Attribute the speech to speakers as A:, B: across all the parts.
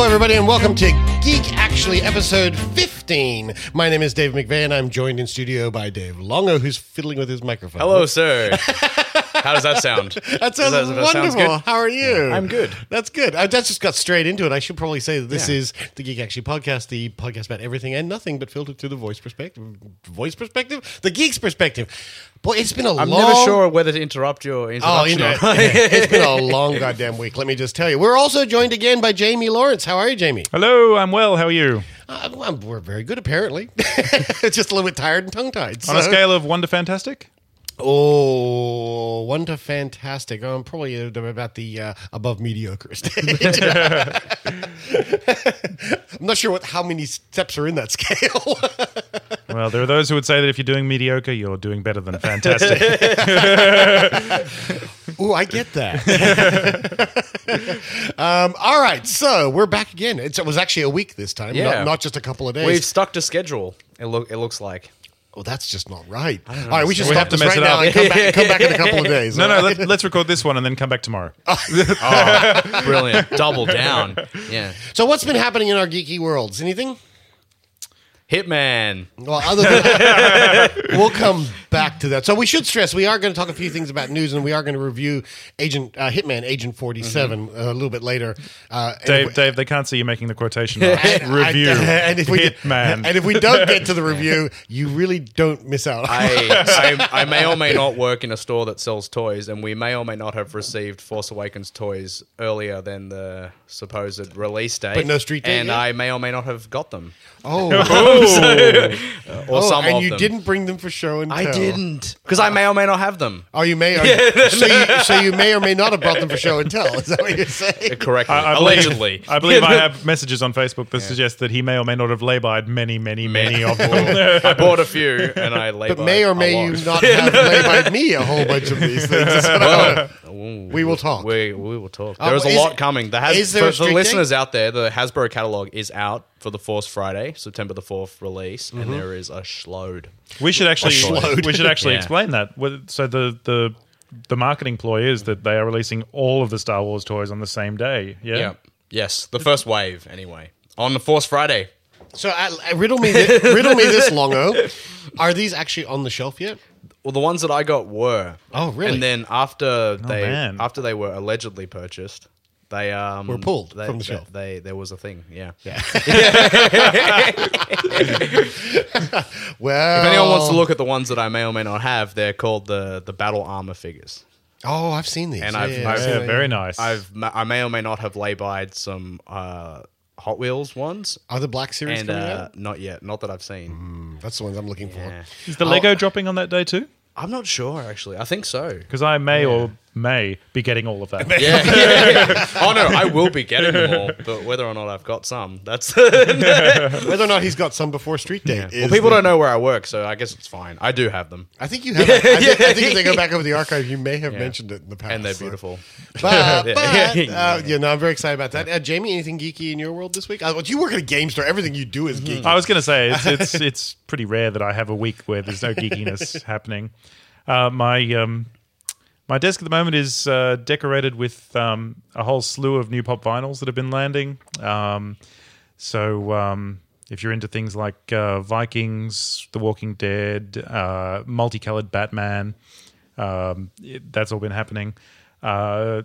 A: everybody, and welcome to Geek Actually, episode 15. My name is Dave McVeigh, I'm joined in studio by Dave Longo, who's fiddling with his microphone.
B: Hello, sir. How does that sound?
A: That sounds
B: Does that- that sounds
A: wonderful.
B: good?
A: How are you?
B: I'm good.
A: That's good. I, that just got straight into it. I should probably say that this
B: Yeah.
A: is the Geek Actually podcast, the podcast about everything and nothing, but filtered through the voice perspective. Voice perspective? The geek's perspective. Boy, it's been a
B: I'm
A: long
B: never sure whether to interrupt your
A: Oh,
B: introduction.
A: you know,
B: or-
A: it's been a long goddamn week. Let me just tell you. We're also joined again by Jamie Lawrence. How are you, Jamie?
C: Hello, I'm well. How are you?
A: Uh, well, we're very good, apparently. just a little bit tired and tongue tied.
C: On a scale of one to fantastic,
A: Oh, one to fantastic. I'm probably at about the uh, above mediocre stage. I'm not sure what how many steps are in that scale.
C: well, there are those who would say that if you're doing mediocre, you're doing better than fantastic.
A: Ooh, I get that. um, all right, so we're back again. It's, it was actually a week this time,
B: Yeah.
A: not, not just a couple of days.
B: We've stuck to schedule. It look it looks like.
A: Well, that's just not right. All right, we should
C: We
A: stop
C: have to
A: this right
C: mess it
A: now
C: up.
A: and come back, come back in a couple of days.
C: no,
A: all
C: no,
A: right?
C: let, let's record this one and then come back tomorrow.
A: Oh,
B: Brilliant. Double down. Yeah.
A: So, what's been happening in our geeky worlds? Anything?
B: Hitman.
A: Well, other than that, we'll come back to that. So we should stress we are going to talk a few things about news, and we are going to review Agent uh, Hitman Agent Forty a little bit later. Uh, and
C: Mm-hmm. Dave,
A: if
C: Dave, they can't see you making the quotation marks.
A: we- and-
C: Review.
A: and, and if we
C: Hitman.
A: and if we don't get to the review, you really don't miss out.
B: I, I I may or may not work in a store that sells toys, and we may or may not have received Force Awakens toys earlier than the supposed release date.
A: But no street date
B: And
A: yet?
B: I may or may not have got them,
A: oh,
B: or
A: oh,
B: some
A: and
B: of
A: you
B: them.
A: didn't bring them for show and
B: I
A: tell.
B: didn't because I may or may not have them.
A: Oh, you may. Or, so, you, so you may or may not have brought them for show and tell. Is that what you're saying?
B: Correctly,
C: I, I
B: allegedly.
C: Believe, I believe I have messages on Facebook that suggest that he may or may not have lay-byed many, many, many of them.
B: I bought a few, and I labored.
A: But may or may you not have lay by me a whole bunch of these things. That's what I wanna- we will talk.
B: We, we will talk.
A: Oh,
B: There is a
A: is-
B: lot coming. The has,
A: is there a
B: for the
A: strict
B: listeners out there, the Hasbro catalog is out for the Force Friday, September the fourth release,
A: Mm-hmm.
B: and there is a schload.
C: We should actually
A: Schloed.
C: we should actually
B: Yeah.
C: explain that. With- So the the the marketing ploy is that they are releasing all of the Star Wars toys on the same day. Yeah.
B: Yes, the first wave anyway on the Force Friday.
A: So I, I- riddle me, this, riddle me this, Longo. Are these actually on the shelf yet?
B: Well, the ones that I got were.
A: Oh, really?
B: And then after they
C: Oh, man.
B: after they were allegedly purchased, they um were
A: pulled
B: they,
A: from the
B: they-
A: shelf.
B: They, there was a thing. Yeah. yeah.
A: Well,
B: If anyone
A: Oh.
B: wants to look at the ones that I may or may not have, they're called the the battle armor figures.
A: oh, I've seen these,
B: And I've-
A: Yeah,
C: Yeah,
B: I've-
A: yeah, yeah.
C: very nice.
B: I've ma- I may or may not have lay-byed some uh, Hot Wheels ones,
A: Are the Black Series
B: and
A: coming
B: uh, not yet, not that I've seen.
A: out? That's the ones I'm looking
B: Yeah.
A: for.
C: is the Lego dropping on that day too?
B: I'm not sure actually. I think so.
C: Because I may or may be getting all of that.
B: Yeah. oh no, I will be getting them all, but whether or not I've got some, that's. well,
A: Whether or not he's got some before Street Date. is
B: people
A: the-
B: don't know where I work, so I guess it's fine. I do have them,
A: I think you have. I, think, I think if they go back over the archive, you may have mentioned it in the past.
B: and they're
A: so.
B: beautiful.
A: But,
B: Yeah.
A: but,
B: Yeah.
A: uh, yeah, no, I'm very excited about that. Uh, Jamie, anything geeky in your world this week? Uh, well, you work at a game store. Everything you do is geeky.
B: Mm-hmm.
C: I was going to say it's, it's it's pretty rare that I have a week where there's no geekiness happening. Uh, my um, my desk at the moment is uh, decorated with um, a whole slew of new pop vinyls that have been landing. Um, so um, if you're into things like uh, Vikings, The Walking Dead, uh, multicolored Batman, um, it- that's all been happening. Uh,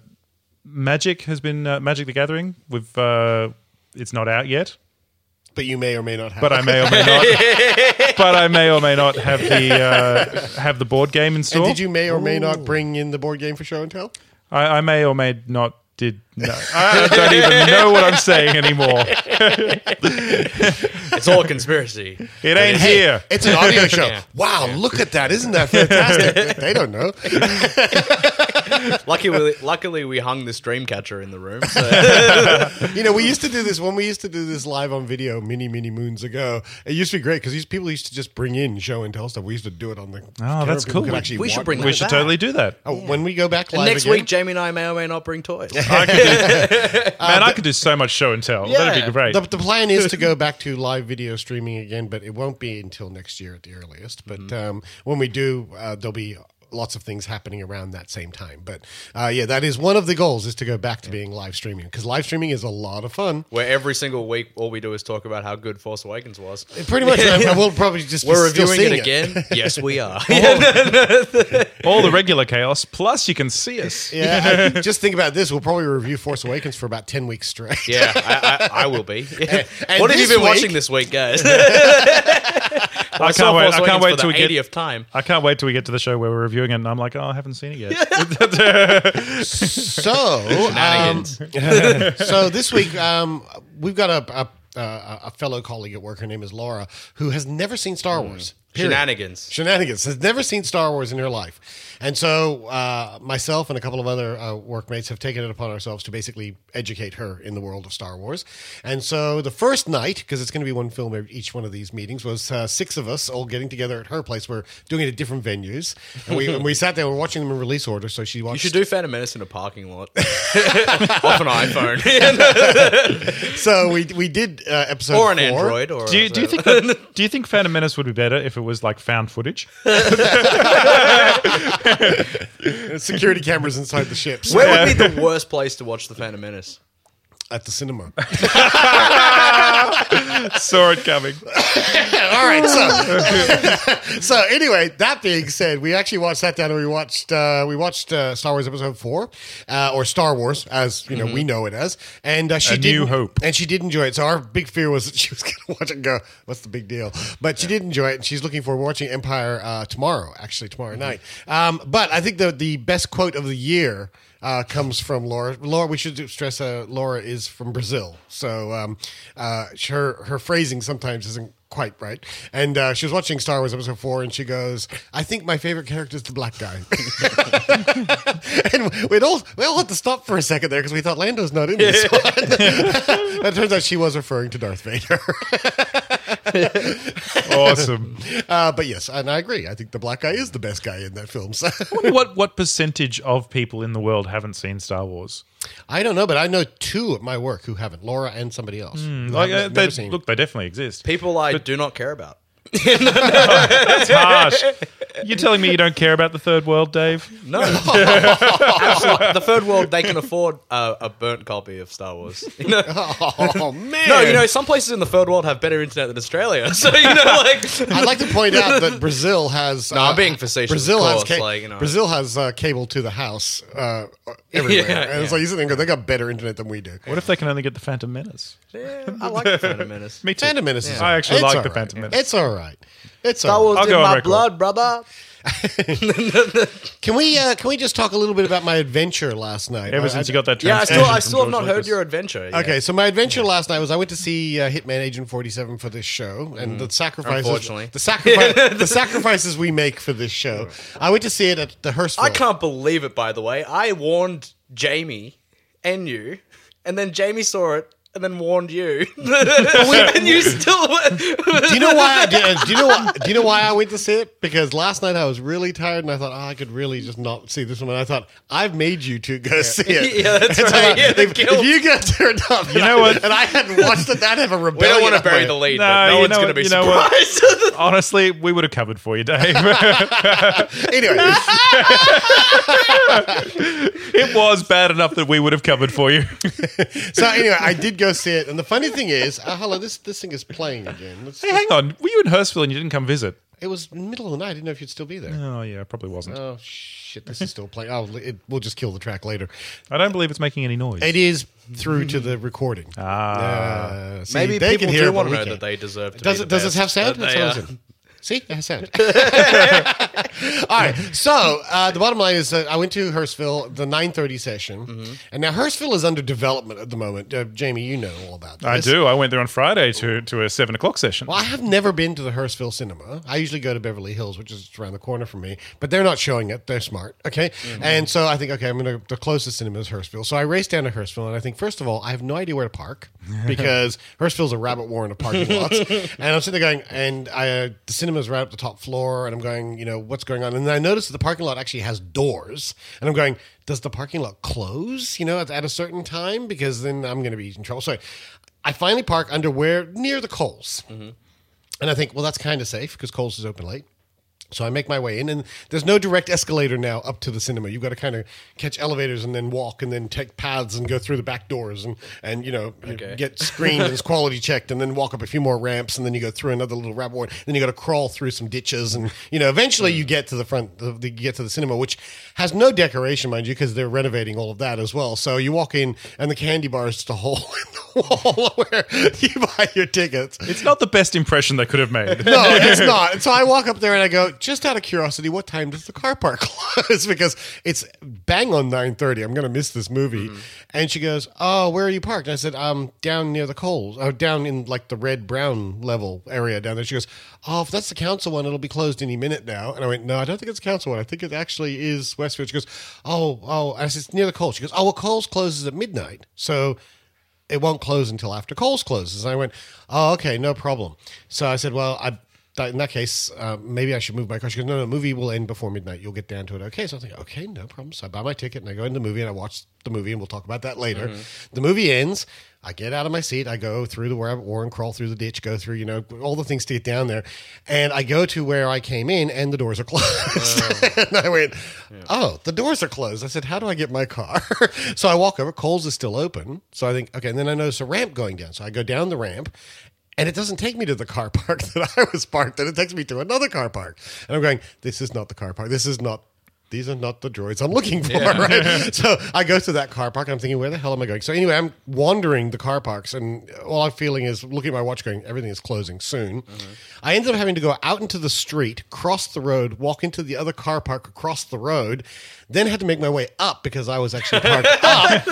C: Magic has been uh, Magic the Gathering. We've uh, it's not out yet
A: but you may or may not have.
C: but I may or may not. but I may or may not have the uh, have the board game in
A: and
C: store.
A: did you may or may not bring in the board game for show and tell?
C: I, I may or may not did. No, I don't even know what I'm saying anymore.
B: It's all a conspiracy.
C: It ain't
A: Hey,
C: here.
A: It's an audio show.
B: Yeah.
A: Wow, look at that. Isn't that fantastic? they don't know.
B: Lucky, we, luckily, we hung this dream catcher in the room. So
A: You know, we used to do this when we used to do this live on video many, many moons ago. It used to be great because these people used to just bring in show and tell stuff. We used to do it on the. camera.
C: Oh, that's
A: People
C: cool.
A: could actually
B: We should
A: watch-
B: bring
C: We should totally do that.
A: Oh, When we go back live
B: next
A: again-
B: week, Jamie and I may or may not bring toys.
C: I could do, man, I could do so much show and tell. That'd
B: Yeah.
C: be great.
A: The, the plan is to go back to live video
B: Mm.
A: streaming again, but it won't be until next year at the earliest. But um, when we do, uh, there'll be lots of things happening around that same time. But uh, yeah, that is one of the goals is to go back to being live streaming because live streaming is a lot of fun.
B: Where every single week, all we do is talk about how good Force Awakens was.
A: Pretty much, I- I will probably just be
B: We're
A: still
B: reviewing it
A: seeing
B: again. yes, we are.
C: Oh. All the regular chaos, plus you can see us.
A: Yeah, I- just think about this. We'll probably review Force Awakens for about ten weeks straight.
B: yeah, I, I, I will be.
A: and
B: what have
A: this
B: you been
A: week-
B: watching this week, guys?
C: I can't wait. I can't wait till
B: till
C: we
B: the 80th
C: get.
B: time.
C: I can't wait till we get to the show where we're reviewing it, and I'm like, oh, I haven't seen it yet.
A: So, um,
B: Shenanigans.
A: so this week um, we've got a, a, a, a fellow colleague at work. Her name is Laura, who has never seen Star Wars. period.
B: Hmm. Shenanigans.
A: Shenanigans has never seen Star Wars in her life, and so uh, myself and a couple of other uh, workmates have taken it upon ourselves to basically educate her in the world of Star Wars. And so the first night, because it's going to be one film at each one of these meetings, was uh, six of us all getting together at her place. We're doing it at different venues, and we, and we sat there. We're watching them in release order. So she watched.
B: You should do Phantom Menace in a parking lot off an iPhone
A: So we we did uh, episode
B: or an
A: four.
B: Android. Or
C: do you, do you think that, do you think Phantom Menace would be better if it was like found footage?
A: security cameras inside the ships
B: where would be the worst place to watch the Phantom Menace?
A: at the cinema.
C: Saw it coming.
A: All right, so so anyway, that being said, we actually watched that down and we watched uh, we watched uh, Star Wars Episode Four uh, or Star Wars as you know we know it as, and uh, she
C: Mm-hmm. A
A: did
C: New Hope.
A: and she did enjoy it. So our big fear was that she was going to watch it and go, "What's the big deal?" But she did enjoy it, and she's looking forward to watching Empire uh, tomorrow, actually tomorrow night. Um, but I think the the best quote of the year. Uh, comes from Laura. Laura, we should do- stress. Uh, Laura is from Brazil, so um, uh, her her phrasing sometimes isn't quite right. And uh, she was watching Star Wars Episode Four, and she goes, "I think my favorite character is the black guy." and we'd all we all had to stop for a second there because we thought Lando's not in this one. but it turns out she was referring to Darth Vader.
C: Awesome.
A: Uh, but yes, and I agree. I think the black guy is the best guy in that film. So
C: what what percentage of people in the world haven't seen Star Wars?
A: I don't know, but I know two at my work who haven't, Laura and somebody else. who
C: Like,
A: haven't-
C: uh,
A: never
C: they,
A: seen.
C: look, they definitely exist.
B: People I do not care about.
C: It's harsh. You're telling me you don't care about the third world, Dave?
B: No, Absolutely. the third world they can afford uh, a burnt copy of Star Wars. You know?
A: oh man!
B: No, you know some places in the third world have better internet than Australia. So you know, like
A: I'd like to point out that Brazil has. uh,
B: No, I'm being facetious,
A: Brazil
B: of
A: has
B: course, like, you know.
A: Brazil has uh, cable to the house uh, everywhere,
B: Yeah,
A: and it's
B: yeah.
A: like you sit there and go, they got better internet than we do.
C: What if they can only get the Phantom Menace?
B: yeah, I like the Phantom Menace.
C: Me too.
A: Phantom Menace. is
C: I actually
A: it's
C: like
A: all
C: the
A: right.
C: Phantom Menace.
A: It's all right. It's
B: Star
A: all right.
B: Wars
C: I'll
B: in
C: go on
B: my
C: record.
B: blood, brother.
A: Can we uh, can we just talk a little bit about my adventure last night?
C: Ever
A: I- I-
C: since you got that
B: Uh, Yeah, I
C: translation,
B: still, I
C: from
B: still have
C: George
B: not heard
C: Lucas.
B: your adventure. Yet.
A: Okay, so my adventure last night was I went to see uh, Hitman Agent Forty Seven for this show, and the sacrifices,
B: Mm. Unfortunately.
A: the sacrifice, the sacrifices we make for this show. I went to see it at the Hurstville.
B: I can't believe it. By the way, I warned Jamie and you, and then Jamie saw it. And then warned you, and you still.
A: Do you know why? I did, uh, do you know why? Do you know why I went to see it? Because last night I was really tired, and I thought oh, I could really just not see this one. And I thought I've made you two go see it.
B: Yeah, that's
A: And so
B: right. Yeah, the
A: if, if
B: guilt.
A: you get turned up, you
C: know what?
A: And I hadn't watched it. I'd have a
B: we
A: rebellion.
B: don't want to
A: on
B: bury
A: it.
B: the lead.
C: No,
B: but no
C: you
B: one's
C: know
B: going to
C: what-
B: be
C: you know what?
B: surprised.
C: Honestly, we would have covered for you, Dave.
A: Anyway,
C: it was bad enough that we would have covered for you.
A: so anyway, I did go see it, and the funny thing is, oh, hello, this this thing is playing again. Let's-
C: Hey, hang on. Were you in Hurstville and you didn't come visit?
A: It was middle of the night. I didn't know if you'd still be there.
C: Oh, yeah, probably wasn't.
A: Oh shit! This is still playing. Oh, it, we'll just kill the track later.
C: I don't believe it's making any noise.
A: It is through to the recording.
C: Ah.
A: Uh, see,
B: Maybe
A: they
B: people
A: can hear
B: do
A: it, but
B: want to
A: we
B: know
A: can't.
B: that they deserve to.
A: Does
B: be
A: it?
B: the
A: Does
B: best,
A: it have sound?
B: that
A: That's
B: they uh,
A: what I
B: are.
A: was in. See, it has sound. All right. So uh, the bottom line is that I went to Hurstville the 9:30 session,
B: Mm-hmm.
A: and now Hurstville is under development at the moment. Uh, Jamie, you know all about this.
C: I do. I went there on Friday to, to a seven o'clock session.
A: Well, I have never been to the Hurstville Cinema. I usually go to Beverly Hills, which is around the corner from me, but they're not showing it. They're smart. Okay. And so I think, okay, I'm going to, the closest cinema is Hurstville. So I race down to Hurstville, and I think, first of all, I have no idea where to park because Hurstville's a rabbit warren of parking lots. and I'm sitting there going, and I, uh, the cinema's right up the top floor, and I'm going, you know, what's going on? And then I notice that the parking lot actually has doors, and I'm going, does the parking lot close, you know, at, at a certain time? Because then I'm going to be in trouble. So I finally park under where near the Coles. And I think, well, that's kind of safe because Coles is open late. So I make my way in, and there's no direct escalator now up to the cinema. You've got to kind of catch elevators and then walk, and then take paths and go through the back doors, and and you know you
B: Okay.
A: get screened and quality checked, and then walk up a few more ramps, and then you go through another little rabbit warren, then you got to crawl through some ditches, and you know eventually you get to the front, the, the, you get to the cinema, which has no decoration, mind you, because they're renovating all of that as well. So you walk in, and the candy bar is just a hole in the wall where you buy your tickets.
C: It's not the best impression they could have made.
A: No, it's not. And so I walk up there and I go, just out of curiosity, what time does the car park close? because it's bang on nine thirty. I'm going to miss this movie. And she goes, oh, where are you parked? And I said, um, down near the coals, oh, down in like the red brown level area down there. She goes, oh, if that's the council one, it'll be closed any minute now. And I went, no, I don't think it's the council one. I think it actually is Westfield. She goes, oh, oh, and I said, it's near the coals. She goes, oh, well, coals closes at midnight, so it won't close until after Coles closes. And I went, oh, okay, no problem. So I said, well, I, that, in that case, uh, maybe I should move my car. She goes, no, no, movie will end before midnight. You'll get down to it. Okay. So I think, okay, no problem. So I buy my ticket and I go into the movie and I watch the movie and we'll talk about that later. The movie ends. I get out of my seat. I go through the rabbit warren, crawl through the ditch, go through, you know, all the things to get down there. And I go to where I came in and the doors are closed. and I went, oh, the doors are closed. I said, how do I get my car? so I walk over. Coles is still open. So I think, okay. And then I notice a ramp going down. So I go down the ramp and it doesn't take me to the car park that I was parked in. It takes me to another car park. And I'm going, this is not the car park. This is not. These are not the droids I'm looking for, right? So I go to that car park and I'm thinking, where the hell am I going? So anyway, I'm wandering the car parks and all I'm feeling is looking at my watch going, everything is closing soon. I ended up having to go out into the street, cross the road, walk into the other car park across the road, then had to make my way up because I was actually parked up.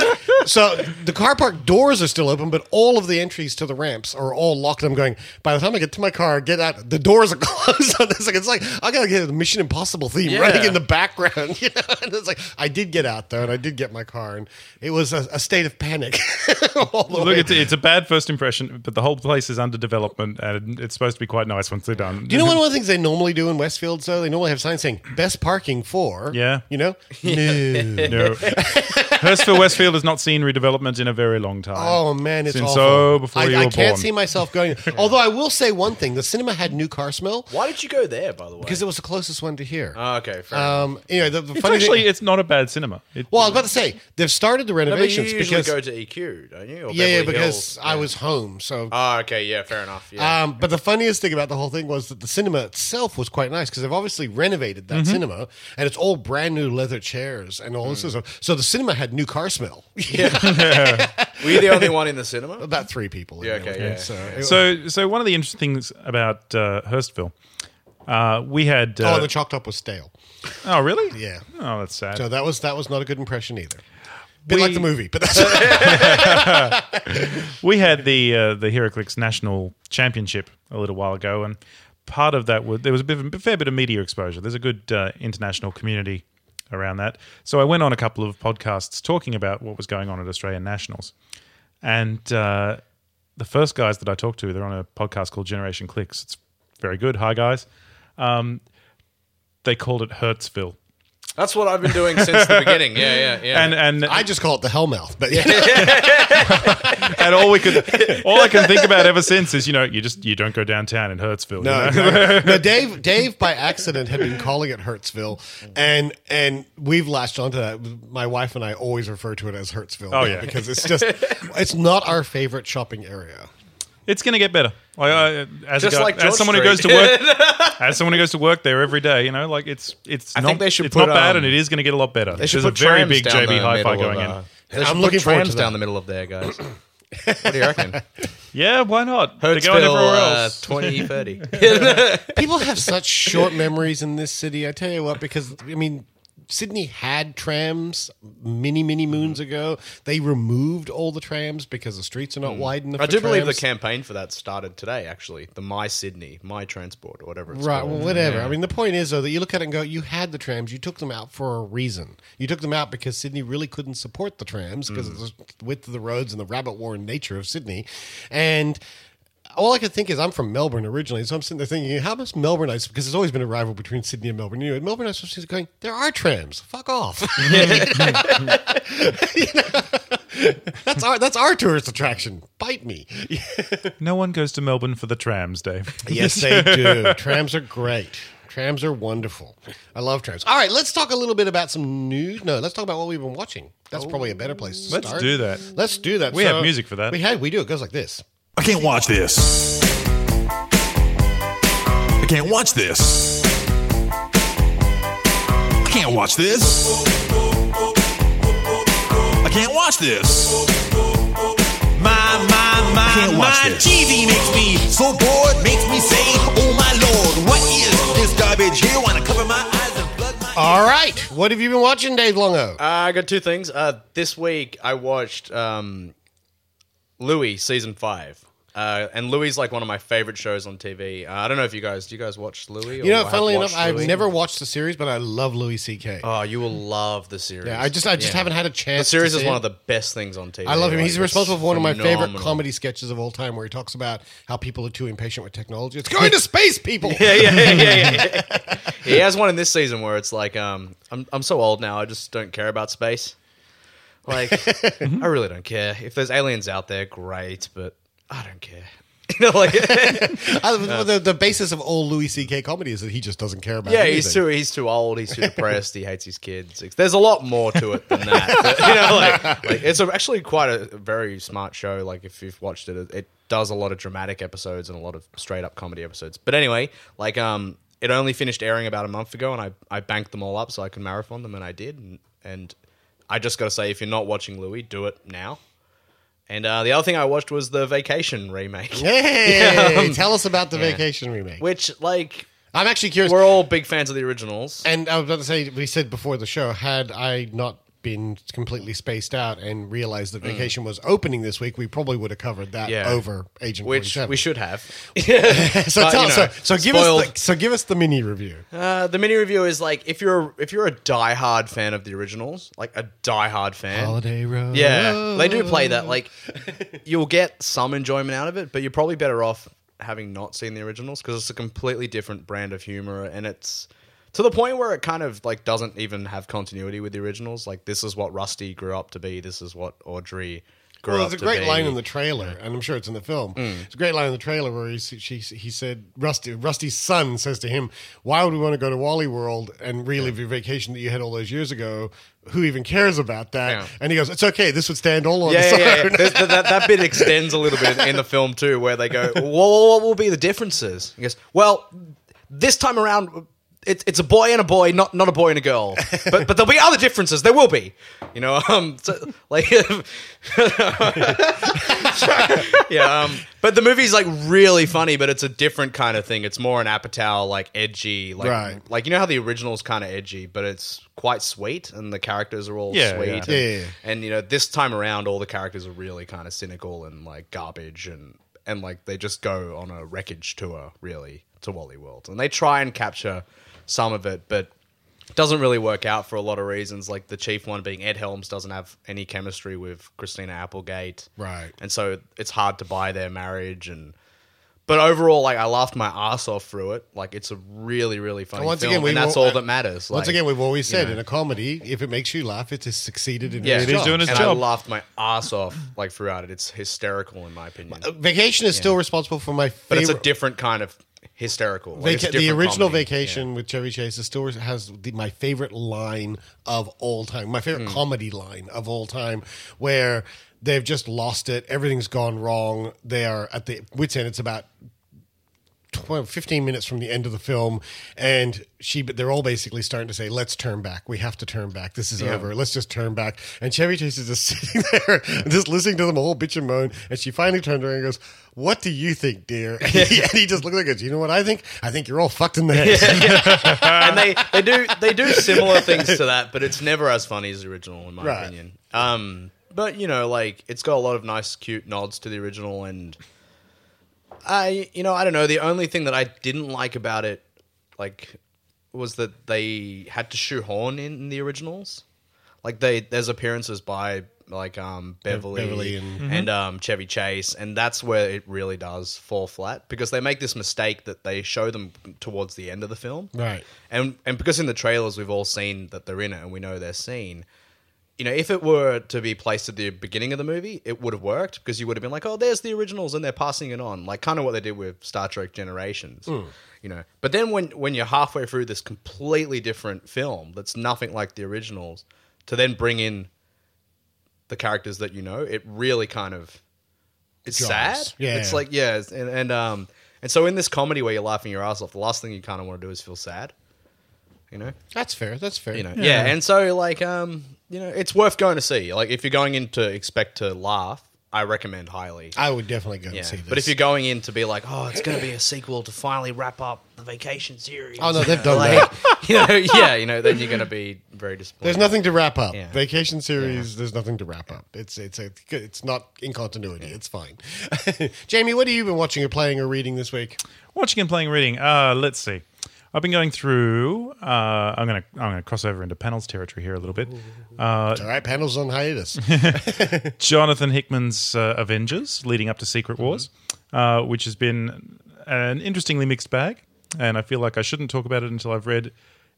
A: So the car park doors are still open, but all of the entries to the ramps are all locked. I'm going, by the time I get to my car, get out, the doors are closed on this. Like, it's like, I got to get a Mission Impossible theme
B: Yeah.
A: running in the background. You know? And it's like, I did get out, though, and I did get my car, and it was a, a state of panic. all the
C: Look,
A: way.
C: it's, it's a bad first impression, but the whole place is under development and it's supposed to be quite nice once they're done.
A: Do you know what one of the things they normally do in Westfield, though? They normally have signs saying, best parking for.
C: Yeah.
A: You know? No.
C: No. Hurstville Westfield has not seen redevelopment in a very long time.
A: Oh man, it's
C: Since
A: awful.
C: oh, before
A: I,
C: you
A: I
C: were
A: can't
C: born.
A: see myself going. Although I will say one thing: the cinema had new car smell.
B: Why did you go there, by the way?
A: because it was the closest one to here.
B: oh, okay, fair enough.
A: um, anyway, the, the
C: it's
A: funny
C: actually
A: thing.
C: it's not a bad cinema. It,
A: Well, I was about to say they've started the
B: No, but you
A: renovations
B: usually
A: because
B: go to EQ, don't you? Or
A: yeah, yeah,
B: Beverly
A: because
B: Hills.
A: I was home. So,
B: Oh, okay, yeah, fair enough. Yeah.
A: um, but the funniest thing about the whole thing was that the cinema itself was quite nice because they've obviously renovated
B: Mm-hmm.
A: that cinema and it's all brand new leather chairs and all this
B: Mm.
A: this stuff. So the cinema had new car smell. Uh,
B: Were you the only one in the cinema?
A: About three people. in
B: Yeah,
A: there,
B: okay,
A: right?
B: yeah.
A: So,
B: Yeah.
A: it-
C: so so one of the interesting things about uh, Hurstville, uh, we had
A: oh,
C: uh,
A: and the chopped up was stale.
C: oh, really
A: Yeah.
C: oh that's sad.
A: So that was that was not a good impression either. Bit like
C: We-
A: the movie, but that's
C: We had the uh, the Heraclix National Championship a little while ago, and part of that was there was a, bit of, a fair bit of media exposure. There's a good uh, international community around that, so I went on a couple of podcasts talking about what was going on at Australian Nationals, and uh, the first guys that I talked to, they're on a podcast called Generation Clicks. It's very good. Hi guys, um, they called it Hertzville,
B: That's what I've been doing since the beginning. Yeah, yeah, yeah.
A: uh,
C: and and
A: I just call it the hellmouth. But yeah.
C: and all we could all I can think about ever since is you know you just you don't go downtown in Hertzville. you know?
A: No, no, no, Dave. Dave by accident had been calling it Hertzville, and and we've latched onto that. My wife and I always refer to it as Hertzville.
C: Oh,
A: now
C: yeah.
A: because it's just it's not our favorite shopping area.
C: It's going to get better. Like, I, as a
B: Just
C: guy-
B: like George
C: as someone who goes to
B: Street.
C: work, as someone who goes to work there every day, you know, like it's it's not
B: think they should
C: it's
B: put,
C: not bad,
B: um,
C: and it is going to get a lot better.
B: They
C: There's
B: should
C: a
B: put
C: very
B: trams
C: big
B: down
C: JB
B: the
C: Hi-Fi
B: middle
C: going
B: of,
C: in.
B: uh, they should
A: I'm
B: put
A: looking forward
B: trams
A: to that.
B: down the middle of there, guys. what do you reckon?
C: Yeah, why not? They're
B: Hertzville,
C: going everywhere
B: uh,
C: else.
B: 20, 30.
A: People have such short memories in this city. I tell you what, because I mean. Sydney had trams many, many moons ago. They removed all the trams because the streets are not wide enough.
B: Mm. I
A: for
B: do believe the
A: trams.
B: campaign for that started today, actually. The My Sydney, My Transport, or whatever it's
A: Right,
B: called.
A: well, whatever. I mean, the point is, though, that you look at it and go, you had the trams, you took them out for a reason. You took them out because Sydney really couldn't support the trams because of the width of the roads and the rabbit warren nature of Sydney. And all I could think is, I'm from Melbourne originally, so I'm sitting there thinking, how must Melbourneites, because there's always been a rival between Sydney and Melbourne, you know, and Melbourneites are just going, there are trams, fuck off. You know? that's, our, that's our tourist attraction, bite me.
C: No one goes to Melbourne for the trams, Dave.
A: Yes, they do. Trams are great. Trams are wonderful. I love trams. All right, let's talk a little bit about some news. No, let's talk about what we've been watching.
B: Oh.
A: That's probably a better place to
C: Let's
A: start.
C: do that.
A: Let's do that.
C: We have music for that.
A: We had. We do. It goes like this.
D: I can't watch this. I can't watch this. I can't watch this. I can't watch this.
E: My, my, my,
D: Can't watch
E: my
D: this.
E: TV makes me so bored, makes me say, oh my lord, what is this garbage here? Wanna cover my eyes and plug my
D: Uh,
A: All right. What have you been watching, Dave Longo?
B: Uh, I got two things. Uh, this week I watched um, Louis season five. Uh, and Louis is like one of my favorite shows on TV. Uh, I don't know if you guys do you guys watch Louis?
A: you know, funnily enough, I've
B: Louis?
A: never watched the series, but I love Louis C.K.
B: Oh, you will love the series.
A: yeah, I just, I just
B: Yeah.
A: haven't had a
B: The
A: chance.
B: series
A: to
B: is
A: see
B: one
A: it.
B: of the best things on TV.
A: I love him.
B: Like,
A: He's
B: it's
A: responsible for one of my favorite
B: phenomenal.
A: comedy sketches of all time, where he talks about how people are too impatient with technology. It's going to space, people.
B: Yeah, yeah, yeah, yeah, yeah. he has one in this season where it's like, um, I'm I'm so old now, I just don't care about space. Like, I really don't care. If there's aliens out there, great, but I don't care. You know, like
A: I- Uh, the, the basis of all Louis C.K. comedy is that he just doesn't care about.
B: Yeah,
A: anything.
B: he's too he's too old. He's too depressed. He hates his kids. It's- There's a lot more to it than that. But, you know, like, like it's a, actually quite a very smart show. Like if you've watched it, it, it does a lot of dramatic episodes and a lot of straight up comedy episodes. But anyway, like um, it only finished airing about a month ago, and I I banked them all up so I could marathon them, and I did. And, and I just got to say, if you're not watching Louis, do it now. And uh, the other thing I watched was the Vacation remake,
A: Hey, tell us about the
B: yeah.
A: vacation remake.
B: which like
A: I'm actually curious.
B: we're all big fans of the originals.
A: And I was about to say, we said before the show, had I not been completely spaced out and realized that vacation was opening this week, we probably would have covered that
B: Mm. Yeah.
A: over Agent
B: which
A: 47.
B: we should have.
A: so,
B: but,
A: tell,
B: you know,
A: so, so give us
B: spoiled.
A: the, so give us the mini review.
B: Uh, the mini review is like if you're if you're a diehard fan of the originals, like a diehard fan.
A: Holiday Road.
B: Yeah, they do play that. Like you'll get some enjoyment out of it, but you're probably better off having not seen the originals because it's a completely different brand of humor, and it's to the point where it kind of like doesn't even have continuity with the originals. Like this is what Rusty grew up to be. This is what Audrey grew
A: Well,
B: up
A: there's a
B: to Mm.
A: great
B: be.
A: line in the trailer, and I'm sure it's in the film. It's a great line in the trailer where he she, he said Rusty Rusty's son says to him, "Why would we want to go to Wally World and relive your vacation that you had all those years ago? Who even cares about that?"
B: Yeah.
A: And he goes, "It's okay. This would stand all on its
B: yeah,
A: own."
B: yeah, yeah. There's- that, that, that bit extends a little bit in the film too, where they go, well, "What will be the differences?" He goes, "Well, this time around, it's it's a boy and a boy, not not a boy and a girl, but but there'll be other differences. There will be, you know, um, so, like." yeah, um, but the movie's like really funny, but it's a different kind of thing. It's more an Apatow like edgy, like
A: Right.
B: like you know how the original's kind of edgy, but it's quite sweet, and the characters are all
C: Yeah,
B: sweet.
C: yeah.
B: and-
A: Yeah, yeah, yeah.
B: and you know, this time around, all the characters are really kind of cynical and like garbage, and and like they just go on a wreckage tour, really, to Wally World, and they try and capture some of it, but it doesn't really work out for a lot of reasons. Like the chief one being Ed Helms doesn't have any chemistry with Christina Applegate,
A: Right.
B: And so it's hard to buy their marriage and. But overall, like I laughed my ass off through it. Like it's a really, really funny
A: And once
B: film,
A: again, we
B: and that's
A: will-
B: all that matters.
A: Once
B: Like-
A: again, we've always said in a comedy, if it makes you laugh, it has succeeded in
B: yeah,
A: its
C: he's
A: job.
C: doing his
B: and
C: job.
B: I laughed my ass off like throughout it. It's hysterical in my opinion,
A: Uh,
B: but
A: Vacation is still responsible for my favorite.
B: it's a different kind of hysterical. Like, it's a
A: Vaca- the
B: different
A: original
B: comedy.
A: Vacation with Chevy Chase is still has the, my favorite line of all time, my
B: Hmm.
A: favorite comedy line of all time, where they've just lost it, everything's gone wrong, they are at the wits end. It's about 12, 15 minutes from the end of the film, and she, but they're all basically starting to say, "Let's turn back. We have to turn back. This is over. Let's just turn back." And Chevy Chase is just sitting there, just listening to them all bitch and moan. And she finally turned around and goes, "What do you think, dear?" And he, and he just looks like, "You know what I think? I think you're all fucked in the head."
B: and they, they do they do similar things to that, but it's never as funny as the original in my
A: Right.
B: opinion. Um, but you know, like it's got a lot of nice, cute nods to the original, and I, you know, I don't know. The only thing that I didn't like about it, like, was that they had to shoehorn in the originals. Like they, there's appearances by like um, Beverly,
A: Beverly and-
B: and, um, Chevy Chase, and that's where it really does fall flat because they make this mistake that they show them towards the end of the film,
A: Right.
B: and and because in the trailers we've all seen that they're in it and we know they're seen, you know, if it were to be placed at the beginning of the movie, it would have worked because you would have been like, oh, there's the originals and they're passing it on. Like kind of what they did with Star Trek Generations. You know. But then when when you're halfway through this completely different film that's nothing like the originals, to then bring in the characters that you know, it really kind of it's
A: Jars.
B: sad.
A: Yeah.
B: It's like yeah, it's- and, and um and so in this comedy where you're laughing your ass off, the last thing you kind of want to do is feel sad. You know?
A: That's fair. That's fair.
B: you know yeah. and so like um you know it's worth going to see like if you're going in to expect to laugh i recommend highly
A: I would definitely go
B: yeah.
A: and see this.
B: but if you're going in to be like oh it's going to be a sequel to finally wrap up the vacation series
A: oh no, they've done
B: like,
A: that.
B: you know yeah you know then you're going to be very disappointed
A: There's nothing to wrap up.
B: Yeah.
A: Vacation series. There's nothing to wrap up. It's it's a, it's not in continuity. It's fine. Jamie, what have you been watching or playing or reading this week?
C: Watching and playing, reading. Uh, let's see. I've been going through. Uh, I'm gonna I'm gonna cross over into panels territory here a little bit. Uh,
A: It's all right, panels on hiatus.
C: Jonathan Hickman's uh, Avengers, leading up to
A: Mm-hmm.
C: Secret Wars, uh, which has been an interestingly mixed bag, and I feel like I shouldn't talk about it until I've read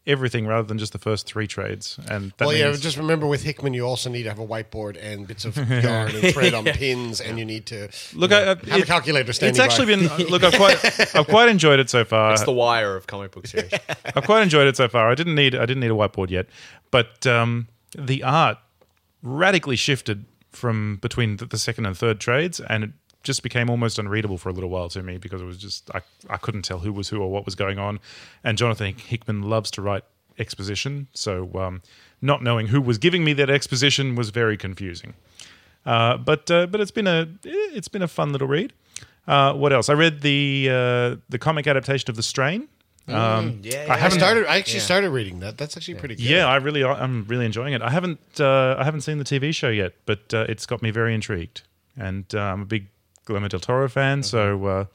C: everything, rather than just the first three trades. And that
A: well, yeah.
C: means-
A: Just remember, with Hickman, you also need to have a whiteboard and bits of yarn and thread on pins, and you need to
C: Look,
A: you
C: I, I-
A: know, have a calculator standing.
C: It's actually
A: by.
C: been uh, look. I've quite, I've quite enjoyed it so far.
B: it's the wire of comic book series
C: I've quite enjoyed it so far. I didn't need I didn't need a whiteboard yet, but um, the art radically shifted from between the, the second and third trades, and it just became almost unreadable for a little while to me because it was just I I couldn't tell who was who or what was going on. And Jonathan Hickman loves to write exposition, so um, not knowing who was giving me that exposition was very confusing. Uh, but uh, but it's been a it's been a fun little read. Uh, what else? I read the uh, the comic adaptation of The Strain. Um,
B: yeah,
C: I
B: yeah,
A: I
C: haven't
A: started. I actually started reading that. That's actually pretty good.
C: yeah, I really, I'm really enjoying it. I haven't, uh, I haven't seen the TV show yet, but uh, it's got me very intrigued, and uh, I'm a big Guillermo del Toro fan. So,
B: Mm-hmm.
C: uh,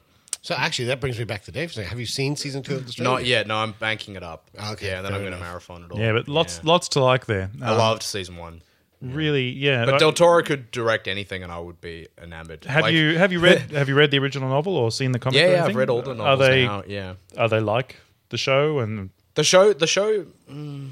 A: So actually, that brings me back to Dave. saying, Have you seen season two of the Stranger?
B: not yet no i'm banking it up
A: Okay,
B: yeah and then
A: fair
B: i'm going to
A: enough.
B: marathon it all
C: yeah, but lots,
B: Yeah.
C: lots to like there.
B: i
C: Um,
B: loved season one
C: really, yeah.
B: but
C: I-
B: Del Toro could direct anything, and I would be enamored.
C: have
B: Like-
C: you have you read have you read the original novel or seen the comic?
B: Yeah,
C: or
B: yeah, I've
C: anything?
B: read all the novels
C: Are they
B: now. Yeah,
C: are they like the show and
B: the show, the show. mm,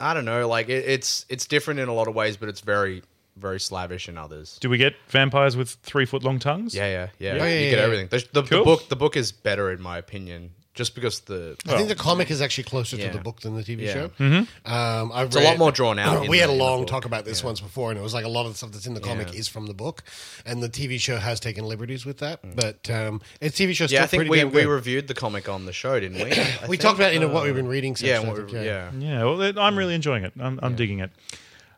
B: I don't know. Like it, it's it's different in a lot of ways, but it's very very slavish in others.
C: do we get vampires with three foot long tongues?
B: Yeah, yeah, yeah.
A: Yeah, yeah,
B: you get
A: yeah.
B: everything. The, the,
C: Cool.
B: the book, the book is better in my opinion, just because the
A: I
C: Oh,
A: think the comic is actually closer
B: Yeah.
A: to the book than the TV
B: Yeah.
A: show. Mm-hmm. Um, I've it's
B: a lot more drawn out in
A: We had
B: the-
A: a
B: in the
A: long
B: book.
A: talk about this once before, and it was like a lot of the stuff that's in the comic
B: Yeah.
A: is from the book, and the TV show has taken liberties with that. But um, its TV show,
B: Mm. yeah. I think
A: pretty
B: we
A: damn
B: we
A: good.
B: reviewed the comic on the show, didn't we? I
A: we
B: think. uh,
A: talked about you know what we've been reading.
B: yeah,
A: Section,
B: and
A: I
B: what
A: think,
B: we- yeah.
C: Yeah, well, it- I'm really enjoying it. I'm, I'm digging it.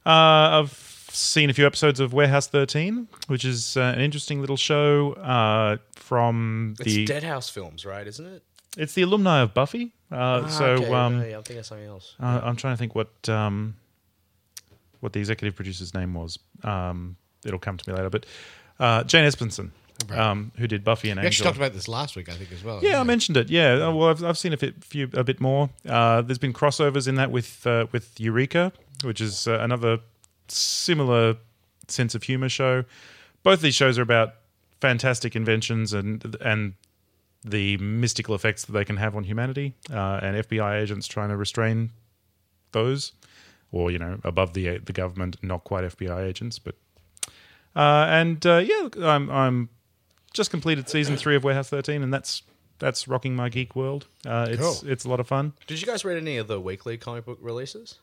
C: Uh, I've seen a few episodes of Warehouse 13, which is uh, an interesting little show uh, from
B: It's
C: the
B: Deadhouse films, right? Isn't it?
C: it's the alumni of Buffy. Uh, so
B: Ah, okay,
C: um,
B: no, yeah, I'm thinking of something else.
C: uh, I'm trying to think what um, what the executive producer's name was. Um, it'll come to me later, but uh, Jane Espenson, um, who did Buffy and
A: We actually
C: Angel.
A: talked about this last week, I think, as well.
C: Yeah, I mentioned it. Yeah, Uh, well, I've, I've seen a fit, few, a bit more. Uh, there's been crossovers in that with uh, with Eureka, which is uh, another similar sense of humor show. Both these shows are about fantastic inventions and and the mystical effects that they can have on humanity, uh, and FBI agents trying to restrain those, or you know, above the the government, not quite FBI agents, but. Uh, and uh, yeah, look, I'm I'm just completed season three of Warehouse 13, and that's that's rocking my geek world. Uh, it's
A: Cool.
C: it's a lot of fun.
B: Did you guys read any of the weekly comic book releases?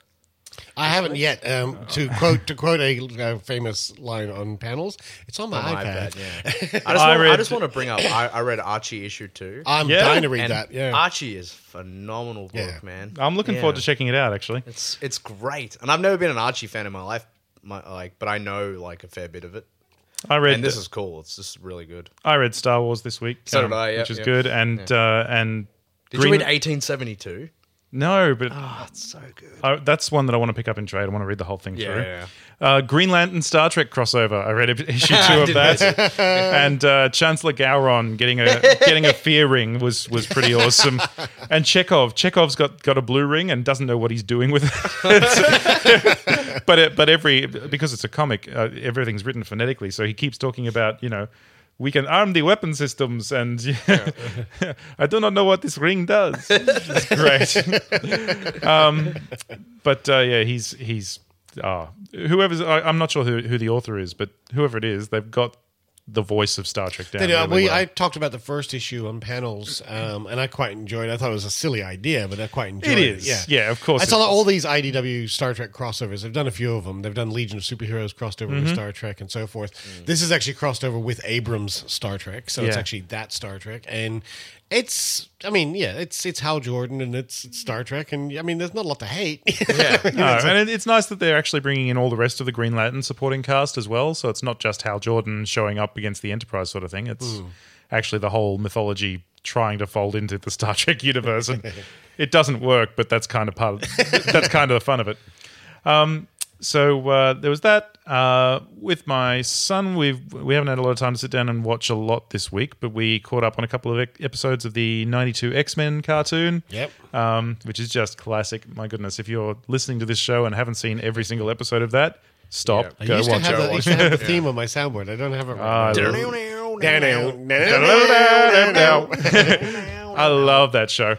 A: I haven't yet.
B: Oh,
A: Um, to quote to quote a uh, famous line on panels, it's on my, iPad.
B: My bad, yeah. I just,
C: I
B: want, I
C: read-
B: just want to bring up. I, I read Archie issue two.
A: I'm
C: Yeah.
A: dying to read
B: and
A: that. Yeah,
B: Archie is phenomenal book,
A: Yeah.
B: man.
C: I'm looking
B: Yeah.
C: forward to checking it out. Actually,
B: It's it's great, and I've never been an Archie fan in my life, my, like, but I know like a fair bit of it,
C: I read
B: and this is cool. It's just really good.
C: I read Star Wars this week, um,
B: So did I, yeah,
C: which is
B: yeah.
C: good. And uh, and
B: Did you read 1872?
C: No, but
B: That's so good.
C: I, that's one that I want to pick up in trade. I want to read the whole thing
B: Yeah,
C: through.
B: yeah,
C: Uh, Green Lantern Star Trek crossover. I read a- issue two of
B: did
C: that, and uh, Chancellor Gowron getting a getting a fear ring was was pretty awesome. And Chekhov, Chekhov's got got a blue ring and doesn't know what he's doing with it. but it, but every because it's a comic, uh, everything's written phonetically, so he keeps talking about you know. We can arm the weapon systems, and I do not know what this ring Um, does. It's great but uh, yeah, he's he's ah, whoever's I, I'm not sure who, who the author is, but whoever it is, they've got the voice of Star Trek down.
A: They do.
C: really
A: we,
C: well.
A: I talked about the first issue on panels, um, and I quite enjoyed. it. I thought it was a silly idea, but I quite enjoyed it.
C: is. Yeah, of
A: I
C: course it
A: saw
C: is.
A: all these IDW Star Trek crossovers. They've done a few of them. They've done Legion of Superheroes crossed over with Star Trek and so forth. This is actually crossed over with Abrams Star Trek, so it's
C: Yeah.
A: actually that Star Trek, and it's. I mean, yeah, it's it's Hal Jordan and it's, it's Star Trek, and I mean, there's not a lot to hate.
B: Yeah.
C: No, and it, it's nice that they're actually bringing in all the rest of the Green Lantern supporting cast as well. So it's not just Hal Jordan showing up against the Enterprise sort of thing. It's actually the whole mythology trying to fold into the Star Trek universe, and it doesn't work. But that's kind of part. Of, that's kind of the fun of it. Um, So uh, there was that. Uh, with my son, we've we haven't had a lot of time to sit down and watch a lot this week, but we caught up on a couple of ec- episodes of the '92 X Men cartoon.
A: Yep.
C: um, which is just classic. My goodness, if you're listening to this show and haven't seen every single episode of that, stop.
B: Yeah.
A: I
C: Go
A: used, to
C: watch
A: have
C: it.
A: the, I used to have the theme on my soundboard. I don't have it. Right
C: I
A: now.
C: I love that show.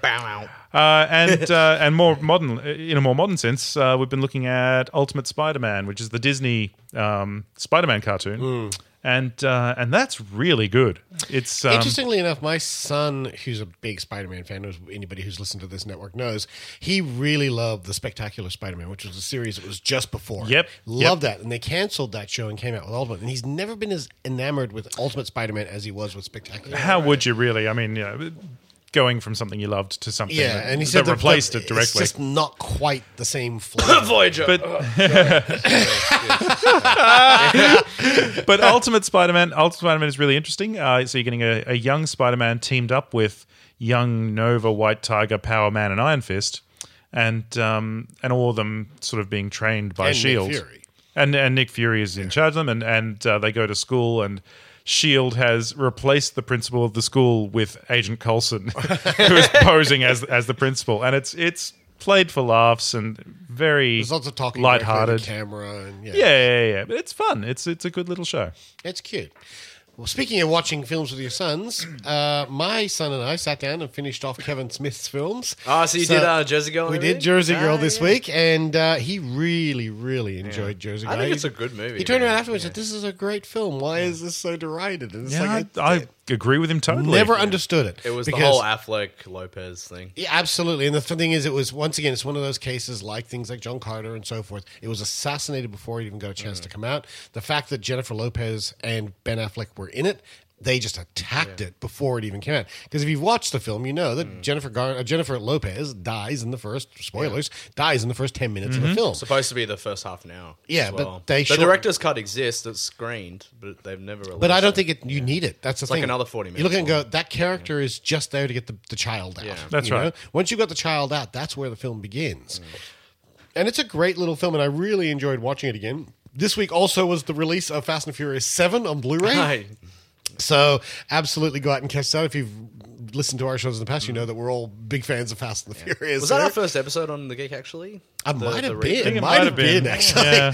C: Uh, and uh, and more modern, in a more modern sense, uh, we've been looking at Ultimate Spider-Man, which is the Disney um, Spider-Man cartoon,
A: Hmm.
C: and uh, and that's really good. It's um,
A: Interestingly enough, my son, who's a big Spider-Man fan, as anybody who's listened to this network knows, he really loved the Spectacular Spider-Man, which was a series that was just before.
C: Yep,
A: loved that, and they canceled that show and came out with Ultimate. And he's never been as enamored with Ultimate Spider-Man as he was with Spectacular.
C: how would you really? I mean, you know, going from something you loved to something
A: yeah,
C: that,
A: and he
C: that
A: said that-
C: replaced
A: that
C: it directly.
A: It's just not quite the same flavor.
B: Voyager.
C: But- but Ultimate Spider-Man, Ultimate Spider-Man is really interesting. Uh, so you're getting a, a young Spider-Man teamed up with young Nova, White Tiger, Power Man, and Iron Fist, and um, and all of them sort of being trained by
A: And Nick
C: Shield.
A: Fury.
C: E And and Nick Fury is in charge of them, and and uh, they go to school and. Shield E has replaced the principal of the school with Agent Coulson, who is posing as as the principal, and it's it's played for laughs and very
A: There's lots of talking, directly to
C: lighthearted.
A: the camera, and yeah,
C: Yeah, yeah, yeah. But it's fun. It's it's a good little show.
A: It's cute. Well, speaking of watching films with your sons, uh, my son and I sat down and finished off Kevin Smith's films.
B: Ah, so you did, uh, Jersey Girl and
A: We did
B: everything?
A: Jersey
B: Ah,
A: Girl this
B: yeah.
A: week, and uh, he really, really enjoyed Jersey Girl.
B: I think it's
A: He-
B: a good movie,
A: He turned
B: man.
A: around afterwards and said, "This is a great film. Why is this so derided?" And it's
C: Yeah,
A: like
C: I,
A: I,
C: I agree with him totally.
A: never understood it.
B: it was the
A: because-
B: whole Affleck Lopez thing.
A: yeah, absolutely. And the thing is, it was once again, it's one of those cases like things like John Carter and so forth. It was assassinated before it even got a chance to come out. The fact that Jennifer Lopez and Ben Affleck were in it, they just attacked it before it even came out. Because if you've watched the film, you know that Jennifer Gar- uh, Jennifer Lopez dies in the first spoilers dies in the first ten minutes of the film.
B: Supposed to be the first half an hour.
A: Yeah,
B: as
A: but
B: well.
A: they
B: the
A: short-
B: director's cut exists. It's screened, but they've never released.
A: But I don't
B: it.
A: think it, you need it. That's the
B: like
A: thing.
B: another 40
A: You look at it and
B: minutes
A: go, that character is just there to get the, the child out.
B: Yeah.
C: That's
A: you know?
C: right.
A: Once you've got the child out, that's where the film begins. And it's a great little film, and I really enjoyed watching it again. This week also was the release of Fast and Furious 7 on Blu ray.
B: Hi.
A: So absolutely go out and catch that. If you've listened to our shows in the past, you know that we're all big fans of Fast and the Furious.
B: Was that our
A: They're-
B: first episode on the Geek? Actually,
A: I
B: The-
A: might
B: the
A: have
B: re-
A: been.
C: think
A: It might have been, actually.
C: Yeah.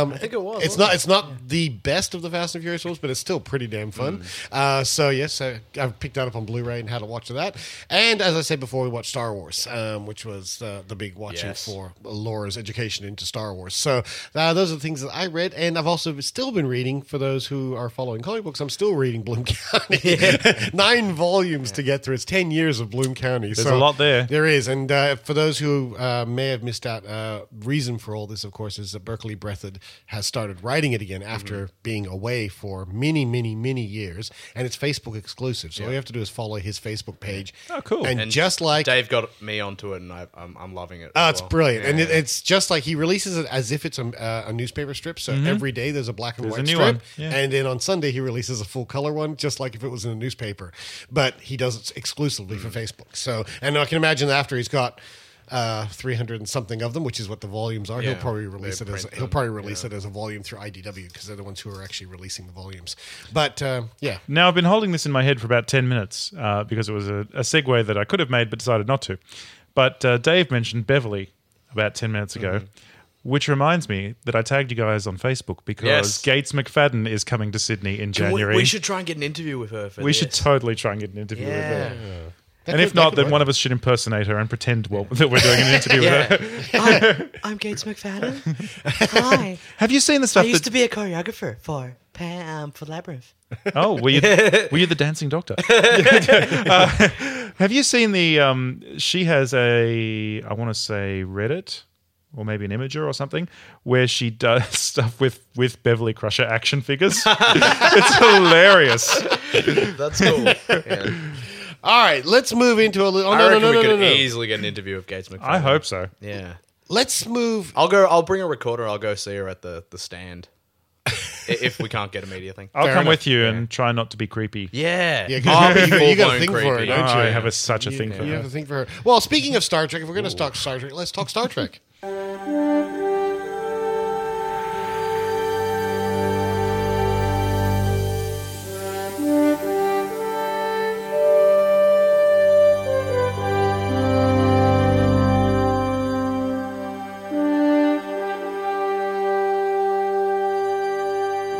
A: Um,
B: I think it was.
A: it's
B: wasn't
A: not. It's not the best of the Fast and Furious films, but it's still pretty damn fun. Uh, so yes, I, I've picked that up on Blu-ray and had a watch of that. And as I said before, we watched Star Wars, um, which was uh, the big watching
B: Yes.
A: for Laura's education into Star Wars. So uh, those are the things that I read, and I've also still been reading. For those who are following comic books, I'm still reading Bloom County. Nine volumes to get through. It's ten years of Bloom County.
C: There's a lot there.
A: There is, and uh, for those who uh, may have missed out, uh, reason for all this, of course, is that Berkeley Breathed has started writing it again after
C: Mm-hmm.
A: being away for many, many, many years, and it's Facebook exclusive. So all you have to do is follow his Facebook page.
C: Oh, cool.
A: And,
B: And
A: just like
B: Dave got me onto it, and I, I'm, I'm loving it.
A: Oh,
B: as
A: it's
B: well.
A: brilliant, and
B: Yeah.
A: it, it's just like he releases it as if it's a, uh, a newspaper strip. So every day there's a black and
C: Mm-hmm. There's a
A: white
C: new
A: strip,
C: one, yeah.
A: and then on Sunday he releases a full color one, just like if it was in a newspaper. But he does it exclusively for
C: Mm.
A: Facebook. So, and I can imagine that after he's got uh, 300 and something of them, which is what the volumes are,
B: Yeah.
A: he'll probably release
B: They
A: it as
B: print
A: he'll
B: them,
A: probably release it as a volume through IDW because they're the ones who are actually releasing the volumes. But uh, yeah,
C: Now I've been holding this in my head for about ten minutes uh, because it was a, a segue that I could have made but decided not to. But uh, Dave mentioned Beverly about ten minutes ago,
A: Mm-hmm.
C: which reminds me that I tagged you guys on Facebook because
B: Yes.
C: Gates McFadden is coming to Sydney in
B: We,
C: January.
B: we should try and get an interview with her. For
C: We should
B: this.
C: totally try and get an interview
B: Yeah.
C: with her. and
A: could-
C: if
A: that
C: not,
A: could
C: then
A: work.
C: one of us should impersonate her and pretend well, that we're doing an interview with her.
F: I'm, I'm Gates McFadden. Hi.
C: Have you seen the
F: I
C: stuff
F: used
C: that?
F: to be a choreographer for um, for Labyrinth.
C: Oh, were you were you the dancing doctor? Uh, have you seen the? Um, she has a I want to say Reddit or maybe an Imager or something where she does stuff with with Beverly Crusher action figures. it's hilarious.
B: That's cool. Yeah.
A: All right, let's move into a little. Oh,
B: I
A: no, no,
B: reckon
A: no,
B: we
A: no,
B: could
A: no, no.
B: easily get an interview with Gates McFadden.
C: I hope so.
B: Yeah.
A: Let's move.
B: I'll go. I'll bring a recorder. I'll go see her at the the stand. I- if we can't get a media thing.
C: I'll
A: Fair
C: come
A: enough.
C: with you and try not to be creepy.
B: Yeah.
A: Yeah, 'cause
B: I'll
A: you-
B: be
A: you got a
B: full-blown
A: thing for it,
B: creepy.
A: don't you?
C: Oh, I have a, such a thing for
A: You
C: her.
A: have a thing for her. Well, speaking of Star Trek, if we're going to talk Star Trek, let's talk Star Trek.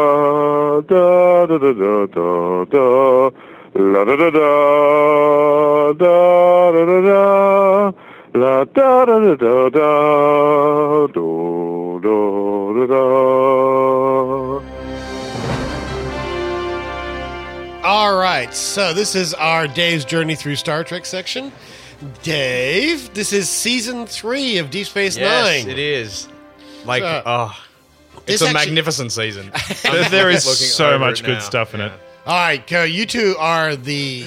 G: da da la da da da da da da da la da da da da da do do da da
A: All right, so this is our Dave's Journey Through Star Trek section. Dave, this is season three of Deep Space
B: Yes,
A: Nine.
B: it is. Like,
A: So-
B: oh,
A: This
B: it's a
A: actually-
B: magnificent season.
C: There-
B: I'm
C: there is
B: looking
C: so
B: over
C: much
B: it
C: good
B: now.
C: stuff in it.
A: All right, Kara, you two are the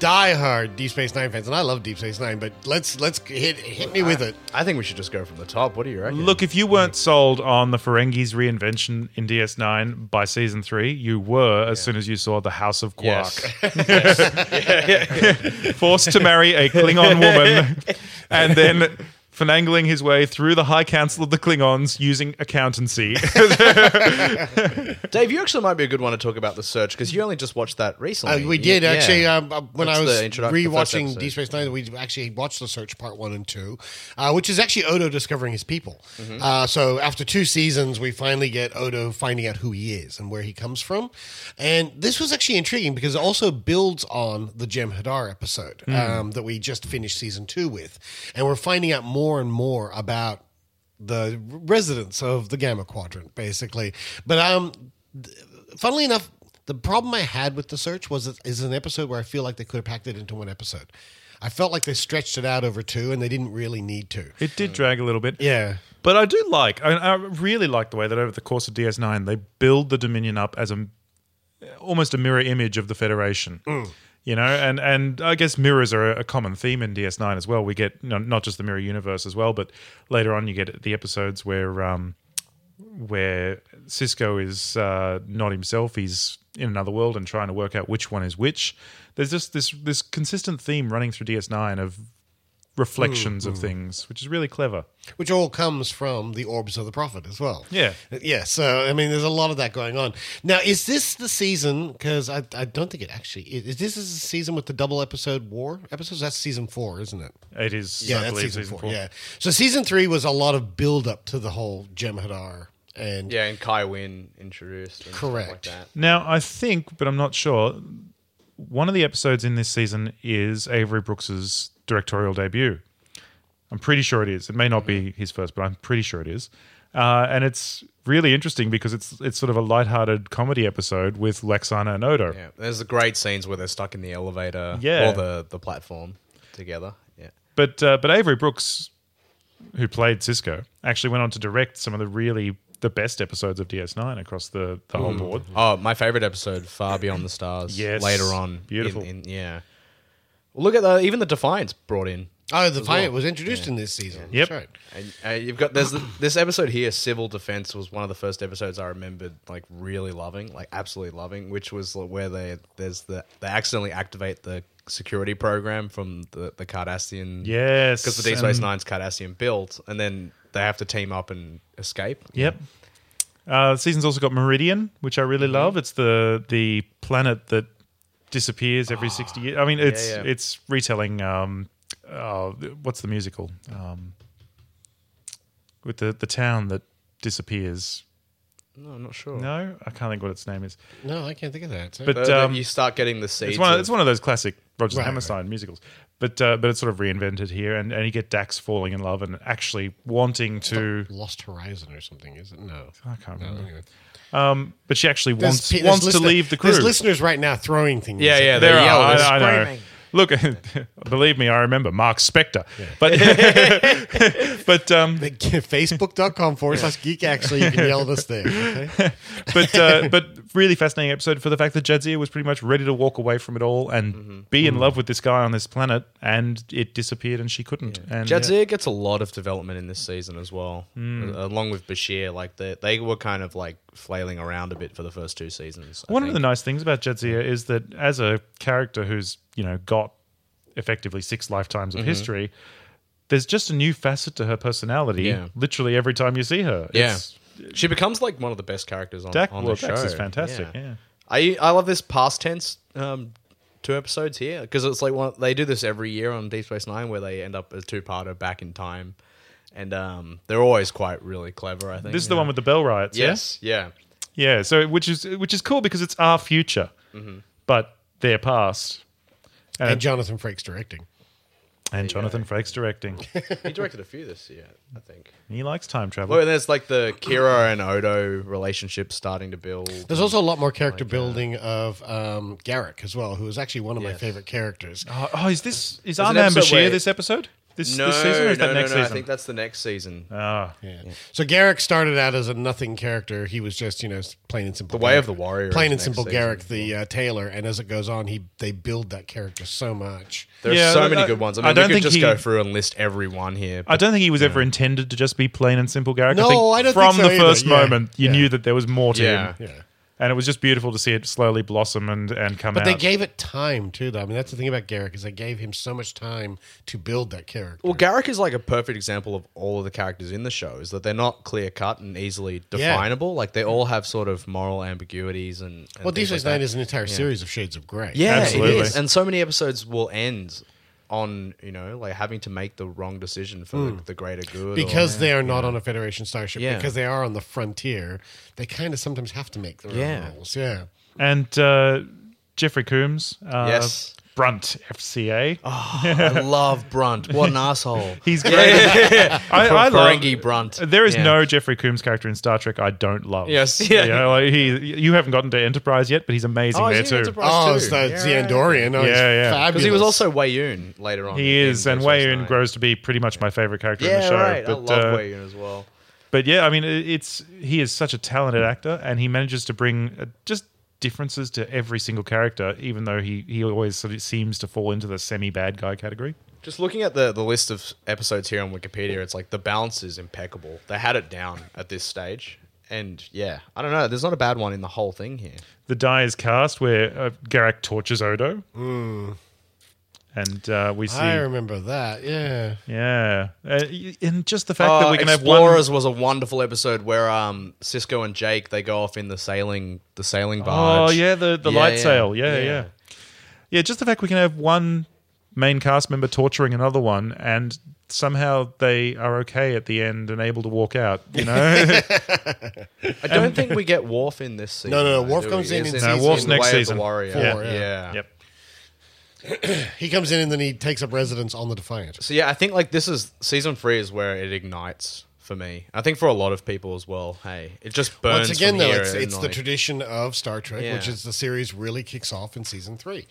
A: diehard Deep Space Nine fans, and I love Deep Space Nine. But let's let's hit hit me with it.
B: I think we should just go from the top. What do you reckon?
C: Look, if you weren't sold on the Ferengi's reinvention in DS9 by season three, you were as soon as you saw the House of Quark.
B: Yes.
C: forced to marry a Klingon woman and then finagling his way through the High Council of the Klingons using accountancy.
B: Dave, you actually might be a good one to talk about the search because you only just watched that recently.
A: Uh, we
B: You-
A: did
B: yeah.
A: actually um, uh, when
B: That's
A: I was
B: the introduc- the first
A: rewatching
B: episode.
A: Deep Space Nine. We actually watched the Search Part One and Two, uh, which is actually Odo discovering his people.
B: Mm-hmm.
A: Uh, so after two seasons, we finally get Odo finding out who he is and where he comes from. And this was actually intriguing because it also builds on the Jem Hadar episode
B: Hmm.
A: um, that we just finished season two with, and we're finding out more and more about the residents of the Gamma Quadrant, basically. But um, funnily enough, the problem I had with the search was it is an episode where I feel like they could have packed it into one episode. I felt like they stretched it out over two, and they didn't really need to.
C: it did drag a little bit.
A: Yeah,
C: But I do like, I, I really like the way that over the course of DS9, they build the Dominion up as a almost a mirror image of the Federation. You know, and and I guess mirrors are a common theme in DS9 as well. We get you know, not just the mirror universe as well, but later on you get the episodes where um, where Cisco is uh, not himself; he's in another world and trying to work out which one is which. There's just this this consistent theme running through DS9 of reflections of things, which is really clever.
A: which all comes from the orbs of the prophet as well.
C: Yeah.
A: yeah. So I mean, there's a lot of that going on now. Is this the season? Because I, I don't think it actually is. is This is the season with the double episode war episodes. That's season four, isn't it?
C: It is,
A: Yeah,
C: I
A: that's
C: believe,
A: season, four. Yeah. So season three was a lot of build up to the whole Jem Hadar and
B: Yeah, and Kai Wynn introduced. And
A: Correct.
B: Stuff like that.
C: Now, I think, but I'm not sure. One of the episodes in this season is Avery Brooks's directorial debut. I'm pretty sure it is. It may not be
A: Mm-hmm.
C: his first, but I'm pretty sure it is. Uh, and it's really interesting because it's it's sort of a lighthearted comedy episode with Lexana and Odo.
B: Yeah, there's the great scenes where they're stuck in the elevator
C: Yeah.
B: or the the platform together. Yeah.
C: But uh, but Avery Brooks, who played Cisco, actually went on to direct some of the really the best episodes of DS9 across the, the
A: Mm.
C: whole board.
B: Oh, my favorite episode, Far Beyond the Stars.
C: Yes.
B: Later on.
C: Beautiful.
B: In, in- yeah. Well, look at the even the Defiance brought in.
A: Oh, the Defiant was introduced in this season.
C: Yep.
A: That's right.
B: And, uh, you've got there's the, this episode here, Civil Defense, was one of the first episodes I remembered like really loving, like absolutely loving, which was where they there's the they accidentally activate the security program from the, the Cardassian.
C: Yes,
B: Because the D Space
C: and-
B: Nine's Cardassian built, and then they have to team up and escape.
C: Yep. Uh, the season's also got Meridian, which I really love. It's the the planet that disappears every sixty years. I mean, it's
B: yeah.
C: it's retelling. Um, uh, what's the musical um, with the the town that disappears?
B: No, I'm not sure.
C: No, I can't think what its name is.
A: No, I can't think of that. So-
C: But,
B: But, then
C: um,
B: you start getting the seeds.
C: It's one. Of,
B: of-
C: it's one of those classic Roger
A: Right,
C: Hammerstein musicals, but uh, but it's sort of reinvented here, and, and you get Dax falling in love and actually wanting to.
A: Lost Horizon or something, is it? No.
C: I can't
A: No,
C: remember.
A: anyway.
C: But she actually
A: There's
C: wants
A: pe- there's
C: wants to
A: listener-
C: leave the crew.
A: There's listeners right now throwing things.
B: yeah,
A: at
B: yeah.
A: you.
B: They're
C: There are.
B: yelling.
C: I, I know.
F: screaming.
C: Look, believe me, I remember Mark Spector. But but um,
A: Facebook.com forward slash geek actually, you can yell this thing. Okay?
C: but uh, but really fascinating episode for the fact that Jadzia was pretty much ready to walk away from it all and
B: Mm-hmm.
C: be
B: Mm.
C: in love with this guy on this planet, and it disappeared, and she couldn't. And
B: Jadzia gets a lot of development in this season as well,
C: Hmm.
B: a- along with Bashir. Like they, they were kind of like flailing around a bit for the first two seasons. I
C: One of
B: think.
C: the nice things about Jadzia is that as a character who's, you know, got effectively six lifetimes
B: Mm-hmm.
C: of history, there's just a new facet to her personality
B: Yeah.
C: literally every time you see her.
B: yeah,
C: It's-
B: she becomes like one of the best characters on,
C: Dak,
B: on
C: well,
B: the show.
C: Dax is fantastic. yeah.
B: I I love this past tense um, two episodes here because it's like one they do this every year on Deep Space Nine where they end up a two parter back in time, and um, they're always quite really clever. I think
C: This is
B: you
C: the
B: know?
C: one with the bell riots. yeah?
B: Yes, yeah,
C: Yeah. So which is which is cool because it's our future,
B: Mm-hmm.
C: but their past.
A: And Jonathan Frakes directing.
C: And Jonathan Frakes directing.
B: he directed a few this year, I think.
C: he likes time travel.
B: Well, there's like the Kira and Odo relationship starting to build.
A: There's also a lot more character building of um, Garrick as well, who is actually one of my
B: Yes.
A: favorite characters.
C: oh, oh, is this is
B: an
C: Arman
B: episode
C: Bashir
B: where-
C: this episode? This,
B: no,
C: this season or is
B: no,
C: that
B: no,
C: next
B: no,
C: season?
B: I think that's the next season.
C: Ah.
A: Yeah. So Garrick started out as a nothing character. He was just, you know, plain and simple.
B: the Way of the
A: Garrick.
B: Warrior.
A: Plain and
B: is next
A: simple
B: season.
A: Garrick, the uh, tailor, and as it goes on, he they build that character so much.
B: There's
C: Yeah,
B: so
C: look,
B: many
C: I-
B: good ones. I
C: I
B: mean,
C: don't
B: we could
C: think
B: just
C: he-
B: go through and list every one here.
C: I don't think he was ever intended to just be plain and simple Garrick.
A: No,
C: I, think
A: I don't
C: from
A: think so
C: the
A: either.
C: first
A: Yeah.
C: moment you
A: Yeah.
C: knew that there was more to
B: Yeah.
C: him.
A: Yeah.
C: And it was just beautiful to see it slowly blossom and, and come
A: But
C: out.
A: they gave it time too, though. I mean, that's the thing about Garrick is they gave him so much time to build that character.
B: Well, Garrick is like a perfect example of all of the characters in the show is that they're not clear cut and easily
A: Yeah.
B: definable. Like they all have sort of moral ambiguities and. and
A: well, Deep
B: things like
A: Space Nine
B: that.
A: is an entire series of shades of grey.
B: Yeah,
C: Absolutely.
B: it is. And so many episodes will end on you know like having to make the wrong decision for
C: Hmm.
B: the, the greater good or-
A: because they are not on a Federation starship.
B: Yeah.
A: Because they are on the frontier, they kind of sometimes have to make their
B: Yeah.
A: own rules. Yeah.
C: and uh, Jeffrey Coombs. Uh,
B: Yes. Oh,
C: Brunt FCA.
B: I love Brunt. What an asshole.
C: He's great. I, I love.
B: Ferengi Brunt.
C: There is
B: Yeah.
C: no Jeffrey Coombs character in Star Trek I don't love.
B: Yes, yeah.
C: You, know, like he, you haven't gotten to Enterprise yet, but he's amazing
B: Oh,
C: there
B: he's in
C: too.
B: Enterprise
A: Oh,
B: too.
A: it's the, it's the
B: Yeah.
A: Andorian. Oh,
C: Yeah,
A: yeah,
C: yeah.
A: yeah.
B: 'Cause he was also Wayoon later on.
C: He
B: in
C: is, and
B: Deep Space
C: Wayun
B: Nine.
C: grows to be pretty much my favorite character in the
B: Yeah,
C: show.
B: right. I
C: But,
B: love
C: uh,
B: Wayoon as well.
C: But yeah, I mean, it- it's he is such a talented actor, and he manages to bring uh, just differences to every single character, even though he he always sort of seems to fall into the semi bad guy category.
B: Just looking at the, the list of episodes here on Wikipedia, it's like the balance is impeccable. They had it down at this stage. And yeah, I don't know. There's not a bad one in the whole thing here.
C: The die is cast where uh, Garak tortures Odo,
B: Hmm.
C: and uh, we see
A: I remember that. Yeah.
C: yeah, uh, y- and just the fact that
B: Uh,
C: we can
B: Explorers
C: have one.
B: was a wonderful episode where um, Cisco and Jake they go off in the sailing the sailing barge.
C: Oh yeah, the the
B: Yeah,
C: light
B: yeah,
C: sail, yeah, yeah,
B: yeah.
C: yeah, Just the fact we can have one main cast member torturing another one, and somehow they are okay at the end and able to walk out. You know.
B: I don't think we get Worf in this season.
A: No, no, no,
B: though,
A: Worf
B: do
A: comes
B: we?
A: in
B: Is
A: in
B: it
A: season-
B: the
A: Worf's
C: next
B: Way of the
C: season.
B: Warrior?
A: Four,
B: yeah.
A: yeah.
C: Yep.
A: He comes in and then he takes up residence on the Defiant.
B: So yeah, I think like this is season three is where it ignites for me. I think for a lot of people as well. Hey, it just burns.
A: Once again,
B: from
A: though,
B: here
A: it's,
B: and,
A: it's the
B: like-
A: tradition of Star Trek,
B: Yeah.
A: which is the series really kicks off in season three.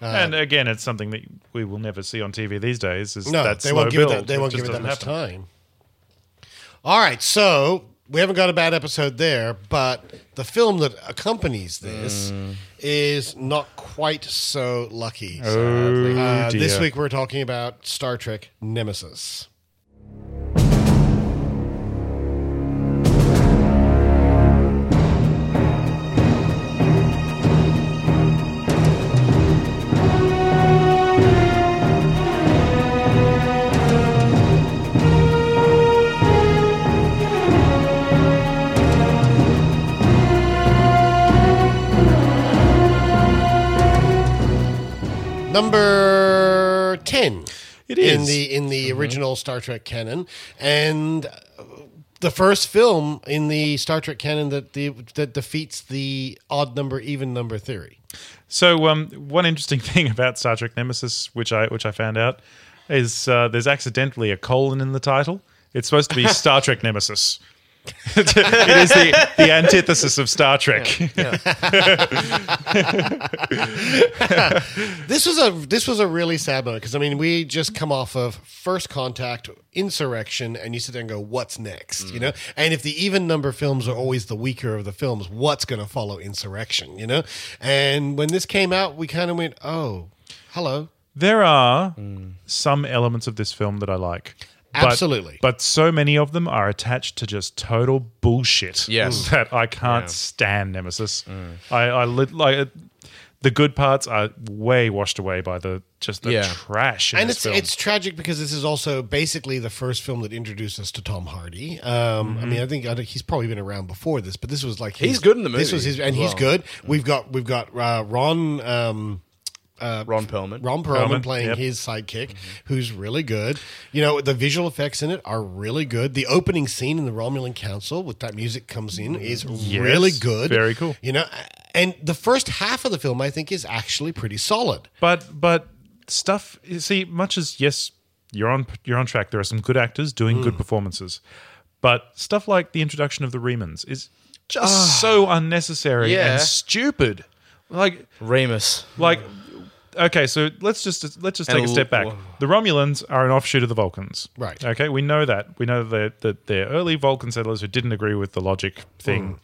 C: and again, it's something that we will never see on TV these days. Is
A: No,
C: that
A: they
C: slow
A: won't give it
C: build.
A: that. They won't
C: just
A: give it that
C: doesn't
A: much
C: happen.
A: time. All right, so we haven't got a bad episode there, but the film that accompanies this is not quite so lucky.
C: Oh,
A: Uh, this
C: dear.
A: week we're talking about Star Trek Nemesis. number ten.
C: It is. Mm-hmm.
A: in the in the original Star Trek canon, and uh, the first film in the Star Trek canon that the that defeats the odd number even number theory.
C: So um, one interesting thing about Star Trek Nemesis, which I which I found out, is uh, there's accidentally a colon in the title. It's supposed to be Star Trek Nemesis. it is the, the antithesis of Star Trek.
A: This was a this was a really sad moment because I mean we just come off of first contact, insurrection, and you sit there and go, what's next?
B: Mm.
A: You know, and if the even number films are always the weaker of the films, what's going to follow insurrection? You know, and when this came out, we kind of went, oh, hello,
C: There are
A: Mm.
C: some elements of this film that I like. But-
A: Absolutely.
C: But, so many of them are attached to just total bullshit.
B: Yes.
C: That I can't stand Nemesis.
A: Mm.
C: I, I lit, like it- the good parts are way washed away by the just the
B: Yeah.
C: trash. In
A: and
C: this
A: it's
C: film.
A: it's tragic because this is also basically the first film that introduced us to Tom Hardy. Um, I mean, I think I think he's probably been around before this, but this was like
B: Mm-hmm. He's
A: his-
B: good in the
A: This
B: movie
A: was his, and
B: as
A: he's
B: well. Mm-hmm.
A: good. We've got we've got uh, Ron. Um,
B: Ron Perlman.
A: Ron Perlman
C: Perlman,
A: playing
C: yep. Mm-hmm.
A: his sidekick, who's really good. You know, the visual effects in it are really good. The opening scene in the Romulan Council with that music comes in is really good.
C: very cool.
A: You know, and the first half of the film I think is actually pretty solid.
C: But but stuff. You see, much as yes, you're on you're on track. There are some good actors doing good performances, but stuff like the introduction of the Remans is just so unnecessary
B: Yeah.
C: and stupid. Like
B: Remus.
C: like okay, so let's just let's just
B: And
C: take a step back.
B: l-
C: The Romulans are an offshoot of the Vulcans,
A: Right.
C: Okay, we know that. We know that they're, that they're early Vulcan settlers who didn't agree with the logic
A: Mm.
C: thing.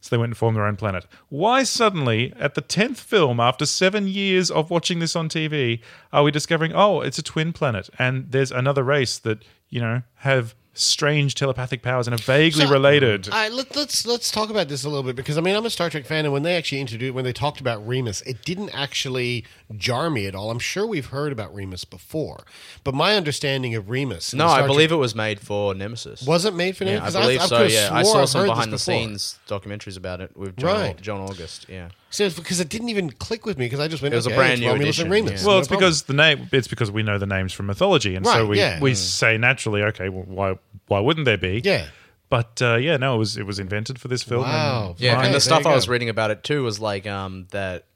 C: So they went and formed their own planet. Why suddenly, at the tenth film, after seven years of watching this on TV, are we discovering? Oh, it's a twin planet, and there's another race that you know have strange telepathic powers and are vaguely
A: So-
C: related.
A: All right, let, let's let's talk about this a little bit because I mean I'm a Star Trek fan, and when they actually introduced when they talked about Remus, it didn't actually jar me at all. I'm sure we've heard about Remus before, but my understanding of Remus, in
B: No,
A: the
B: I
A: Star
B: believe
A: Trek-
B: it was made for Nemesis.
A: was it made for
B: Yeah,
A: Nemesis?
B: I
A: 'Cause
B: believe
A: I
B: so.
A: could've
B: Yeah, I
A: swore
B: saw
A: I've
B: some
A: heard this
B: behind the
A: before.
B: scenes documentaries about it with John,
A: Right.
B: John August. Yeah,
A: So it's because it didn't even click with me because I just went.
B: It was a
A: okay,
B: brand
A: it's
B: new
A: Romulus and
B: edition,
A: Remus.
B: yeah.
C: Well,
A: No
C: it's
A: problem.
C: because the name. It's because we know the names from mythology, and
A: Right,
C: so we
A: yeah.
C: we
A: Mm.
C: say naturally, okay, well, why why wouldn't there be?
A: Yeah.
C: But uh, yeah, no, it was it was invented for this film.
A: Wow.
C: And
A: Yeah,
B: yeah.
C: mine-
A: okay,
B: and
A: there
B: the stuff
A: you
B: I
A: go.
B: was reading about it too was like um, that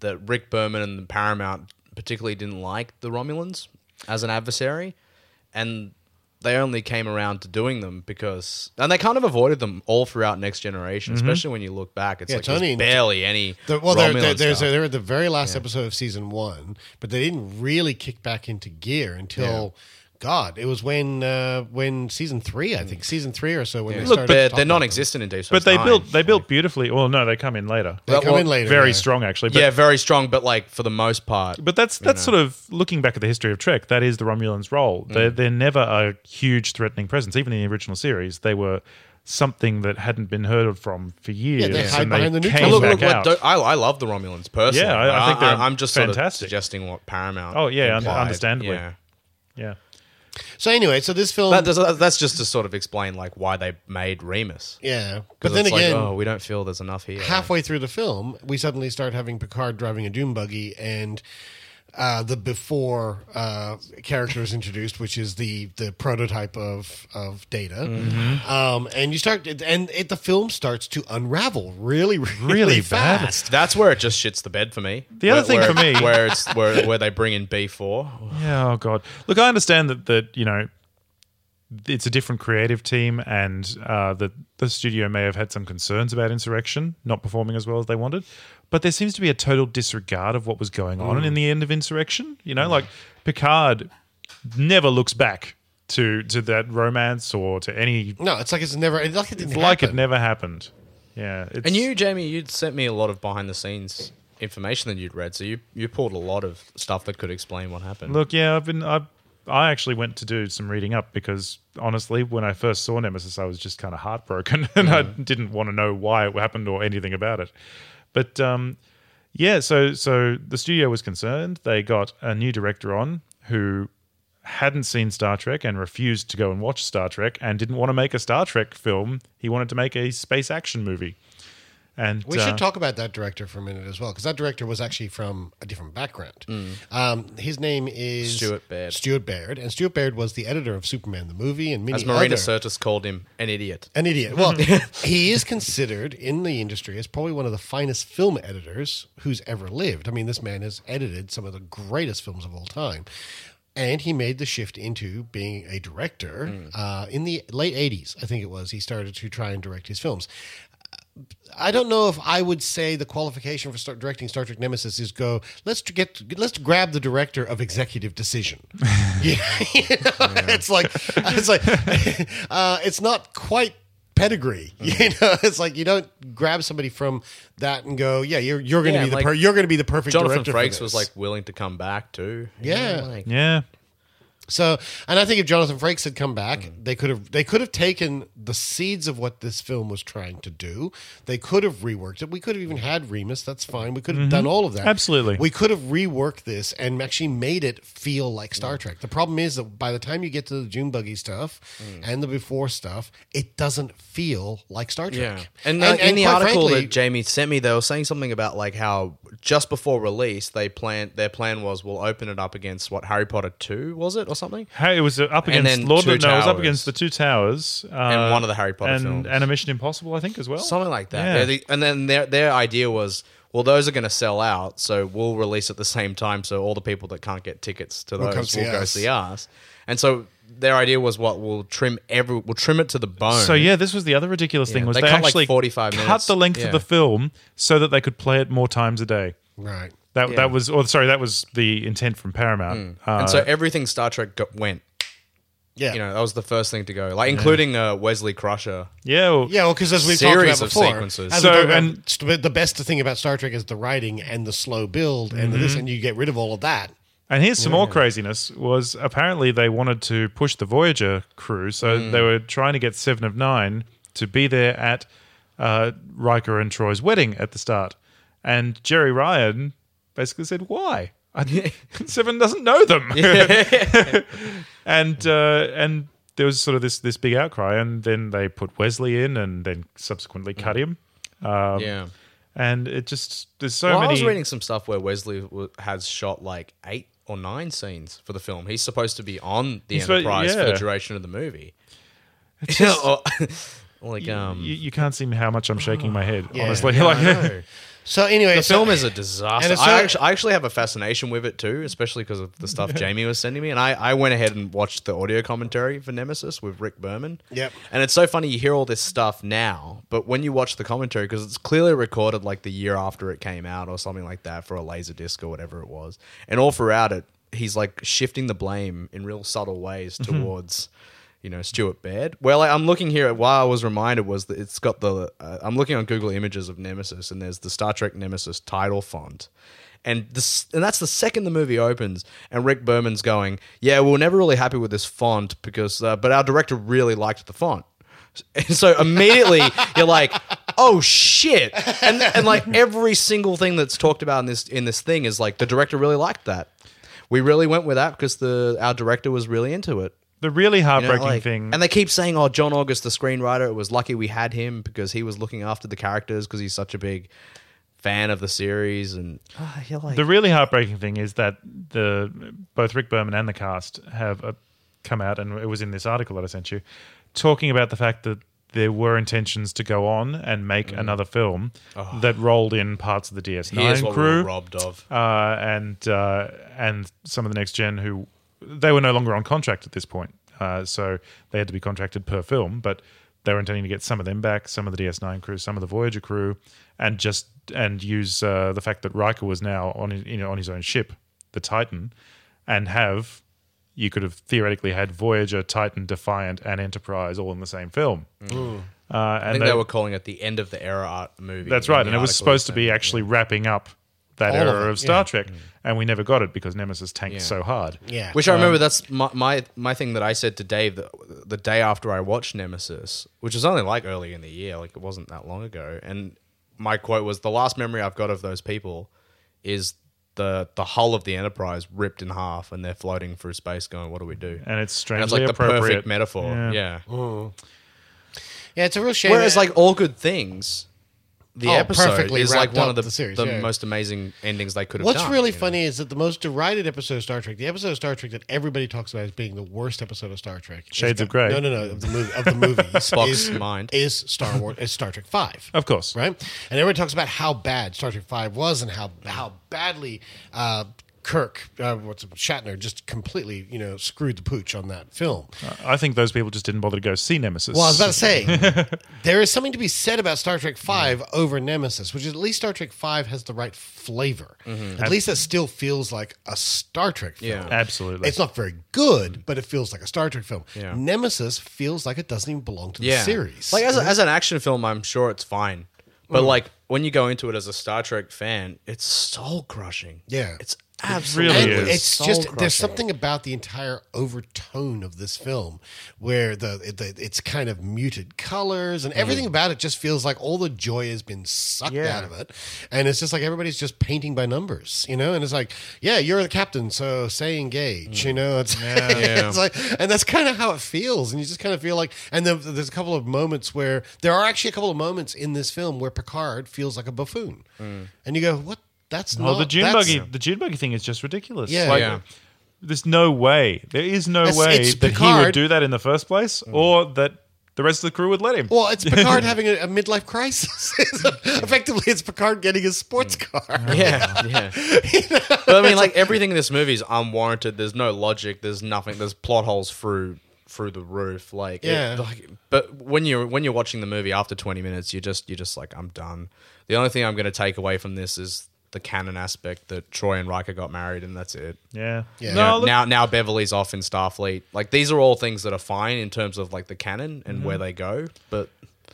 B: that Rick Berman and the Paramount particularly didn't like the Romulans as an adversary, and they only came around to doing them because and they kind of avoided them all throughout Next Generation, especially when you look back. It's
A: Mm-hmm. Yeah,
B: like
A: Tony-
B: there's barely any.
A: The- well, they're,
B: Romulan
A: they're, there's-
B: stuff.
A: they're at the very last episode of season one, but they didn't really kick back into gear until. God, it was when uh, when season three, I think season three or so, when they
B: Mm. Look,
A: started. to talk
B: they're, they're
A: about them.
B: non-existent in Deep Space
C: But they
B: Nine.
C: built they built beautifully. Well, no, they come in later.
A: They come
B: well,
A: in later.
C: Very
A: yeah.
C: strong, actually. But,
B: yeah, very strong, but like for the most part,
C: But that's that's sort of looking back at the history of Trek. That is the Romulans' role.
A: Hmm.
C: They're they're never a huge threatening presence. Even in the original series, they were something that hadn't been heard of from for years.
A: they hide
C: and
A: behind the
C: came
A: neutrals.
B: Well, look, look,
C: back
B: what
C: out.
B: do- I, I love the Romulans personally.
C: Yeah, I- I think they're
B: am just Sort of
C: fantastic.
B: suggesting what Paramount.
C: Oh, yeah, un-
B: implied.
C: understandably.
B: Yeah.
C: yeah.
A: So anyway, so this film,
B: That, that's, that's just to sort of explain like why they made Remus.
A: yeah.
B: 'Cause
A: But then
B: it's
A: again,
B: like, oh, we don't feel there's enough here.
A: halfway through the film, we suddenly start having Picard driving a doom buggy, and uh, the before uh, character is introduced, which is the the prototype of of Data, um, and you start, and it, the film starts to unravel really, really,
C: Really bad.
A: fast.
B: That's where it just shits the bed for me.
C: The other
B: Where-
C: thing for
B: where-
C: me-
B: where it's where, where they bring in B four.
C: Yeah, oh god. Look, I understand that that you know it's a different creative team, and uh, that the studio may have had some concerns about Insurrection not performing as well as they wanted. But there seems to be a total disregard of what was going on in the end of Insurrection. You know, like Picard never looks back to to that romance or to any
A: No, it's like it's never it's like it didn't
C: like it
A: happen.
C: never happened. Yeah, it's,
B: And you, Jamie, you'd sent me a lot of behind the scenes information that you'd read, so you you pulled a lot of stuff that could explain what happened.
C: Look, yeah, I've been. I I actually went to do some reading up because honestly, when I first saw Nemesis, I was just kind of heartbroken, and I didn't want to know why it happened or anything about it. But um, yeah, so so the studio was concerned. They got a new director on who hadn't seen Star Trek and refused to go and watch Star Trek and didn't want to make a Star Trek film. He wanted to make a space action movie. And
A: We
C: uh,
A: should talk about that director for a minute as well, because that director was actually from a different background. Um, his name is
B: Stuart Baird.
A: Stuart Baird, and Stuart Baird was the editor of Superman the movie and many
B: As Marina
A: other-
B: Sirtis called him, an idiot.
A: an idiot. Well, he is considered in the industry as probably one of the finest film editors who's ever lived. I mean, this man has edited some of the greatest films of all time. And he made the shift into being a director uh, in the late 80s, I think it was. He started to try and direct his films. I don't know if I would say the qualification for start directing Star Trek Nemesis is go let's tr- get let's grab the director of executive decision. yeah, you know, it's like it's like uh, it's not quite pedigree. You
B: Mm-hmm.
A: know, it's like you don't grab somebody from that and go yeah you're you're going to
B: Yeah,
A: be the
B: like,
A: per- you're going to be the perfect
B: Jonathan
A: director for
B: Frakes
A: this.
B: was like willing to come back too. You
A: Yeah.
B: know, like-
C: yeah,
A: So, and I think if Jonathan Frakes had come back,
B: Mm-hmm.
A: they could have they could have taken the seeds of what this film was trying to do. They could have reworked it. We could have even had Remus. That's fine. We could have done
B: Mm-hmm.
A: all of that.
C: Absolutely.
A: We could have reworked this and actually made it feel like Star Trek. The problem is that by the time you get to the June Buggy stuff
B: Mm.
A: and the before stuff, it doesn't feel like Star Trek.
B: Yeah, and, uh, in the
A: quite
B: article
A: frankly-
B: that Jamie sent me, they were saying something about like how just before release, they plan their plan was we'll open it up against what Harry Potter two was it or something?
C: Hey, it was uh, up
B: And
C: against
B: then
C: Lord.
B: Two
C: No, it was up
B: Towers.
C: against the Two Towers uh,
B: And one of the Harry Potter
C: and
B: films.
C: Animation Impossible, I think, as well.
B: Something like that.
C: Yeah.
B: They're the- and then their their idea was, well, those are going to sell out, so we'll release at the same time, so all the people that can't get tickets to
A: Will
B: those
A: come see
B: will go
A: us.
B: see us. And so their idea was what we'll trim every we'll trim it to the bone.
C: So yeah, this was the other ridiculous thing
B: Yeah,
C: was they,
B: they cut, like,
C: actually
B: 45
C: cut
B: minutes.
C: the length
B: Yeah.
C: of the film so that they could play it more times a day.
A: right.
C: That
B: Yeah. Mm.
C: that was, or sorry, that was the intent from Paramount. Uh,
B: and so everything Star Trek got, went.
A: Yeah.
B: You know, that was the first thing to go, like including uh, Wesley Crusher.
C: yeah, well,
A: Yeah, well, because as we've talked
B: Series
A: about
B: of
A: before,
B: sequences.
A: as we
C: So,
A: talked about,
C: and-
A: st- the best thing about Star Trek is the writing and the slow build and this,
C: Mm-hmm.
A: and you get rid of all of that.
C: And here's some more craziness: was apparently they wanted to push the Voyager crew, so
B: Mm.
C: they were trying to get Seven of Nine to be there at uh, Riker and Troy's wedding at the start. And Jerry Ryan basically said, "Why? I, Seven doesn't know them." and uh, and there was sort of this this big outcry, and then they put Wesley in, and then subsequently
B: Mm.
C: cut him.
B: yeah.
C: And it just there's so
B: Well,
C: many.
B: I was reading some stuff where Wesley w- has shot like eight or nine scenes for the film. He's supposed to be on the
C: He's supposed-
B: Enterprise for
C: yeah.
B: the duration of the movie. Or- like um,
C: you, you can't see how much I'm shaking my head, honestly.
B: yeah,
C: like,
B: I know.
A: So anyway,
B: the
A: so-
B: film is a disaster.
A: and it's
B: I,
A: so-
B: actually, I actually have a fascination with it too, especially because of the stuff Jamie was sending me. And I, I went ahead and watched the audio commentary for Nemesis with Rick Berman.
A: Yep.
B: And it's so funny you hear all this stuff now, but when you watch the commentary, because it's clearly recorded like the year after it came out or something like that for a laser disc or whatever it was, and all throughout it, he's like shifting the blame in real subtle ways towards. You know Stuart Baird. Well, like, I'm looking here. at Why I was reminded was that it's got the. Uh, I'm looking on Google Images of Nemesis, and there's the Star Trek Nemesis title font, and this, and that's the second the movie opens, and Rick Berman's going, "Yeah, we were never really happy with this font because, uh, but our director really liked the font." And so immediately you're like, "Oh shit!" And and like every single thing that's talked about in this in this thing is like the director really liked that. We really went with that because the our director was really into it.
C: The really
B: You know,
C: heartbreaking
B: like-
C: thing,
B: And they keep saying, "Oh, John August, the screenwriter, it was lucky we had him because he was looking after the characters because he's such a big." Fan of the series, and ah, you're like,
C: the really heartbreaking thing is that the both Rick Berman and the cast have uh, come out, and it was in this article that I sent you, talking about the fact that there were intentions to go on and make
B: Mm-hmm.
C: another film that rolled in parts of the
B: Oh. Here's
C: DS9
B: what we
C: crew
B: were robbed of.
C: uh, and uh, and some of the next gen who they were no longer on contract at this point, uh, so they had to be contracted per film. But they were intending to get some of them back, some of the DS9 crew, some of the Voyager crew, and just and use uh, the fact that Riker was now on his- you know on his own ship, the Titan, and have you could have theoretically had Voyager, Titan, Defiant, and Enterprise all in the same film. Uh, and
B: I think
C: they-
B: they, were calling it the end of the era art movie.
C: that's
B: in
C: right,
B: the
C: and it was
B: article
C: supposed to
B: saying.
C: be actually wrapping up that
A: All of
C: era
A: it, Mm.
C: of, Star Trek, and we never got it because Nemesis tanked so hard.
A: yeah,
B: Which I
C: Um,
B: remember that's my, my my thing that I said to Dave the, the day after I watched Nemesis, which was only like early in the year, like it wasn't that long ago. And my quote was the last memory I've got of those people is the the hull of the Enterprise ripped in half and they're floating through space going, What do we do?
C: And it's
B: And it's
C: strangely
B: like the
C: appropriate
B: perfect metaphor. Yeah.
A: yeah, it's a real shame.
B: Whereas like all good things the
A: Oh,
B: episode
A: perfectly
B: is like
A: wrapped
B: one
A: up
B: of the,
A: the series,
B: the
A: yeah.
B: most amazing endings they could have
A: What's
B: done.
A: really
B: you know?
A: funny is that the most derided episode of Star Trek, the episode of Star Trek that everybody talks about as being the worst episode of Star Trek, is
C: Shades
A: the-
C: of Grey.
A: No, no, no, of the movie, of the movies,
B: Box
A: is
B: mind.
A: is Star Wars, is Star Trek Five,
C: Of course.
A: right? And everybody talks about how bad Star Trek Five was and how how badly. Uh, Kirk, uh, what's Shatner, just completely, you know, screwed the pooch on that film.
C: I think those people just didn't bother to go see Nemesis.
A: Well, I was about to say, there is something to be said about Star Trek Five over Nemesis, which is at least Star Trek Five has the right flavor. At least that still feels like a Star Trek film.
B: Mm-hmm. Yeah.
C: Absolutely.
A: It's not very good, but it feels like a Star Trek film.
B: Yeah.
A: Nemesis feels like it doesn't even belong to the series. Mm.
B: Like as, a, as an action film, I'm sure it's fine, but like when you go into it as a Star Trek fan, it's soul crushing.
A: Yeah.
B: it's
C: really
B: absolutely.
A: and
C: is.
A: it's
B: soul
A: just there's
B: crushing.
A: something about the entire overtone of this film where the, the it's kind of muted colors and everything about it just feels like all the joy has been sucked
B: Mm. Yeah.
A: out of it and it's just like everybody's just painting by numbers you know and it's like yeah you're the captain so say engage you know it's,
B: Mm. Yeah.
A: it's like and that's kind of how it feels and you just kind of feel like and then there's a couple of moments where there are actually a couple of moments in this film where Picard feels like a buffoon
B: Mm.
A: and you go what that's
C: well,
A: not
C: Oh, the June
A: that's-
C: buggy, the June buggy thing is just ridiculous.
A: Yeah.
C: Like,
B: Yeah.
C: There's no way. There is no
A: It's-
C: way
A: it's
C: that he
A: Picard. Mm.
C: would do that in the first place, or that the rest of the crew would let him.
A: Well, it's Picard having a, a midlife crisis. Effectively, it's Picard getting his sports car.
B: Hmm. Yeah, yeah. but I mean, like everything in this movie is unwarranted. There's no logic. There's nothing. There's plot holes through through the roof. Like, it-
A: Yeah.
B: like- but when you're when you're watching the movie after 20 minutes, you're just you're just like, I'm done. The only thing I'm going to take away from this is the canon aspect that Troy and Riker got married, and that's it.
C: yeah.
A: Yeah.
C: No,
A: Yeah,
C: look-
B: now now Beverly's off in Starfleet. Like these are all things that are fine in terms of like the canon and where they go. But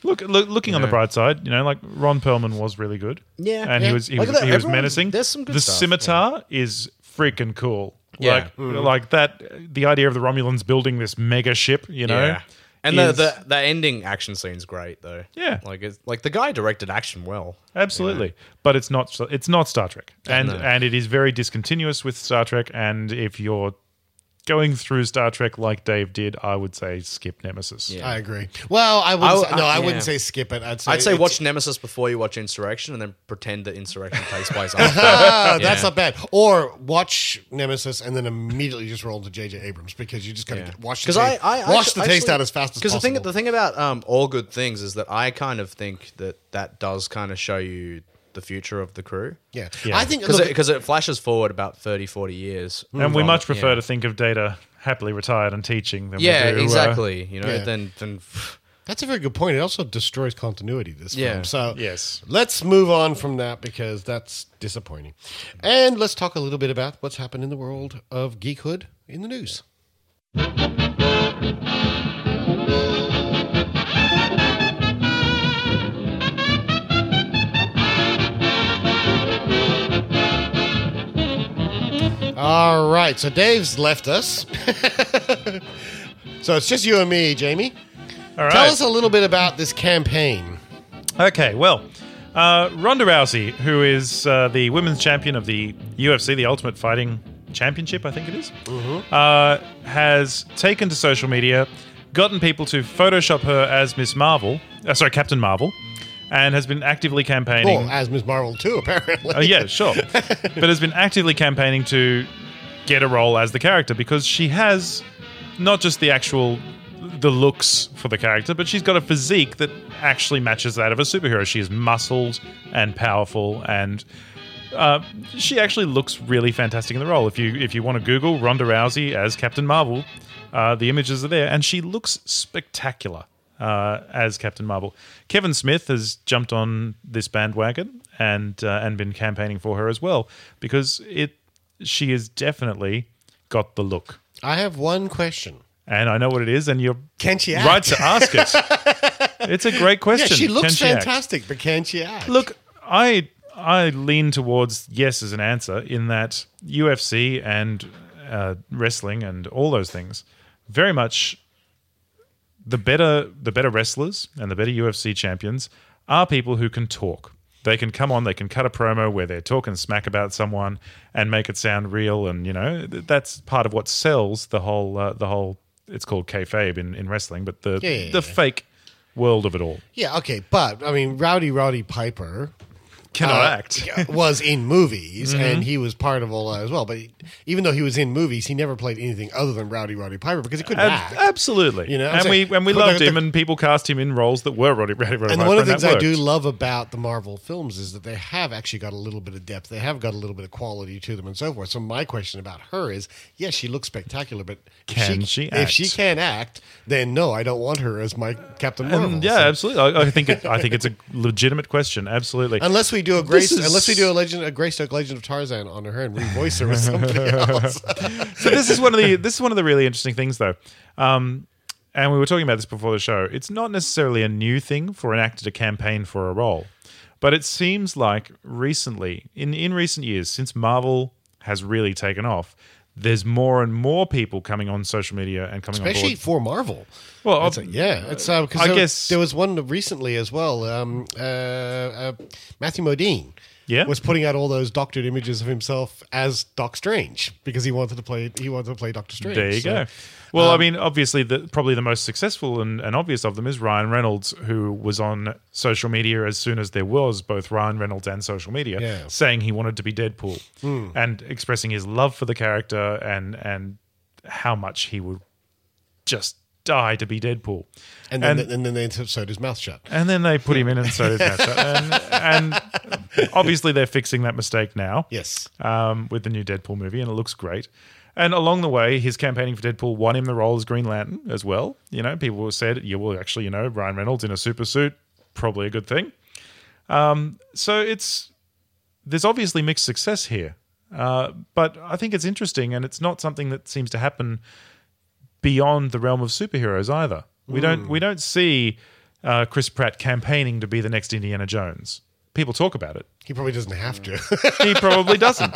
C: Look, look, looking on the
B: Yeah.
C: bright side, you know, like Ron Perlman was really good.
B: Yeah.
C: and he
B: Yeah.
C: was he
B: Look
C: was,
B: at that.
C: he was
B: Everyone-
C: menacing.
B: there's some good
C: the
B: stuff.
C: scimitar is freaking cool.
B: Yeah. Mm-hmm.
C: Like, like that. The idea of the Romulans building this mega ship, you know,
B: yeah. And the,
C: is-
B: the the ending action scene's great though.
C: Yeah.
B: like it's, like the guy directed action well.
C: absolutely, but it's not it's not Star Trek, and and it is very discontinuous with Star Trek. And if you're going through Star Trek like Dave did, I would say skip Nemesis.
B: Yeah.
A: I agree. Well, I would
B: I
A: not
B: w-
A: say, no, I
B: I- yeah.
A: wouldn't say skip it. I'd say
B: I'd say
A: it's-
B: watch Nemesis before you watch Insurrection, and then pretend that Insurrection takes place. after.
A: Oh,
B: Yeah.
A: that's not bad. Or watch Nemesis and then immediately just roll into J.J. Abrams because you just gotta get, wash the
B: Because
A: taste,
B: I, I
A: wash
B: actu-
A: the taste
B: actually-
A: out as fast as
B: Because
A: possible.
B: the thing, the thing about um, all good things is that I kind of think that that does kind of show you the future of the crew.
A: yeah.
C: Yeah.
A: I think
B: because
A: look,
B: it, 'cause it flashes forward about 30, 40 years,
C: And we
B: from-
C: much prefer
B: yeah.
C: to think of Data happily retired and teaching than
B: Yeah,
C: we do, uh,
B: exactly. You know,
A: Yeah.
B: then then
A: that's a very good point. It also destroys continuity. This
B: Yeah.
A: film. So
C: Yes.
A: let's move on from that because that's disappointing. And let's talk a little bit about what's happened in the world of geekhood in the news. All right, so Dave's left us. so it's just you and me, Jamie.
C: all right.
A: Tell us a little bit about this campaign.
C: Okay, well, uh, Ronda Rousey, who is uh, the women's champion of the UFC, the Ultimate Fighting Championship, I think it is, uh, has taken to social media, gotten people to Photoshop her as Miss Marvel, uh, sorry, Captain Marvel, and has been actively campaigning.
A: Well, as Ms. Marvel too, apparently.
C: Oh, yeah, sure. but has been actively campaigning to get a role as the character because she has not just the actual the looks for the character, but she's got a physique that actually matches that of a superhero. She is muscled and powerful and uh, she actually looks really fantastic in the role. If you if you want to Google Ronda Rousey as Captain Marvel, uh, the images are there, and she looks spectacular uh, as Captain Marvel. Kevin Smith has jumped on this bandwagon and uh, and been campaigning for her as well because it she has definitely got the look,
A: I have one question.
C: and I know what it is, and you're
A: Can she act?
C: right to ask it. it's a great
A: Yeah,
C: question.
A: she looks
C: Can act?
A: fantastic, but can she act?
C: Look, I I lean towards yes as an answer in that UFC and uh, wrestling and all those things very much the better the better wrestlers and the better UFC champions are people who can talk. They can come on, they can cut a promo where they're talking smack about someone and make it sound real, and you know th- that's part of what sells the whole uh, the whole. It's called kayfabe in, in wrestling, but the
A: Yeah.
C: the fake world of it all.
A: Yeah, okay, but I mean, Rowdy Roddy Piper
C: Cannot
A: uh,
C: act. Mm-hmm.
A: yeah, was in movies, and he was part of all that as well. But he- even though he was in movies, he never played anything other than Rowdy Roddy Piper because he couldn't
C: Ab-
A: act.
C: absolutely.
A: You know, I'm
C: and
A: saying-
C: we and we
A: but
C: loved
A: the-
C: him, and people cast him in roles that were Roddy Roddy Roddy.
A: and one of the
C: Piper,
A: things
C: that
A: I do
C: worked.
A: love about the Marvel films is that they have actually got a little bit of depth. They have got a little bit of quality to them and so forth. So my question about her is, yes, she looks spectacular, but if
C: Can she
A: If she
C: act?
A: can't act, then no, I don't want her as my Captain Marvel.
C: And
A: So-
C: Mm, yeah, absolutely. I, I think it, I think it's a legitimate question. Absolutely.
A: Unless we do a Grace,
C: is-
A: unless we do a legend, a Greystoke Legend of Tarzan on her and revoice her with somebody else.
C: so this is one of the this is one of the really interesting things though. Um, and we were talking about this before the show. It's not necessarily a new thing for an actor to campaign for a role, but it seems like recently, in in recent years, since Marvel has really taken off, there's more and more people coming on social media and coming on
A: Especially
C: board.
A: for Marvel.
C: Well,
A: It's a- yeah, it's uh, 'cause
C: I
A: there,
C: guess-
A: there was one recently as well. Um, uh, uh, Matthew Modine,
C: Yeah.
A: was putting out all those doctored images of himself as Doc Strange because he wanted to play he wanted to play Doctor Strange.
C: There you
A: So- um,
C: go. Well, I mean, obviously, the, probably the most successful and, and obvious of them is Ryan Reynolds, who was on social media as soon as there was both Ryan Reynolds and social media
A: Yeah. Hmm.
C: saying he wanted to be Deadpool and expressing his love for the character and and how much he would just die to be Deadpool.
A: And then, and, then they sewed his mouth shut.
C: And then they put him in, and so did Matcha. And, and obviously, they're fixing that mistake now
A: Yes.
C: um, with the new Deadpool movie, and it looks great. And along the way, his campaigning for Deadpool won him the role as Green Lantern as well. You know, people said, "Yeah, well, actually, you know, Ryan Reynolds in a super suit, probably a good thing." Um, so it's there's obviously mixed success here, uh, but I think it's interesting, and it's not something that seems to happen beyond the realm of superheroes either. We don't we don't see uh, Chris Pratt campaigning to be the next Indiana Jones. People talk about it
A: He probably doesn't have to.
C: he probably doesn't.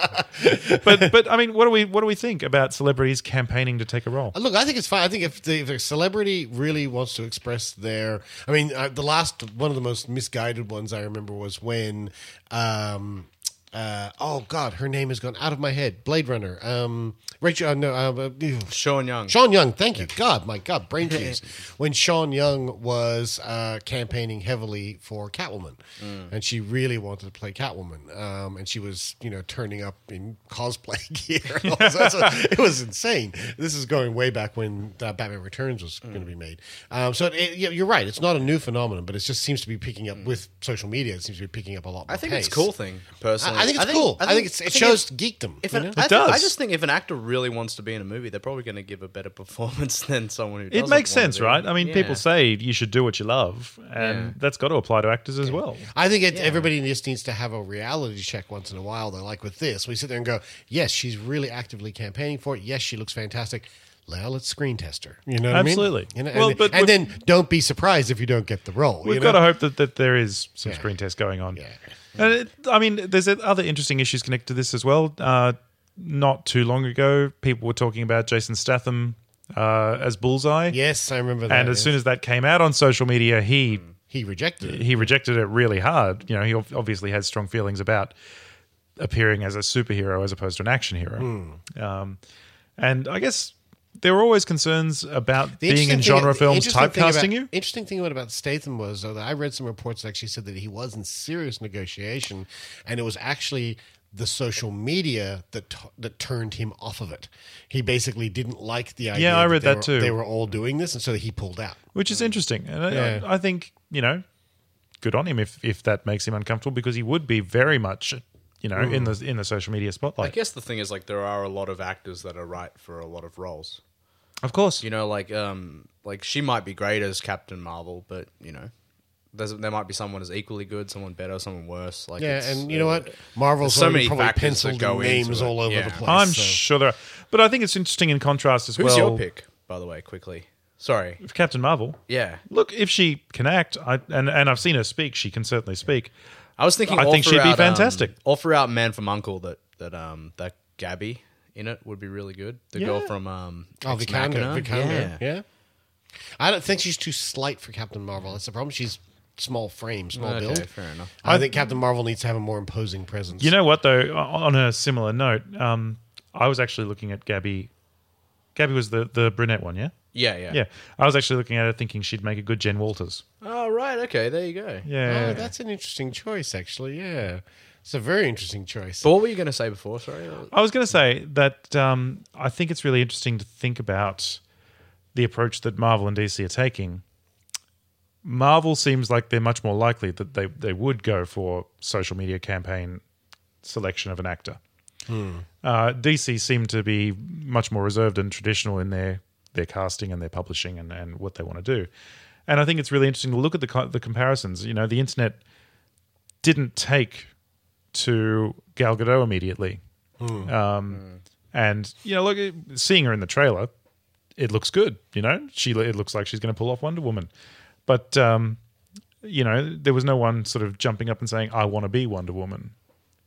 C: But but I mean, what do we what do we think about celebrities campaigning to take a role?
A: Uh, Look, I think it's fine. I think if, the, if a celebrity really wants to express their, I mean, uh, the last one of the most misguided ones I remember was when, um, uh, oh God, her name has gone out of my head. Blade Runner, um, Rachel, uh, no, uh, uh,
B: Sean Young.
A: Sean Young, thank you. God, my God, brain tease. when Sean Young was uh, campaigning heavily for Catwoman,
B: Mm.
A: and she really wanted to play Catwoman, um, and she was, you know, turning up in cosplay gear. and all that. So it was insane. This is going way back when uh, Batman Returns was going
B: Mm.
A: to be made. Um, so it, it, yeah, you're right. It's not a new phenomenon, but it just seems to be picking up with social media. It seems to be picking up a lot. More
B: Mm. I think it's a
A: pace.
B: cool thing personally.
A: I, I think it's cool. I think, it's, it shows geekdom.
B: If
A: you
B: an,
A: know?
B: I think- I
C: does.
B: just think if an actor really wants to be in a movie, they're probably going to give a better performance than someone who.
C: It
B: doesn't
C: makes
B: want
C: sense,
B: to.
C: right? I mean,
B: Yeah.
C: people say you should do what you love, and
B: Yeah.
C: that's got to apply to actors as well.
A: I think it, everybody just needs to have a reality check once in a while. Though, like with this, we sit there and go, "Yes, she's really actively campaigning for it. Yes, she looks fantastic." Now let's screen test her. You know, what I mean?
C: Absolutely.
A: You know,
C: Well,
A: and,
C: but
A: and
C: we've-
A: then don't be surprised if you don't get the role.
C: We've
A: you
C: got
A: know?
C: to hope that, that there is some
A: Yeah.
C: screen test going on.
A: Yeah.
C: And it, I mean, there's other interesting issues connected to this as well. Uh, not too long ago, people were talking about Jason Statham uh, as Bullseye.
A: Yes, I remember that.
C: And as soon as that came out on social media, he
A: he rejected it,
C: he rejected it really hard. You know, he ob- obviously has strong feelings about appearing as a superhero as opposed to an action hero.
A: Hmm.
C: Um, and I guess there were always concerns about
A: The
C: being
A: interesting thing-
C: in genre
A: the
C: films
A: interesting thing
C: typecasting
A: about-
C: you.
A: Interesting thing about Statham was though, that I read some reports that actually said that he was in serious negotiation, and it was actually the social media that t- that turned him off of it. He basically didn't like the idea.
C: I read
A: they
C: that
A: were-
C: too.
A: They were all doing this, and so he pulled out.
C: which is interesting. And I-
A: Yeah.
C: I, I think you know, good on him if if that makes him uncomfortable because he would be very much you know
A: Hmm.
C: in the in the social media
B: I
C: spotlight.
B: guess the thing is, like, there are a lot of actors that are right for a lot of roles.
C: Of course,
B: You know, like, um, like she might be great as Captain Marvel, but you know, there's, there might be someone as equally good, someone better, someone worse. Like,
A: Yeah,
B: it's,
A: and you
B: uh,
A: know what? Marvel's
B: there's so
A: already
B: many
A: probably
B: factors that
A: penciled
B: go into
A: names
B: it.
A: all over
B: Yeah.
A: the place.
C: I'm
A: so-
C: sure there are, but I think it's interesting in contrast as
B: Who's
C: well.
B: your pick, by the way? Quickly, sorry.
C: with Captain Marvel.
B: Yeah,
C: Look, if she can act, I, and and I've seen her speak, she can certainly speak.
B: I was thinking.
C: I
B: all
C: think she'd be
B: throughout, um,
C: fantastic.
B: all throughout Man from Uncle, that that um that Gabby in it would be really good. The girl from um
A: Oh,
B: Ex
A: Vikander,
B: Machina.
A: Vikander, yeah. I don't think she's too slight for Captain Marvel. That's the problem. She's small frame, small
B: Okay,
A: build.
B: fair enough.
A: I think Captain Marvel needs to have a more imposing presence.
C: You know what, though, on a similar note, um, I was actually looking at Gabby. Gabby was the, the brunette one, yeah?
B: Yeah, yeah.
C: Yeah, I was actually looking at her thinking she'd make a good Jen Walters.
B: Oh, right. Okay. There you go.
C: Yeah,
A: Oh, that's an interesting choice, actually. Yeah, it's a very interesting choice.
B: But what were you going to say before? Sorry.
C: I was going to say that um, I think it's really interesting to think about the approach that Marvel and DC are taking. Marvel seems like they're much more likely that they, they would go for social media campaign selection of an actor. Uh, DC seem to be much more reserved and traditional in their their casting and their publishing and, and what they want to do. And I think it's really interesting to look at the co- the comparisons. You know, the internet didn't take to Gal Gadot immediately.
A: Hmm.
C: Um, And you know, look, seeing her in the trailer, it looks good. You know, she it looks like she's going to pull off Wonder Woman, but um, you know, there was no one sort of jumping up and saying, "I want to be Wonder Woman."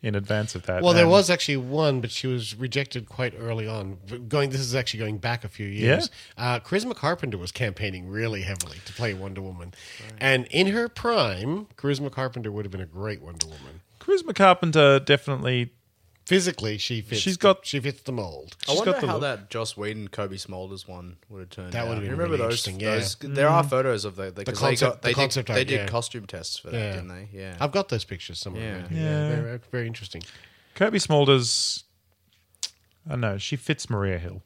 C: In advance of that,
A: Well, there
C: And-
A: was actually one, but she was rejected quite early on. Going, this is actually going back a few years. Uh, Charisma Carpenter was campaigning really heavily to play Wonder Woman, and in her prime, Charisma Carpenter would have been a great Wonder Woman.
C: Charisma Carpenter definitely.
A: Physically, she fits.
C: She's got- Oh,
A: she fits the mold.
B: I
C: She's
B: wonder
C: got the
B: how
C: look.
B: that Joss Whedon Kobe Smolders one would have turned
A: That would
B: out.
A: have been
B: You remember
A: really
B: those,
A: interesting, yeah.
B: those- There are
C: Mm.
B: photos of the, the, 'cause they,
A: concept-
B: got, they
A: the concept
B: did,
A: art,
B: they did
A: yeah.
B: costume tests for that,
A: Yeah.
B: didn't they? Yeah.
A: I've got those pictures somewhere.
B: Yeah.
A: Yeah,
C: Yeah.
A: Very, very interesting.
C: Kirby Smulders. I don't know. She fits Maria Hill.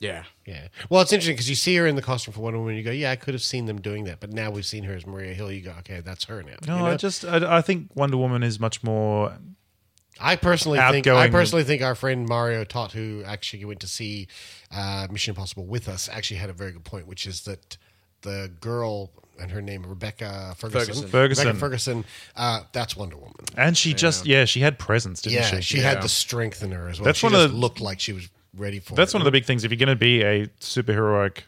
B: yeah.
A: Yeah. Well, it's interesting because you see her in the costume for Wonder Woman, and you go, "Yeah, I could have seen them doing that," but now we've seen her as Maria Hill. You go, "Okay, that's her now."
C: No,
A: you know?
C: I just I, I think Wonder Woman is much more.
A: I personally think I
C: outgoing-
A: personally think our friend Mario Tot, who actually went to see uh, Mission Impossible with us, actually had a very good point, which is that the girl and her name Rebecca Ferguson,
B: Ferguson.
C: Ferguson.
A: Rebecca Ferguson, uh, that's Wonder Woman.
C: And she just yeah, she had presence, didn't
A: Yeah, she,
C: she?
A: had the strength in her as well.
C: That's
A: she
C: one of
A: just
C: the-
A: looked like she was ready for.
C: That's
A: it.
C: one of the big things. If you're going to be a superheroic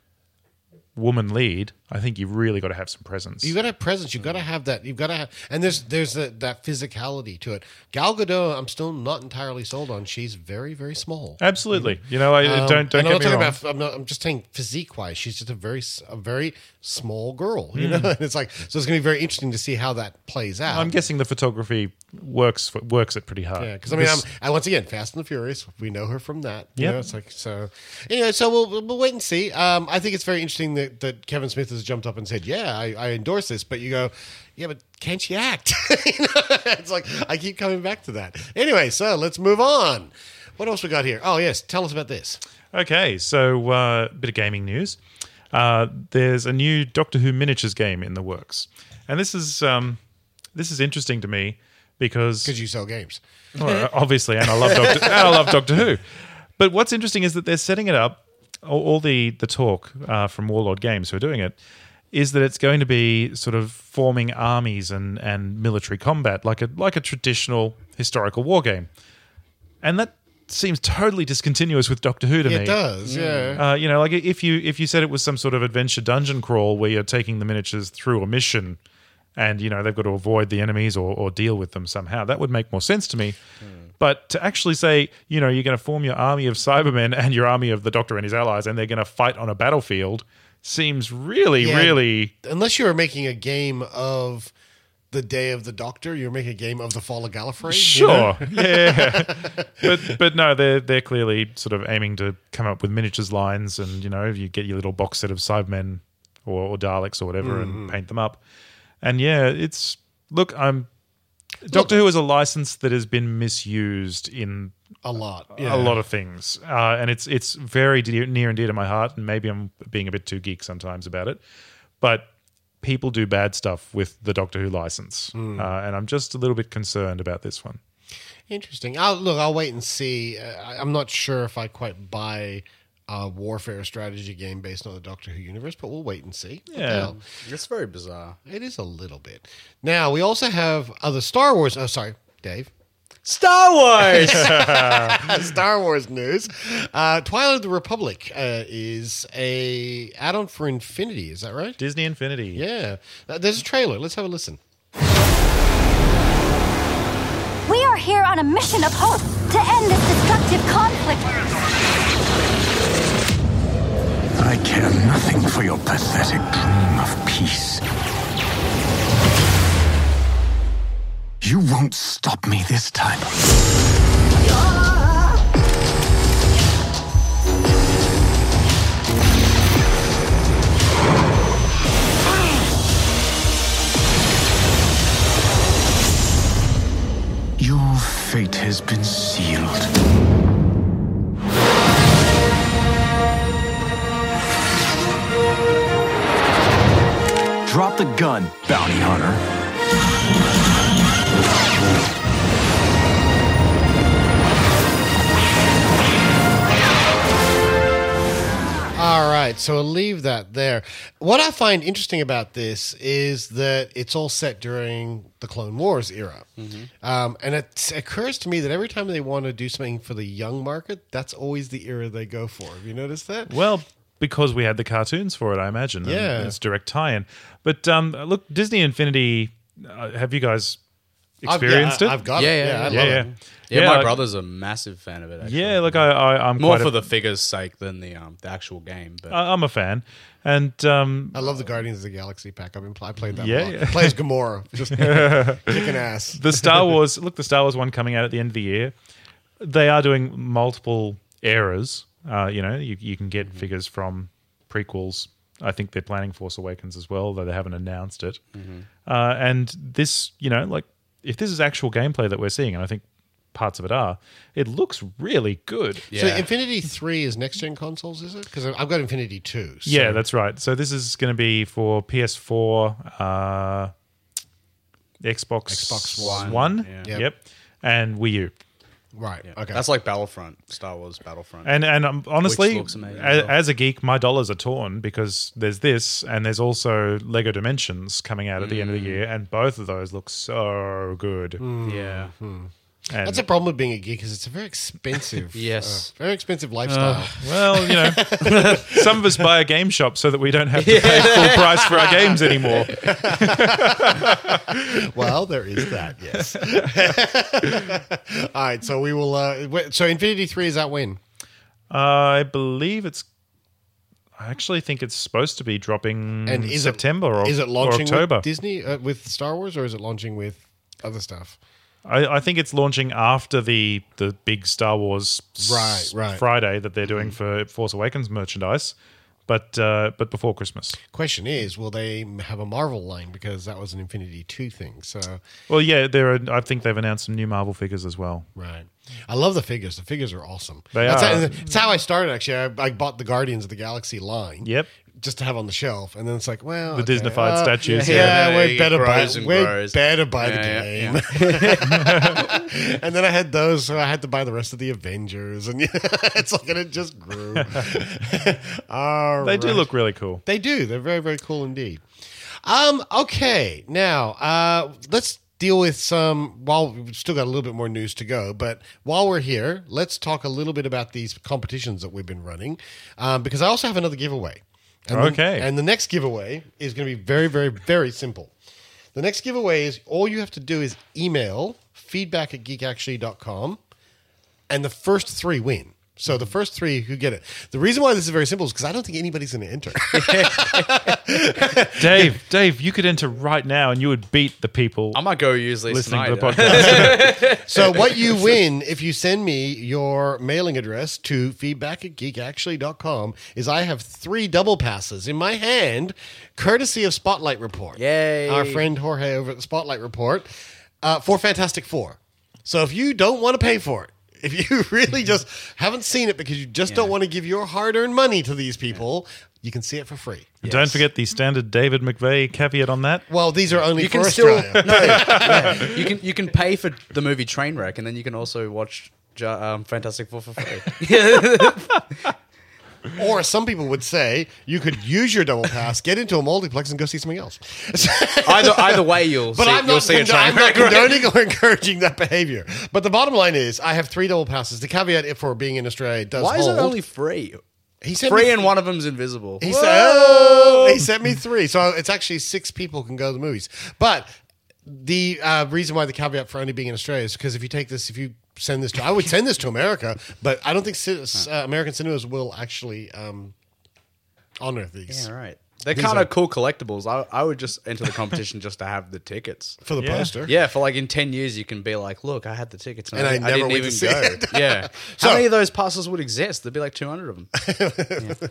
C: woman lead, I think you really got to have some presence.
A: You got to have presence. You got to have that. You've got to have, and there's there's a, that physicality to it. Gal Gadot, I'm still not entirely sold on. She's very very small.
C: Absolutely. You know, I
A: Um,
C: don't don't
A: and I'm not
C: get me
A: talking
C: wrong.
A: about. I'm, not, I'm just saying physique wise, she's just a very s- a very small girl. You know, and it's like so. It's going to be very interesting to see how that plays out.
C: Hmm. I'm guessing the photography works for, works it pretty hard.
A: Yeah, because I mean, I'm, and once again, Fast and the Furious. We know her from that. You
C: Yeah.
A: know, it's like so. Anyway, so we'll, we'll wait and see. Um, I think it's very interesting that, that Kevin Smith has jumped up and said, "Yeah, I, I endorse this," but you go, "Yeah, but can't she act?" You know? It's like I keep coming back to that. Anyway, so let's move on. What else we got here? Oh yes, tell us about this.
C: Okay, so uh, bit of gaming news. Uh, there's a new Doctor Who miniatures game in the works, and this is um, this is interesting to me because
A: Because you sell games.
C: Well, obviously, and I love Doctor, and I love Doctor Who. But what's interesting is that they're setting it up. All, all the the talk uh, from Warlord Games, who are doing it, is that it's going to be sort of forming armies and and military combat, like a like a traditional historical war game, and that seems totally discontinuous with Doctor Who to me.
A: It does, yeah.
C: Uh, you know, like if you if you said it was some sort of adventure dungeon crawl where you're taking the miniatures through a mission, and you know they've got to avoid the enemies or, or deal with them somehow, that would make more sense to me.
A: Hmm.
C: But to actually say, you know, you're going to form your army of Cybermen and your army of the Doctor and his allies, and they're going to fight on a battlefield, seems really,
A: Yeah.
C: really
A: Unless you were making a game of the Day of the Doctor, you're making a game of the Fall of Gallifrey. you know?
C: Sure, yeah, but but no, they're they're clearly sort of aiming to come up with miniatures lines, and you know, you get your little box set of Cybermen or, or Daleks or whatever, and paint them up, and yeah, it's look, I'm Doctor Who is a license that has been misused in
A: a lot, yeah.
C: a lot of things, uh, and it's it's very dear, near and dear to my heart, and maybe I'm being a bit too geek sometimes about it, but. People do bad stuff with the Doctor Who license, uh, and I'm just a little bit concerned about this one.
A: Interesting. I'll, look, I'll wait and see. Uh, I- I'm not sure if I quite buy a warfare strategy game based on the Doctor Who universe, but we'll wait and see. What the
C: Yeah.
A: hell?
B: It's very bizarre.
A: It is a little bit. Now, we also have other Star Wars. Oh, sorry, Dave.
B: Star Wars.
A: Star Wars news. Uh, Twilight of the Republic uh, is a add-on for Infinity. Is that right?
C: Disney Infinity.
A: Yeah. Uh, there's a trailer. Let's have a listen.
H: We are here on a mission of hope to end this destructive conflict.
I: I care nothing for your pathetic dream of peace. You won't stop me this time. has been sealed. Drop the gun, bounty hunter.
A: All right, so I'll leave that there. What I find interesting about this is that it's all set during the Clone Wars era.
B: Mm-hmm.
A: Um, and it occurs to me that every time they want to do something for the young market, that's always the era they go for. Have you noticed that?
C: Well, because we had the cartoons for it, I imagine. and
A: Yeah.
C: it's direct tie-in. But um, look, Disney Infinity. Uh, have you guys
A: I've- yeah,
C: experienced
A: I-
C: it?
A: I've got
B: Yeah,
A: it.
B: yeah,
A: Yeah, I
B: yeah.
A: love
C: yeah,
A: it.
B: Yeah,
C: Yeah,
B: my
C: like-
B: brother's a massive fan of it. Actually.
C: yeah. Like I, I I'm
B: more
C: quite
B: for
C: a, Uh,
B: the figure's sake than the um the actual game. But
C: I- I'm a fan, and um,
A: I love the Guardians of the Galaxy pack. I've been I played that.
C: Yeah,
A: a lot.
C: yeah.
A: plays Gamora, just kicking ass.
C: the Star Wars. Look, the Star Wars one coming out at the end of the year. They are doing multiple eras. Uh, you know, you, you can get
A: Mm-hmm.
C: figures from prequels. I think they're planning Force Awakens as well, though they haven't announced it.
A: Mm-hmm.
C: Uh, and this, you know, like if this is actual gameplay that we're seeing, and I think parts of it are, it looks really good.
A: So
B: Yeah.
A: Infinity Three is next gen consoles, is it? Because I've got Infinity Two. So.
C: Yeah, that's right. So this is going to be for PS4, uh, Xbox,
A: Xbox
B: One,
A: yeah.
C: yep, and Wii U.
A: right. Okay,
B: that's like Battlefront, Star Wars Battlefront.
C: And and um, honestly,
B: looks amazing as
C: as,
B: well.
C: as a geek, my dollars are torn because there's this, and there's also Lego Dimensions coming out at the end
B: Mm.
C: of the year, and both of those look so good.
A: Mm. Hmm.
B: yeah,
C: And,
A: that's a problem with being a geek, because it's a very expensive.
B: Yes.
A: uh, very expensive lifestyle.
C: well, you know, some of us buy a game shop so that we don't have to pay full price for our games anymore.
A: well, there is that. Yes. All right. So we will. Uh, wait, so Infinity Three is out when?
C: Mm, I believe it's. I actually think it's supposed to be dropping
A: And is it-
C: September or
A: is it
C: or
A: launching
C: October.
A: with Disney uh, with Star Wars, or is it launching with other stuff?
C: I, I think it's launching after the the big Star Wars s-
A: Right, right. Mm.
C: Friday that they're doing for Force Awakens merchandise, but uh, but before Christmas.
A: Question is, will they have a Marvel line because that was an Infinity Two thing? So
C: Well, yeah, there are. I think they've announced some new Marvel figures as well.
A: right, I love the figures. The figures are awesome.
C: They
A: that's
C: are.
A: How, that's how I started. Actually, I, I bought the Guardians of the Galaxy line.
C: Yep.
A: Just to have on the shelf, and then it's like, well, uh,
C: The Disneyfied statues,
A: Yeah,
B: yeah. Yeah,
A: we
B: it
A: better buy.
B: grows and
A: We
B: grows.
A: better buy
B: Yeah,
A: the
B: yeah,
A: game. and then I had those, so I had to buy the rest of the Avengers, and it's like, and it just grew. All
C: They do
A: right.
C: look really cool.
A: They do. They're very, very cool indeed. Um, okay. Now, uh, let's deal with some while we've still got a little bit more news to go, but while we're here, let's talk a little bit about these competitions that we've been running. Um, because I also have another giveaway. And the-
C: Okay.
A: and the next giveaway is gonna be very, very, very simple. The next giveaway is all you have to do is email feedback at geekactually.com and the first three win. So the first three who get it. The reason why this is very simple is because I don't think anybody's going to enter.
C: Dave, Dave, you could enter right now and you would beat the people
B: I might go use these
C: listening to
B: tonight.
C: the podcast.
A: so what you win if you send me your mailing address to feedback at geekactually.com is I have three double passes in my hand, courtesy of Spotlight Report.
B: Yay.
A: Our friend Jorge over at the Spotlight Report uh, for Fantastic Four. So if you don't want to pay for it, if you really just haven't seen it because you just don't want to give your hard earned money to these people, you can see it for free.
C: And Don't forget the standard David McVeigh caveat on that.
A: Well, these are only
B: You
A: for
B: can still
A: Australia.
B: no, yeah. you can you can pay for the movie Trainwreck, and then you can also watch Ja- um, Fantastic Four for free.
A: Or some people would say you could use your double pass, get into a multiplex, and go see something else.
B: either either way, you'll
A: But
B: see,
A: I'm
B: you'll
A: not,
B: see a
A: condo- I'm
B: Trainwreck.
A: not
B: right?
A: condoning or encouraging that behavior. But the bottom line is, I have three double passes. The caveat for being in Australia does
B: Why is
A: hold.
B: it only free?
A: he sent
B: Free
A: me,
B: and one of them's invisible.
A: He, said, oh, he sent me three, so it's actually six people can go to the movies. But the uh, reason why the caveat for only being in Australia is because if you take this, if you send this to, I would send this to America, but I don't think cin- uh, American cinemas will actually um, honor these
B: Yeah, right. They're kind of cool collectibles. I, I would just enter the competition just to have the tickets.
A: for the
C: Yeah.
A: poster.
B: Yeah, for like in ten years, you can be like, "Look, I had the tickets,
A: And I
B: didn't-
A: never
B: didn't
A: went to
B: even
A: see
B: go."
A: it.
B: Yeah,
A: So-
B: how many of those passes would exist? There'd be like two hundred of them.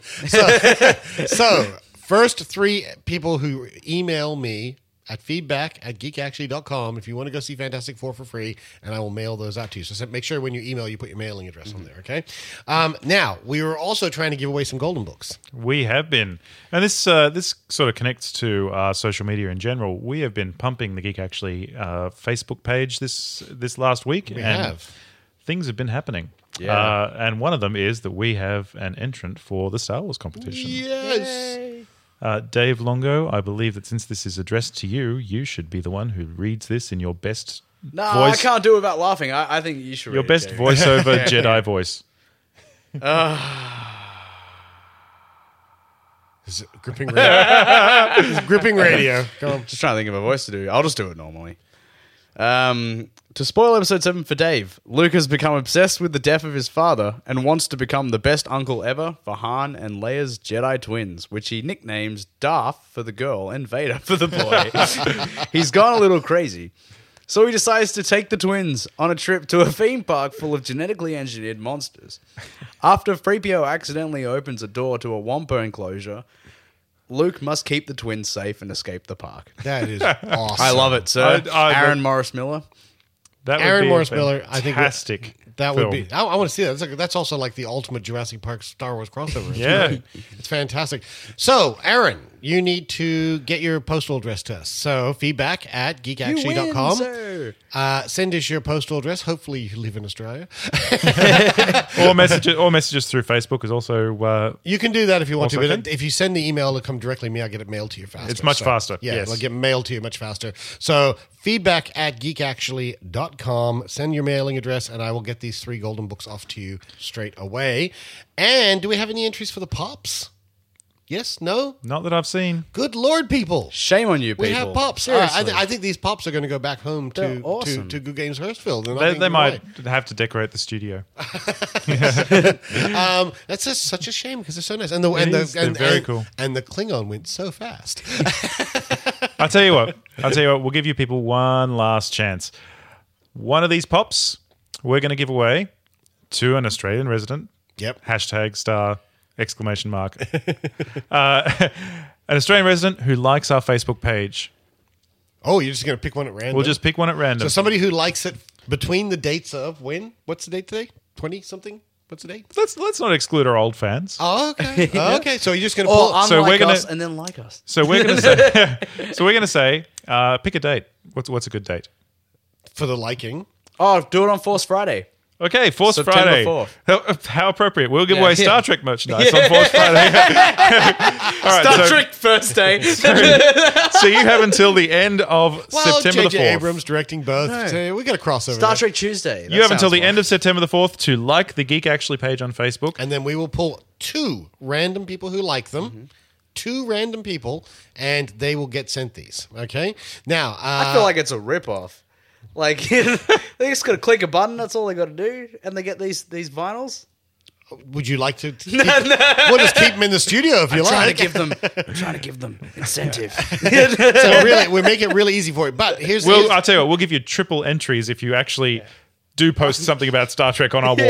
A: So, first three people who email me at feedback at geekactually.com if you want to go see Fantastic Four for free, and I will mail those out to you. So se- make sure when you email, you put your mailing address
B: Mm-hmm.
A: on there, okay? Um, now, we were also trying to give away some golden books.
C: We have been, and this uh, this sort of connects to uh, social media in general. We have been pumping the Geek Actually uh, Facebook page this this last week. We
A: have.
C: Things have been happening.
B: Yeah.
C: Uh, and one of them is that we have an entrant for the Star Wars competition.
A: Yes.
C: Uh, Dave Longo, I believe that since this is addressed to you, you should be the one who reads this in your best
B: No,
C: voice,
B: I can't do it without laughing. I, I think you should.
C: your
B: read it,
C: best
B: Jerry.
C: voiceover Jedi voice.
A: Is it gripping radio. It's gripping radio. Come on.
B: Just trying to think of a voice to do. I'll just do it normally. Um, to spoil episode seven for Dave, Luke has become obsessed with the death of his father and wants to become the best uncle ever for Han and Leia's Jedi twins, which he nicknames Darth for the girl and Vader for the boy. He's gone a little crazy. So he decides to take the twins on a trip to a theme park full of genetically engineered monsters. After Freepio accidentally opens a door to a Wampa enclosure, Luke must keep the twins safe and escape the park.
A: That is awesome.
B: I love it, sir.
C: I- I-
B: Aaron Morris Miller.
C: That would
A: Aaron
C: be a
A: Morris Miller, I think-
C: fantastic.
A: That
C: film.
A: would be. I, want to see that. That's, like, that's also like the ultimate Jurassic Park Star Wars crossover. It's
C: Yeah.
A: great. it's fantastic. So, Aaron, you need to get your postal address to us. So, feedback at geekactually.com. Uh, send us your postal address. Hopefully, you live in Australia.
C: or messages or messages through Facebook is also uh,
A: You can do that if you want
C: Also
A: to, but
C: can.
A: if you send the email, it'll come directly to me. I'll get it mailed to you faster.
C: It's much
A: So,
C: faster,
A: Yeah,
C: yes.
A: it'll get mailed to you much faster. So feedback at geekactually.com. Send your mailing address, and I will get these three golden books off to you straight away. And do we have any entries for the pops? Yes? No?
C: not that I've seen.
A: Good Lord, people.
B: Shame on you, people.
A: We have pops. All right, I,
B: Seriously.
A: th- I think these pops are going to go back home to,
B: They're awesome.
A: to, to Good Games Hursfield. and I
C: They,
A: think
C: they
A: you're
C: might
A: right.
C: have to decorate the studio.
A: Um, that's just such a shame because they're so nice. And the, and
C: is.
A: the,
C: They're
A: and,
C: very
A: and-
C: cool.
A: And the Klingon went so fast.
C: I'll tell you what. I'll tell you what. We'll give you people one last chance. One of these pops, we're going to give away to an Australian resident.
A: Yep.
C: Hashtag star exclamation mark. uh, an Australian resident who likes our Facebook page.
A: Oh, you're just going to pick one at random.
C: We'll just pick one at
A: So
C: random.
A: somebody who likes it between the dates of when? What's the date today? Twenty something? What's the date?
C: let's let's not exclude our old fans.
A: Oh, okay. okay. So you're just gonna
B: Or
A: pull
B: unlike
C: So we're gonna-
B: us and then like us.
C: So we're going to say. so we're going to say. Uh, pick a date. What's what's a good date?
A: for the liking.
B: Oh, do it on Force Friday.
C: Okay, Force
B: September
C: Friday.
B: 4th.
C: How, how appropriate. We'll give
B: Yeah.
C: away Star Trek merchandise on Force Friday. All right,
B: Star
C: so,
B: Trek first day.
C: so you have until the end of
A: Well,
C: September the
A: J.J.
C: 4th.
A: Abrams directing both. So we got a crossover.
B: Star
A: there.
B: Trek Tuesday.
C: you have until the end of September the 4th to like the Geek Actually page on Facebook.
A: and then we will pull two random people who like them. Two random people, and they will get sent these. Okay. Now, uh,
B: I feel like it's a ripoff. Like they just gotta click a button. That's all they gotta do, and they get these these vinyls.
A: would you like to? Keep, We'll just keep them in the studio if you
B: Trying to
A: like.
B: give them, trying to give them incentive.
A: so really, we make it really easy for you. But here's the
C: We'll, I'll tell you what, we'll give you triple entries if you actually do post something about Star Trek on our wall.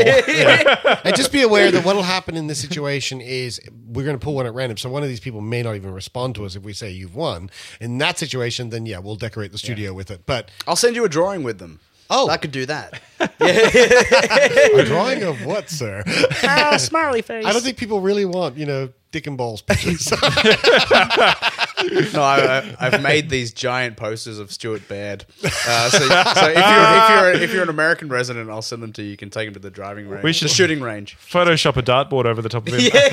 A: And just be aware that what'll happen in this situation is we're going to pull one at random. So one of these people may not even respond to us if we say you've won. In that situation, then yeah, we'll decorate the studio with it. But
B: I'll send you a drawing with them.
A: Oh.
B: I could do that.
A: a drawing of what, sir?
F: Ah, smiley face.
A: I don't think people really want, you know, dick and balls pictures.
B: No, I, I, I've made these giant posters of Stuart Baird. Uh, so, so if you're if you're if you're an American resident, I'll send them to you. You can take them to the driving range,
C: We should-
B: the shooting range.
C: Photoshop a dartboard over the top of it.
B: I'm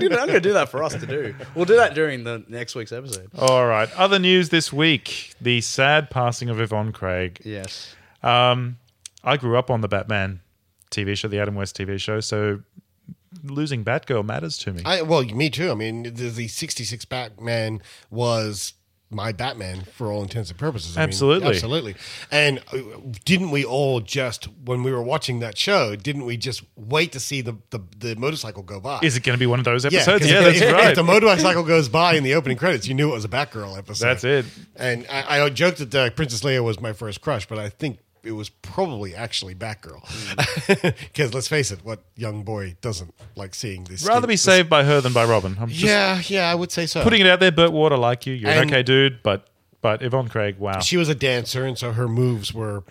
B: gonna, I'm gonna do that for us to do. We'll do that during the next week's episode.
C: All right. Other news this week the sad passing of Yvonne Craig.
B: Yes.
C: Um, I grew up on the Batman TV show, the Adam West TV show, so losing Batgirl matters to me.
A: I, well, me too. I mean, the, the 66 Batman was my Batman for all intents and purposes. I mean,
C: Absolutely.
A: absolutely. And uh, didn't we all just, when we were watching that show, didn't we just wait to see the, the, the motorcycle go by?
C: Is it going to be one of those episodes?
A: 'cause
C: Yeah,
A: if-
C: that's
A: if, if
C: right.
A: the motorcycle goes by in the opening credits, you knew it was a Batgirl episode.
C: That's it.
A: And I, I joked that uh, Princess Leia was my first crush, but I think it was probably actually Batgirl. Because let's face it, what young boy doesn't like seeing this?
C: Rather be saved by her than by Robin. I'm just
A: Yeah, yeah, I would say so.
C: putting it out there, Burt Water, like you. You're an
A: And-
C: okay dude, but But Yvonne Craig, wow.
A: She was a dancer, and so her moves were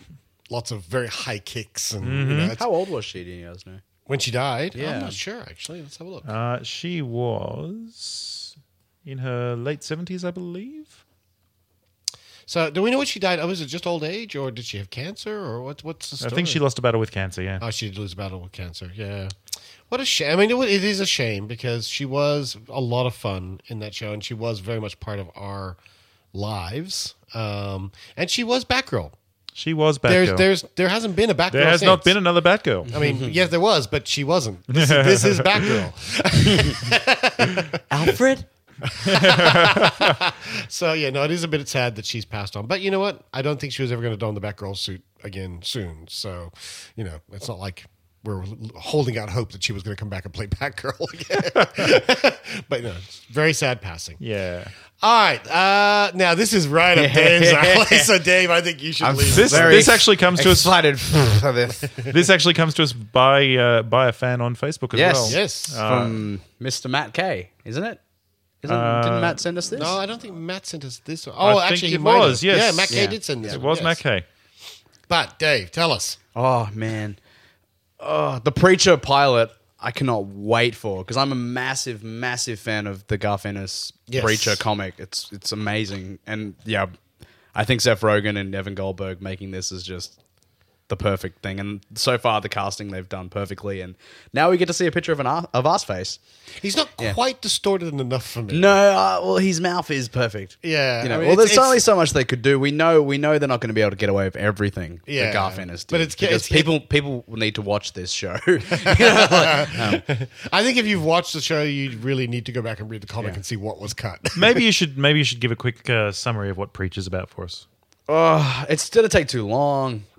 A: lots of very high kicks. And
C: Mm-hmm.
A: you know, it's-
B: How old was she? Do you guys know?
A: when she died,
B: Yeah.
A: I'm not sure actually. Let's have a look.
C: Uh, she was in her late seventies, I believe.
A: so, do we know what she died? of? was it just old age, or did she have cancer, or what? What's the story?
C: I think she lost a battle with cancer. Yeah,
A: Oh, she did lose a battle with cancer. Yeah. What a shame. I mean, it, wa- it is a shame because she was a lot of fun in that show and she was very much part of our lives. Um, and she was Batgirl.
C: she was Batgirl.
A: There's, there's, there hasn't been a Batgirl.
C: there has not been
A: A-
C: another Batgirl.
A: I mean, yes, there was, but she wasn't. This is, this is Batgirl.
F: Alfred?
A: So, yeah, no, it is a bit sad that she's passed on. But you know what? I don't think she was ever going to don the Batgirl suit again soon. So, you know, it's not like we're holding out hope that she was going to come back and play Batgirl again. but no, it's very sad passing.
C: Yeah,
A: All right. Uh, now this is right up Dave's alley. So Dave, I think you should leave.
C: this
B: Very
C: this actually comes to us.
B: excited for this
C: This actually comes to us by uh, by a fan on Facebook as
B: Yes.
C: well.
A: yes.
B: from
C: Uh,
B: Mr. Matt K, isn't it? Isn't, didn't Matt send us this?
A: no, Oh, I don't think Matt sent us this. One.
C: I
A: Oh,
C: think
A: actually, he
C: it
A: might
C: was,
A: have.
C: yes.
A: Yeah, Matt K
B: Yeah.
A: did send this.
C: It
A: one,
C: was
A: yes.
C: Matt Kay.
A: But Dave, tell us.
B: Oh man, oh the Preacher pilot, I cannot wait for because I'm a massive, massive fan of the Garth Ennis
A: Yes.
B: Preacher comic. It's it's amazing, and yeah, I think Seth Rogen and Evan Goldberg making this is just the perfect thing. And so far, the casting they've done perfectly, and now we get to see a picture of an ar- of ass face.
A: He's not
B: Yeah.
A: quite distorted enough for me.
B: No, uh, well, his mouth is perfect.
A: Yeah,
B: you know.
A: I mean,
B: well,
A: it's-
B: there's only
A: it's-
B: so much they could do. We know, we know they're not going to be able to get away with everything.
A: Yeah.
B: that Garfin is
A: But
B: doing,
A: it's-
B: because
A: it's-
B: people, people will need to watch this show. You know, like, um,
A: I think if you've watched the show, you really need to go back and read the comic and see what was cut.
C: Maybe you should maybe you should give a quick uh, summary of what Preacher's about for us.
B: oh, it's going to take too long.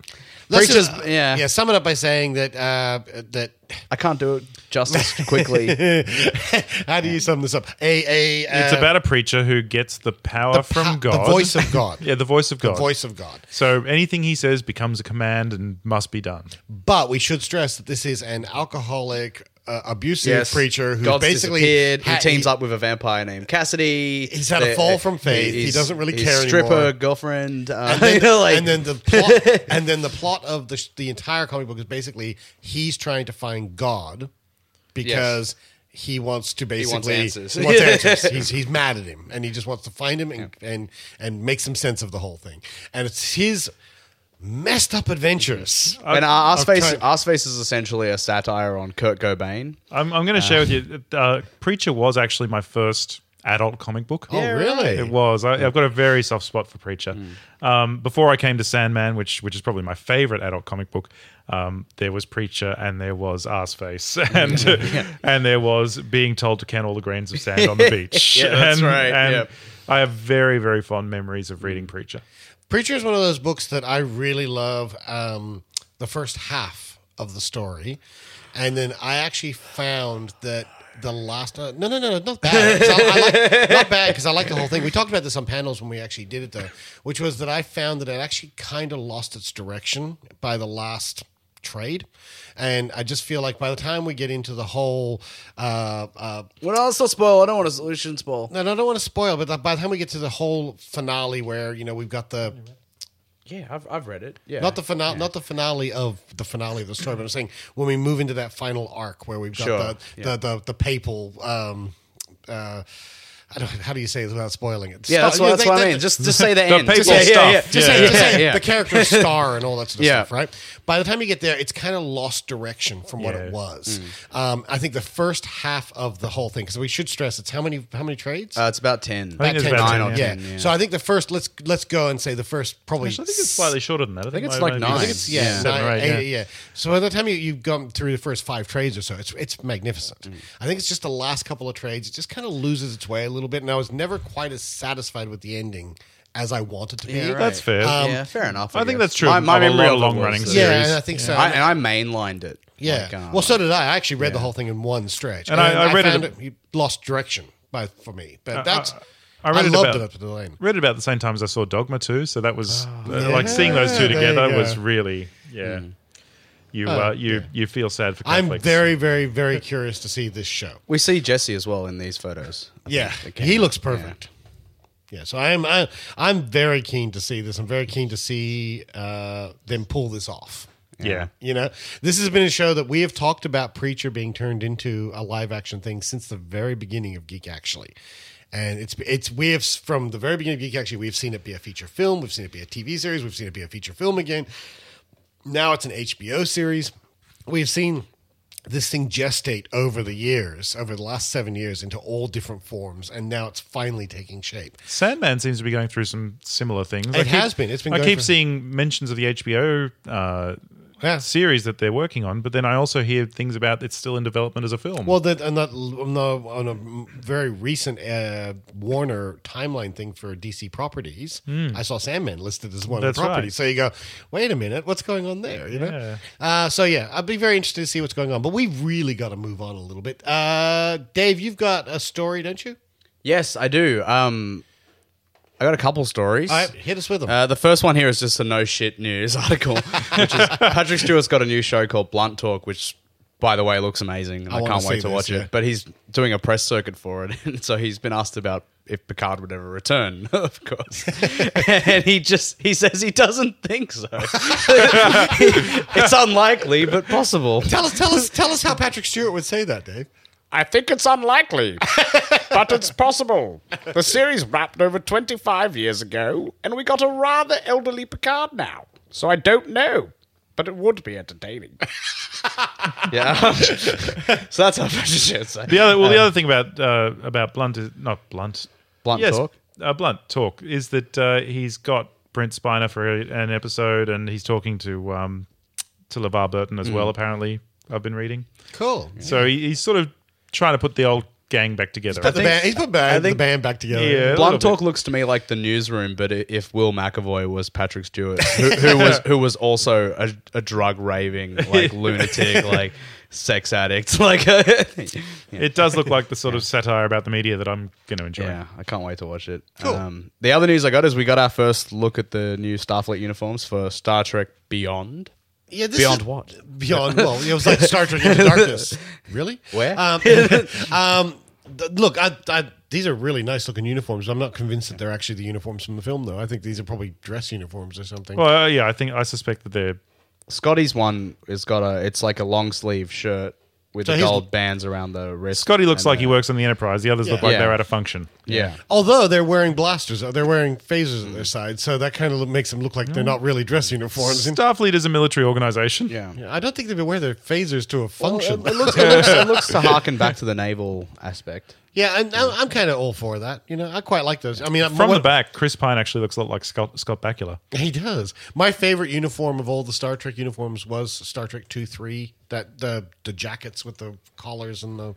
A: Let's
B: Preachers,
A: just-
B: yeah,
A: yeah. Sum it up by saying that uh, that.
B: I can't do it justice quickly. the
A: How do you sum this up? A a. Uh,
C: It's about a preacher who gets the power from
A: pa-
C: God,
A: The voice of God.
C: yeah, the voice of God.
A: The voice of God.
C: So anything he says becomes a command and must be done.
A: But we should stress that this is an alcoholic, uh, abusive preacher who
B: God's
A: basically
B: disappeared.
A: ha-
B: he teams up with a vampire named Cassidy.
A: He's had a
B: They-
A: fall from faith. He
B: he's-
A: doesn't really
B: he's
A: care
B: stripper,
A: anymore.
B: girlfriend. Uh,
A: And then,
B: you know, like,
A: and then the plot, and then the plot of the sh- the entire comic book is basically he's trying to find God because he wants to
B: wants
A: basically
B: answers.
A: he wants answers. He's he's mad at him and he just wants to find him and and and make some sense of the whole thing. And it's his messed up adventures.
B: and our
A: I've
B: Arsface,
A: tried-
B: Arsface is essentially a satire on Kurt Cobain.
C: I'm, I'm going to share with you. Uh, Preacher was actually my first adult comic book.
A: Oh, really?
C: It was. I, I've got a very soft spot for Preacher. Um, before I came to Sandman, which which is probably my favorite adult comic book, um, there was Preacher and there was Arseface and and there was being told to count all the grains of sand on the beach.
B: Yeah, that's
C: And-
B: right,
C: and
B: yep.
C: I have very very fond memories of reading Preacher.
A: Preacher is one of those books that I really love um, the first half of the story. And then I actually found that the last uh, no no no no not bad 'Cause I, I like, not bad because I like the whole thing. We talked about this on panels when we actually did it though, which was that I found that it actually kind of lost its direction by the last trade, and I just feel like by the time we get into the whole uh, uh,
B: Well, I'll still spoil. I don't want a solution spoil.
A: no no, I don't want to spoil, but by the time we get to the whole finale where you know we've got the
B: Yeah, I've, I've read it. Yeah,
A: Not the finale, not the finale of the finale of the story, but I'm saying when we move into that final arc where we've got
B: Sure,
A: the,
B: yeah.
A: the, the the papal. Um, uh, I don't, how do you say it without spoiling it?
B: Yeah, that's
A: Star-
B: what,
A: you know,
B: that's
A: they-
B: what I
A: they-
B: mean. Just just say the, end.
C: people
B: Just say- yeah,
C: stuff.
B: yeah,
A: Just
B: yeah,
A: say, just
B: yeah,
A: say
B: yeah.
A: the character's star and all that sort of
B: Yeah.
A: stuff, right? By the time you get there, it's kind of lost direction from what
C: Yeah.
A: it was.
B: Mm.
A: Um, I think the first half of the whole thing, because we should stress, it's how many how many trades?
B: Uh, it's about ten.
C: I think it's
A: Ten,
C: about
A: ten,
B: nine or
A: yeah.
B: ten. Yeah.
A: So I think the first let's let's go and say the first probably.
C: Actually, I think it's slightly shorter than that. I think,
B: it's
C: it
B: like
C: might be-
B: nine.
C: I think it's
A: yeah,
B: Yeah.
A: nine,
C: Seven or eight,
A: eight, yeah. So by the time you, you've gone through the first five trades or so, it's it's magnificent. I think it's just the last couple of trades. It just kind of loses its way a little bit, and I was never quite as satisfied with the ending as I wanted to be.
B: Yeah, right.
C: That's fair.
B: yeah, Um, fair enough.
C: I think that's true
B: My, my
C: of a
B: memory of
C: lot of
B: it
C: long-running
B: was-
C: series.
A: Yeah, and I think so.
B: I, oh and I mainlined it.
A: yeah.
B: Like, um,
A: well, so did I. I actually read the whole thing in one stretch,
C: And I- I read it- Uh,
A: found You lost direction by for me, but that's.
C: I read it
A: loved
C: about-
A: it up to the lane.
C: read about the same time as I saw Dogma too, so that was uh, like seeing those two
A: Ah. There you
C: together
A: go. Hmm. Oh,
C: was really yeah. You uh, you you feel sad for.
A: I'm
C: Catholics.
A: very, very, very curious to see this show.
B: we see Jesse as well in these photos.
A: Yeah, he looks perfect. Yeah, so I'm I, I'm very keen to see this. I'm very keen to see uh, them pull this off.
C: Yeah.
A: You know, this has been a show that we have talked about Preacher being turned into a live action thing since the very beginning of Geek Actually. And it's it's we have from the very beginning of Geek Actually, we've seen it be a feature film, we've seen it be a TV series, we've seen it be a feature film again. Now it's an HBO series. We've seen this thing gestate over the years, over the last seven years, into all different forms, and now it's finally taking shape.
C: Sandman seems to be going through some similar things. It
A: has been. It's been
C: I
A: going
C: keep
A: for-
C: seeing mentions of the HBO uh,
A: Yeah.
C: series that they're working on, but then I also hear things about it's still in development as a film.
A: Well, that on that on, the, on a very recent uh, Warner timeline thing for DC properties, I saw Sandman listed as one
C: Hmm. That's
A: of the properties. So
C: right.
A: you go, wait a minute, what's going on there? You know.
C: Yeah.
A: Uh, so yeah, I'd be very interested to see what's going on. But we've really got to move on a little bit. Uh, Dave, you've got a story, don't you?
B: Yes, I do. Um, I got a couple stories.
A: All right, hit us with them.
B: Uh, the first one here is just a no shit news article, which is Patrick Stewart's got a new show called Blunt Talk, which, by the way, looks amazing. And
A: I
B: I,
A: wanna
B: can't wait
A: see
B: to
A: this,
B: watch
A: yeah.
B: it. But he's doing a press circuit for it. And so he's been asked about if Picard would ever return, of course. and he just he says he doesn't think so. it's unlikely, but possible.
A: tell us, tell us, tell us how Patrick Stewart would say that, Dave.
J: I think it's unlikely, but it's possible. The series wrapped over 25 years ago, and we got a rather elderly Picard now. So I don't know, but it would be entertaining.
B: Yeah. so that's how Patrick Stewart said.
C: the other, well, the other thing about uh, about Blunt is not Blunt.
B: Blunt
C: yes,
B: Talk.
C: Uh, Blunt talk is that uh, he's got Brent Spiner for an episode, and he's talking to um, to LeVar Burton
B: Mm.
C: as well. Apparently, I've been reading.
A: Cool.
C: So he, he's sort of trying to put the old gang back together.
A: Put the band, he's put band,
B: I think-
A: the band back together.
C: Yeah. a little
B: Blunt
C: bit.
B: Talk looks to me like the newsroom, but i- if Will McAvoy was Patrick Stewart, who, who was who was also a, a drug raving like lunatic, like sex addict, like yeah,
C: It does look like the sort of satire about the media that I'm going to enjoy.
B: yeah, I can't wait to watch it. Um, the other news I got is we got our first look at the new Starfleet uniforms for Star Trek Beyond.
A: Yeah, this
B: Beyond
A: is-
B: what?
A: Beyond well, it was like Star Trek Into Darkness. Really?
B: Where?
A: Um, um, th- look, I, I, these are really nice looking uniforms. I'm not convinced that they're actually the uniforms from the film, though. I think these are probably dress uniforms or something.
C: Well, uh, yeah, I think I suspect that they're
B: Scotty's one has got a it's like a long sleeve shirt with
A: So
B: the
A: he's-
B: gold bands around the wrist.
C: Scotty looks
B: and
C: like he
B: the-
C: works on the Enterprise. The others look
A: Yeah.
C: like
B: Yeah.
C: they're out of function.
B: Yeah.
A: Although they're wearing blasters, uh, they're wearing phasers on their side, so that kind of look, makes them look like
B: Mm.
A: they're not really dress uniforms. And-
C: Starfleet is a military organization.
B: Yeah.
A: I don't think they would wear their phasers to a function.
B: Well, uh, it, it looks, it, looks, it looks to harken back to the naval aspect.
A: yeah, and I'm, I'm kind of all for that. You know, I quite like those. I mean,
C: From
A: what-
C: the back, Chris Pine actually looks a lot like Scott, Scott Bakula.
A: He does. My favorite uniform of all the Star Trek uniforms was Star Trek Two Three. That the the jackets with the collars and the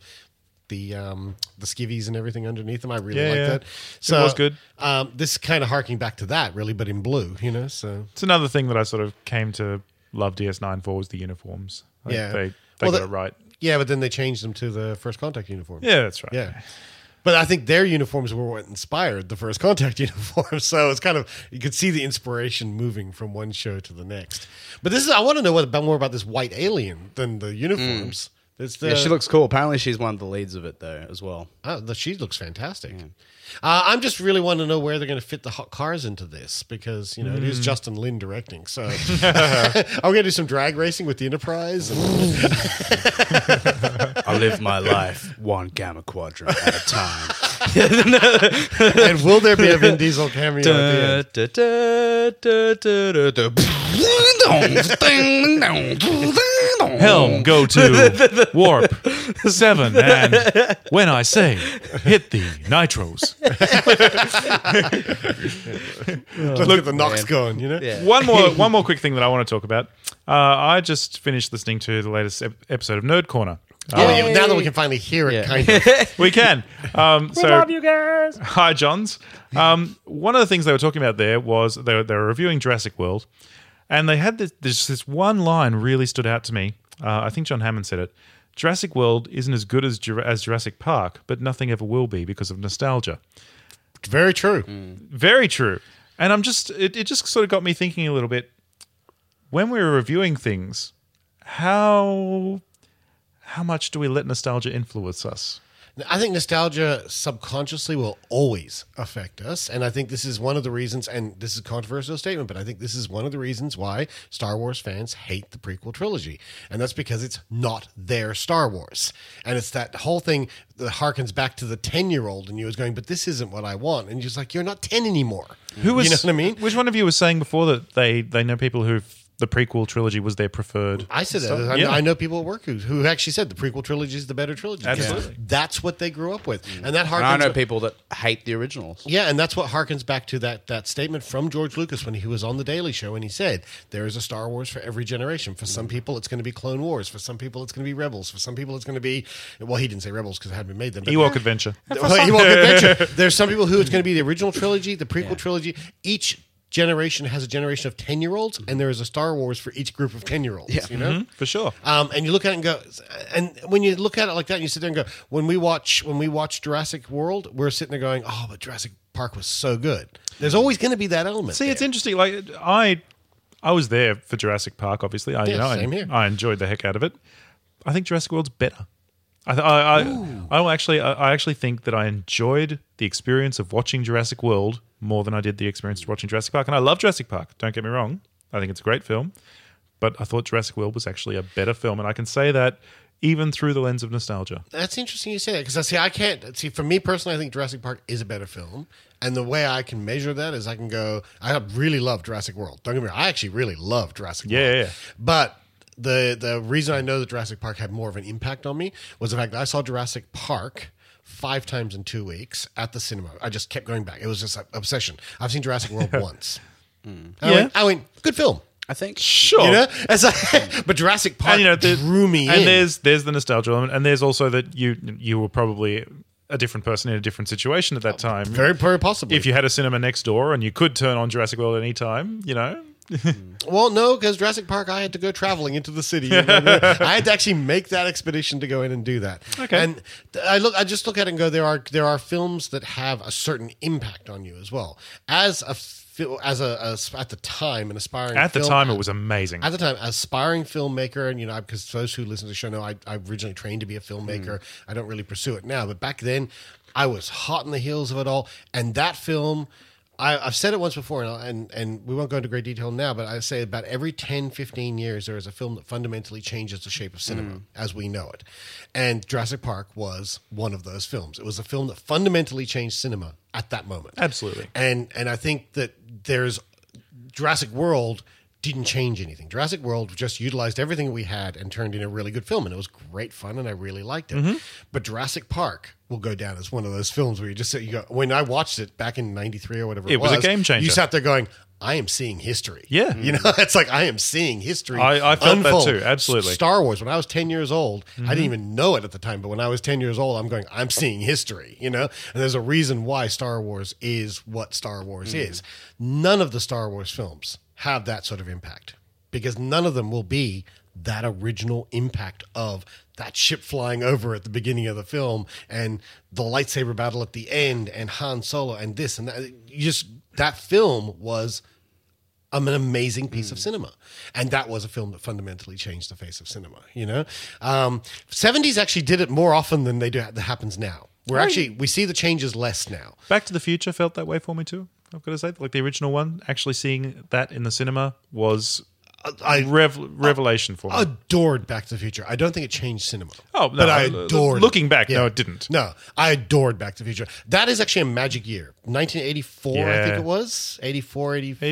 A: the um the skivvies and everything underneath them. I really
C: Yeah,
A: like
C: yeah.
A: that.
C: It was good.
A: Um, this is kind of harking back to that, really, but in blue. You know, so
C: It's another thing that I sort of came to love DS9 for was the uniforms. I think
A: Yeah.
C: They, they
A: Well,
C: got
A: the-
C: it right.
A: yeah. But then they changed them to the First Contact uniform.
C: Yeah, that's right.
A: yeah. But I think their uniforms were what inspired the First Contact uniform. So it's kind of you could see the inspiration moving from one show to the next. But this is I want to know what, about more about this white alien than the uniforms. It's the,
B: Mm.
C: Uh,
B: yeah, she looks cool. Apparently, she's one of the leads of it though, as well.
A: Oh, the, she looks fantastic. Uh, I'm just really want to know where they're going to fit the hot cars into this because you know it
B: Mm.
A: is Justin Lin directing. So I'm going to do some drag racing with the Enterprise. And,
B: I live my life one gamma quadrant at a time.
A: and will there be a Vin Diesel cameo? at the end?
C: Helm, go to warp seven, and when I say hit the nitros.
A: Let's get the knocks going. You know.
C: one more one more quick thing that I want to talk about. Uh, I just finished listening to the latest ep- episode of Nerd Corner.
A: Oh, yeah, now that we can finally hear it, kind of.
C: We can. Um, so, love you guys. Hi, Johns. Um, one of the things they were talking about there was they were, they were reviewing Jurassic World, and they had this, this this one line really stood out to me. Uh, I think John Hammond said it. Jurassic World isn't as good as, Jura- as Jurassic Park, but nothing ever will be because of nostalgia.
A: Very true.
C: Very true. And I'm just, it, it just sort of got me thinking a little bit. When we were reviewing things, how how much do we let nostalgia influence us?
A: I think nostalgia subconsciously will always affect us. And I think this is one of the reasons, and this is a controversial statement, but I think this is one of the reasons why Star Wars fans hate the prequel trilogy. And that's because it's not their Star Wars. And it's that whole thing that harkens back to the 10 year old and you is going, but this isn't what I want. And you're just like, you're not 10 anymore.
C: Who was?
A: You know what I mean?
C: Which one of you was saying before that they they know people who the prequel trilogy was their preferred?
A: I said that. I,
C: Yeah.
A: I know people at work who, who actually said the prequel trilogy is the better trilogy. 'Cause
C: Absolutely.
A: That's what they grew up with. And that harkens
B: And I know
A: back-
B: people that hate the originals.
A: Yeah, and that's what harkens back to that that statement from George Lucas when he was on the Daily Show and he said there is a Star Wars for every generation. For some people, it's going to be Clone Wars. For some people, it's going to be Rebels. For some people, it's going to be well, he didn't say Rebels because it hadn't been made then. But
C: Ewok Adventure.
A: Well, Ewok Adventure. There's some people who it's going to be the original trilogy, the prequel trilogy. Each generation has a generation of ten year olds, and there is a Star Wars for each group of ten year olds. You know.
C: For sure.
A: Um, and you look at it and go, and when you look at it like that, and you sit there and go, when we watch when we watch Jurassic World, we're sitting there going, oh, but Jurassic Park was so good. There's always going to be that element.
C: See, it's
A: there.
C: interesting. Like I, I was there for Jurassic Park. Obviously, I you
A: Yeah,
C: know
A: same
C: I,
A: here.
C: I enjoyed the heck out of it. I think Jurassic World's better. I th- I, I, I will actually I, I actually think that I enjoyed the experience of watching Jurassic World more than I did the experience of watching Jurassic Park. And I love Jurassic Park. Don't get me wrong. I think it's a great film, but I thought Jurassic World was actually a better film, and I can say that even through the lens of nostalgia.
A: That's interesting you say that because I see I can't see for me personally. I think Jurassic Park is a better film, and the way I can measure that is I can go. I really love Jurassic World. Don't get me wrong. I actually really love Jurassic
C: Yeah,
A: World.
C: yeah, yeah.
A: But the the reason I know that Jurassic Park had more of an impact on me was the fact that I saw Jurassic Park five times in two weeks at the cinema. I just kept going back. It was just an obsession. I've seen Jurassic World once. And I,
C: Yeah.
A: went, I went, good film.
B: I think
C: Sure.
A: You know, It's like- but Jurassic Park
C: and you know, the,
A: drew me
C: and
A: in.
C: there's there's the nostalgia element, and there's also that you you were probably a different person in a different situation at that time.
A: Oh, very, very possibly.
C: if you had a cinema next door and you could turn on Jurassic World at any time, you know.
A: Well, no, because Jurassic Park, I had to go traveling into the city. I had to actually make that expedition to go in and do that.
C: Okay.
A: And th- I look, I just look at it and go, there are there are films that have a certain impact on you as well. As a fil- as a as, at the time an aspiring
C: At the
A: film-
C: time, it was amazing.
A: at the time, aspiring filmmaker, and you know, because those who listen to the show know I, I originally trained to be a
C: Mm.
A: filmmaker. I don't really pursue it now, but back then, I was hot in the heels of it all. And that film, I, I've said it once before, and, I- and and we won't go into great detail now, but I say about every 10, 15 years, there is a film that fundamentally changes the shape of
C: Mm.
A: cinema as we know it. And Jurassic Park was one of those films. It was a film that fundamentally changed cinema at that moment.
C: Absolutely.
A: And and I think that there's Jurassic World didn't change anything. Jurassic World just utilized everything we had and turned in a really good film, and it was great fun, and I really liked it.
C: Mm-hmm.
A: But Jurassic Park will go down as one of those films where you just sit, you go, when I watched it back in '93 or whatever, it,
C: It was a game changer.
A: You sat there going. I am seeing history.
C: Yeah.
A: you know, it's like I am seeing history.
C: I- I felt that
A: unfold.
C: too, absolutely. Mm-hmm.
A: S- Star Wars. When I was ten years old, I didn't even know it at the time. But when I was ten years old, I'm going, I'm seeing history, you know. And there's a reason why Star Wars is what Star Wars
C: Mm.
A: is. None of the Star Wars films have that sort of impact because none of them will be that original impact of that ship flying over at the beginning of the film and the lightsaber battle at the end and Han Solo and this and that. You just that film was um, an amazing piece of cinema. And that was a film that fundamentally changed the face of cinema, you know? Um, 70s actually did it more often than they do that happens now. We're actually, we see the changes less now.
C: Back to the Future felt that way for me too. I've got to say, like the original one, actually seeing that in the cinema was
A: I
C: a rev- revelation for me.
A: adored Back to the Future. I don't think it changed cinema.
C: Oh, no,
A: but I
C: uh, uh,
A: adored.
C: looking
A: it.
C: back, no, it didn't.
A: No, I adored Back to the Future. That is actually a magic year. 1984, I think
C: Yeah.
A: it was. 84, 85.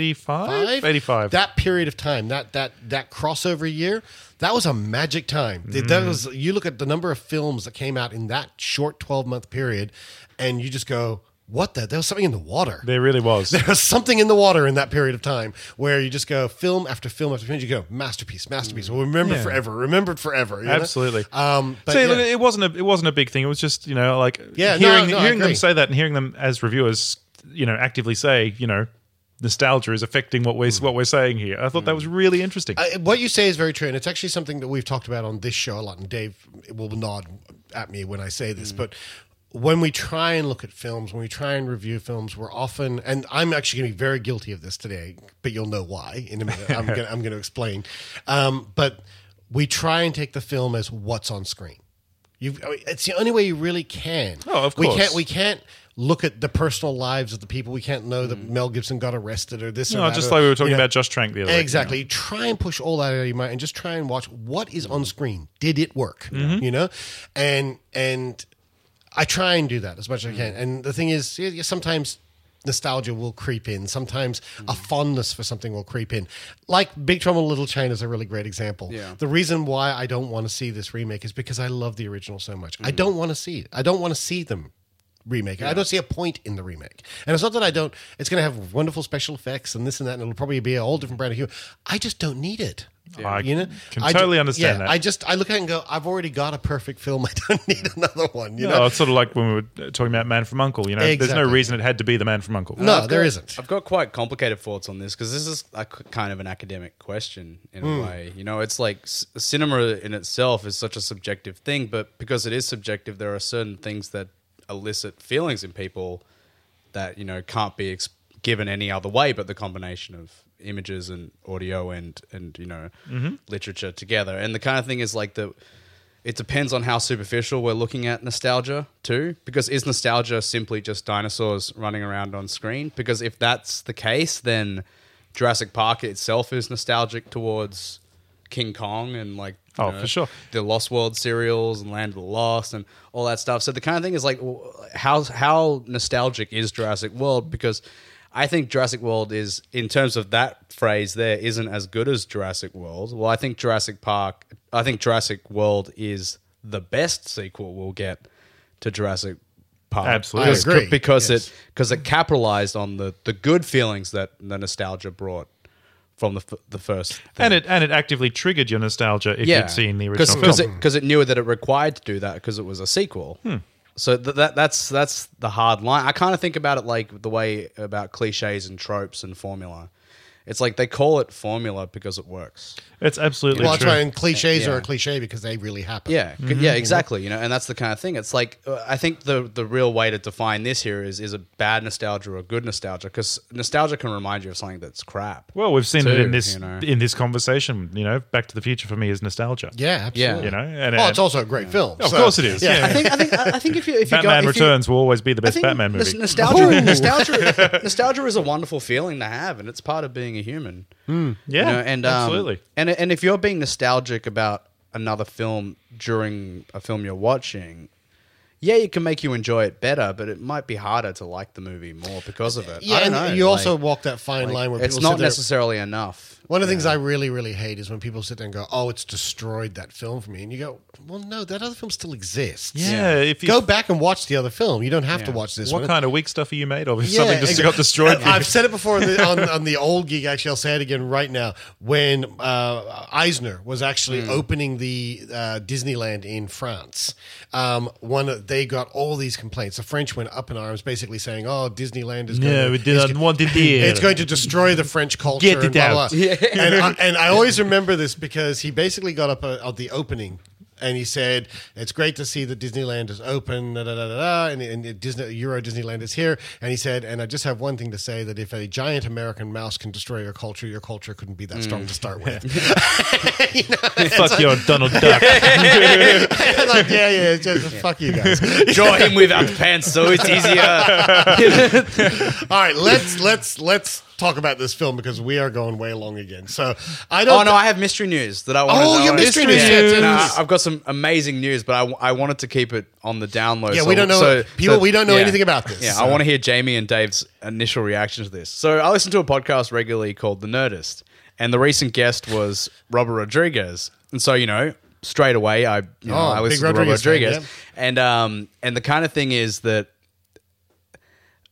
C: 85? 85.
A: That period of time, that that that crossover year, that was a magic time. Th-
C: Mm.
A: That was you look at the number of films that came out in that short 12-month period and you just go, what the? There was something in the water
C: there really was.
A: there was something in the water in that period of time where you just go film after film after film. You go masterpiece, masterpiece. We'll remember
C: Yeah.
A: forever, remembered forever. you know?
C: Absolutely.
A: Um, but
C: so
A: yeah.
C: look, it wasn't a it wasn't a big thing. It was just you know like
A: Yeah, no,
C: hearing
A: no, I
C: hearing
A: agree.
C: them say that and hearing them as reviewers you know actively say you know nostalgia is affecting what we're what we're saying here. I thought that was really interesting.
A: Mm.
C: Oh,
A: I- what you say is very true, and it's actually something that we've talked about on this show a lot. And Dave will nod at me when I say this,
C: Mm.
A: but when we try and look at films, when we try and review films, we're often, and I'm actually going to be very guilty of this today, but you'll know why in a minute. I'm going to I'm going to explain, um, but we try and take the film as what's on screen. You've, I mean, it's the only way you really can.
C: Oh, of
A: We
C: course.
A: can't. We can't look at the personal lives of the people. We can't know that Mel Gibson got arrested or this. or
C: Mm. No,
A: that,
C: just
A: or-
C: like we were talking
A: you know,
C: about Josh Trank the other
A: Exactly. Try and push all that out of your mind, and just try and watch what is on screen. Did it work?
C: Mm-hmm.
A: You know, and and I try and do that as much as I can. And the thing is, yeah, yeah, sometimes nostalgia will creep in. Sometimes a
C: Mm-hmm.
A: fondness for something will creep in. Like Big Trouble in Little China is a really great example.
J: Yeah.
A: The reason why I don't want to see this remake is because I love the original so much.
C: Mm.
A: I don't want to see it. I don't want to see them remake. I don't see a point in the remake. And it's not that I don't. It's going to have wonderful special effects and this and that, and it'll probably be a whole different brand of humor. I just don't need it.
C: Yeah. I can
A: ju-
C: totally understand
A: yeah,
C: that.
A: I just I look at it and go, I've already got a perfect film. I don't need another one. You
C: You
A: know,
C: Oh, it's sort of like when we were talking about Man from Uncle. You know, there's
A: Exactly.
C: no reason it had to be the Man from Uncle.
A: No, there isn't.
B: I've got quite complicated thoughts on this because this is a k- kind of an academic question in
A: Hmm.
B: a way. You know, it's like s- cinema in itself is such a subjective thing, but because it is subjective, there are certain things that elicit feelings in people that you know can't be ex- given any other way but the combination of images and audio and and you know
A: Mm-hmm.
B: literature together. And the kind of thing is like the it depends on how superficial we're looking at nostalgia too because is nostalgia simply just dinosaurs running around on screen because if that's the case then Jurassic Park itself is nostalgic towards King Kong and like you
C: Oh, for sure.
B: the Lost World serials and Land of the Lost and all that stuff so the kind of thing is like w- how how nostalgic is Jurassic World because I think Jurassic World is in terms of that phrase there isn't as good as Jurassic World well I think Jurassic Park I think Jurassic World is the best sequel we'll get to Jurassic Park.
C: Absolutely. I
B: Because-
A: agree.
B: Because
A: Yes.
B: it because it capitalized on the the good feelings that the nostalgia brought from the f- the first. Thing.
C: And it and it actively triggered your nostalgia if you'd seen the original
B: because
C: film. Hmm.
B: it, 'cause it knew that it required to do that because it was a sequel. So th- that that's that's the hard line. I kind of think about it like the way about cliches and tropes and formula. It's like they call it formula because it works.
C: it's absolutely
A: well, that's
C: true.
A: why and cliches are
B: Yeah.
A: a cliche because they really happen.
B: Yeah, c-
C: Mm-hmm.
B: yeah, exactly. You know, and that's the kind of thing. It's like uh, I think the the real way to define this here is is a bad nostalgia or a good nostalgia because nostalgia can remind you of something that's crap.
C: Well, we've seen it
B: too,
C: in this
B: you know.
C: in this conversation. You know, Back to the Future for me is nostalgia.
A: yeah, absolutely.
C: you know, and,
A: Oh,
C: and-
A: it's also a great film.
C: of
A: so-
C: course it is.
A: Yeah.
C: Yeah.
B: I think I think I I think if you if
C: Batman
B: you go, if you-
C: Returns will always be the
B: I
C: best
B: think
C: Batman
B: nos-
C: movie. Oh.
B: Nostalgia, nostalgia, nostalgia is a wonderful feeling to have, and it's part of being a human.
C: yeah,
B: You know, and um,
C: absolutely.
B: And and if you're being nostalgic about another film during a film you're watching, yeah, it can make you enjoy it better, but it might be harder to like the movie more because of it.
A: Yeah,
B: I
A: and
B: don't know,
A: you also
B: like-
A: walk that fine line where
B: it's
A: people
B: not
A: sit there-
B: necessarily enough.
A: One of the things I really, really hate is when people sit there and go, "Oh, it's destroyed that film for me," and you go, "Well, no, that other film still exists."
C: Yeah, if you
A: go back and watch the other film. You don't have to
B: Yeah.
A: watch this
C: What
A: one.
C: kind of weak stuff are you made of? If
A: Yeah,
C: something just
A: exa-
C: got destroyed, for you?
A: I've said it before on the, on, on the old gig. Actually, I'll say it again right now. When uh, Eisner was actually
C: Hmm.
A: opening the uh, Disneyland in France, um, one of- they got all these complaints. The French went up in arms, basically saying, "Oh, Disneyland is going to, is go-
C: want it here.
A: it's going to destroy the French culture.
C: Get it
A: and blah,
C: out.
A: blah. And, I, and I always remember this because he basically got up uh, at the opening and he said, "It's great to see that Disneyland is open." Da, da, da, da, da, and and Disney, Euro Disneyland is here. And he said, "And I just have one thing to say that if a giant American mouse can destroy your culture, your culture couldn't be that strong to
C: Mm.
A: start with."
C: Fuck your Donald Duck.
A: And like, yeah, yeah, it's just fuck you guys.
B: Draw him without pants, so it's easier.
A: All right, let's let's let's talk about this film because we are going way long again. So I don't.
B: oh no, I have mystery news that I want.
A: Oh, your mystery news. Yes, yes, yes.
B: I've got some amazing news, but I, w- I wanted to keep it on the download.
A: Yeah, we don't know- people, we don't know anything about this,
B: Yeah,
A: so.
B: I want to hear Jamie and Dave's initial reaction to this. So I listen to a podcast regularly called The Nerdist, and the recent guest was Robert Rodriguez, and so you know. Straight away, I you know,
A: Oh,
B: I
A: big
B: listened to Robert
A: Rodriguez fan,
B: Rodriguez,
A: yeah.
B: and um and the kind of thing is that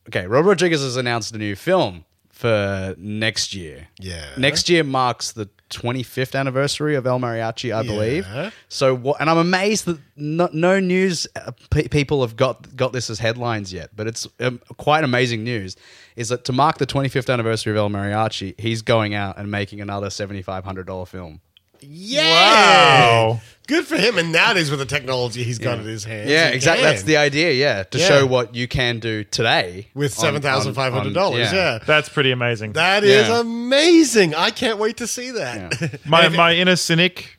B: okay, Robert Rodriguez has announced a new film for next year.
A: Yeah.
B: Next year marks the 25th anniversary of El Mariachi, I believe.
A: Yeah.
B: So what and I'm amazed that no, no news uh, pe- people have got got this as headlines yet, but it's um, quite amazing news is that to mark the 25th anniversary of El Mariachi, he's going out and making another $7500 film.
A: yeah.
C: Wow.
A: Good for him. And nowadays, with the technology he's got at his hands,
B: Yeah,
A: he
B: exactly.
A: can.
B: That's the idea. Yeah, to
A: Yeah.
B: show what you can do today
A: with
B: on- on-
A: seven thousand five hundred dollars.
B: on-
A: Yeah.
C: That's pretty amazing.
A: that is
B: Yeah.
A: amazing. I can't wait to see that.
B: Yeah.
C: my my inner cynic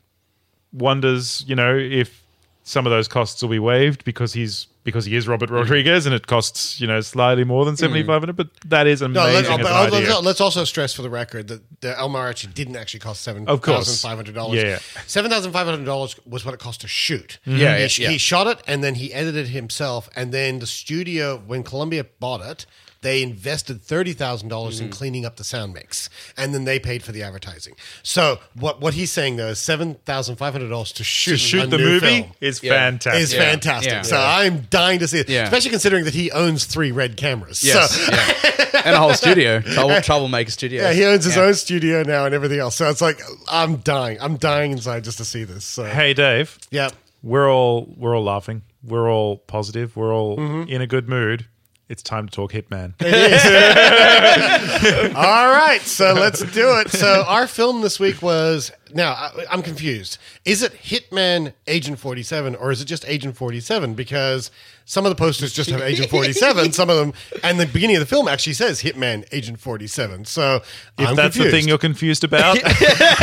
C: wonders, you know, if some of those costs will be waived because he's because he is Robert Rodriguez, and it costs you know slightly more than seventy five hundred. But that is
A: Hmm. No,
C: amazing.
A: let's,
C: as an
A: but
C: idea.
A: let's, let's also stress for the record that the El Mariachi didn't actually cost seven
C: Of course.
A: thousand five hundred dollars.
C: Yeah, Mm-hmm. yeah.
A: seven thousand five hundred dollars was what it cost to shoot.
B: Mhm. Yeah,
A: he,
B: yeah,
A: sh-
B: yeah.
A: he shot it and then he edited himself, and then the studio when Columbia bought it. They invested thirty thousand dollars
C: Mm-hmm.
A: in cleaning up the sound mix, and then they paid for the advertising. So what what he's saying though is seven thousand five hundred dollars to shoot
C: to shoot
A: a
C: the
A: new
C: movie
A: film
C: is
B: Yeah.
C: fantastic.
A: is
B: Yeah.
A: fantastic.
B: Yeah.
A: So I'm dying to see it,
B: Yeah.
A: especially considering that he owns three red cameras.
B: Yes,
A: So-
B: yeah. and a whole studio, Trouble, troublemaker studio.
A: yeah, he owns his own studio now and everything else. So it's like I'm dying. I'm dying inside just to see this. So
C: Hey, Dave.
A: yeah,
C: We're all we're all laughing. We're all positive. We're all in a good mood. It's time to talk Hitman.
A: all right. So let's do it. So our film this week was now I, I'm confused. Is it Hitman Agent 47 or is it just Agent 47? Because some of the posters just have Agent 47. Some of them, and the beginning of the film actually says Hitman Agent 47. So
C: If
A: I'm
C: that's the
A: confused.
C: thing you're confused about,
A: All right,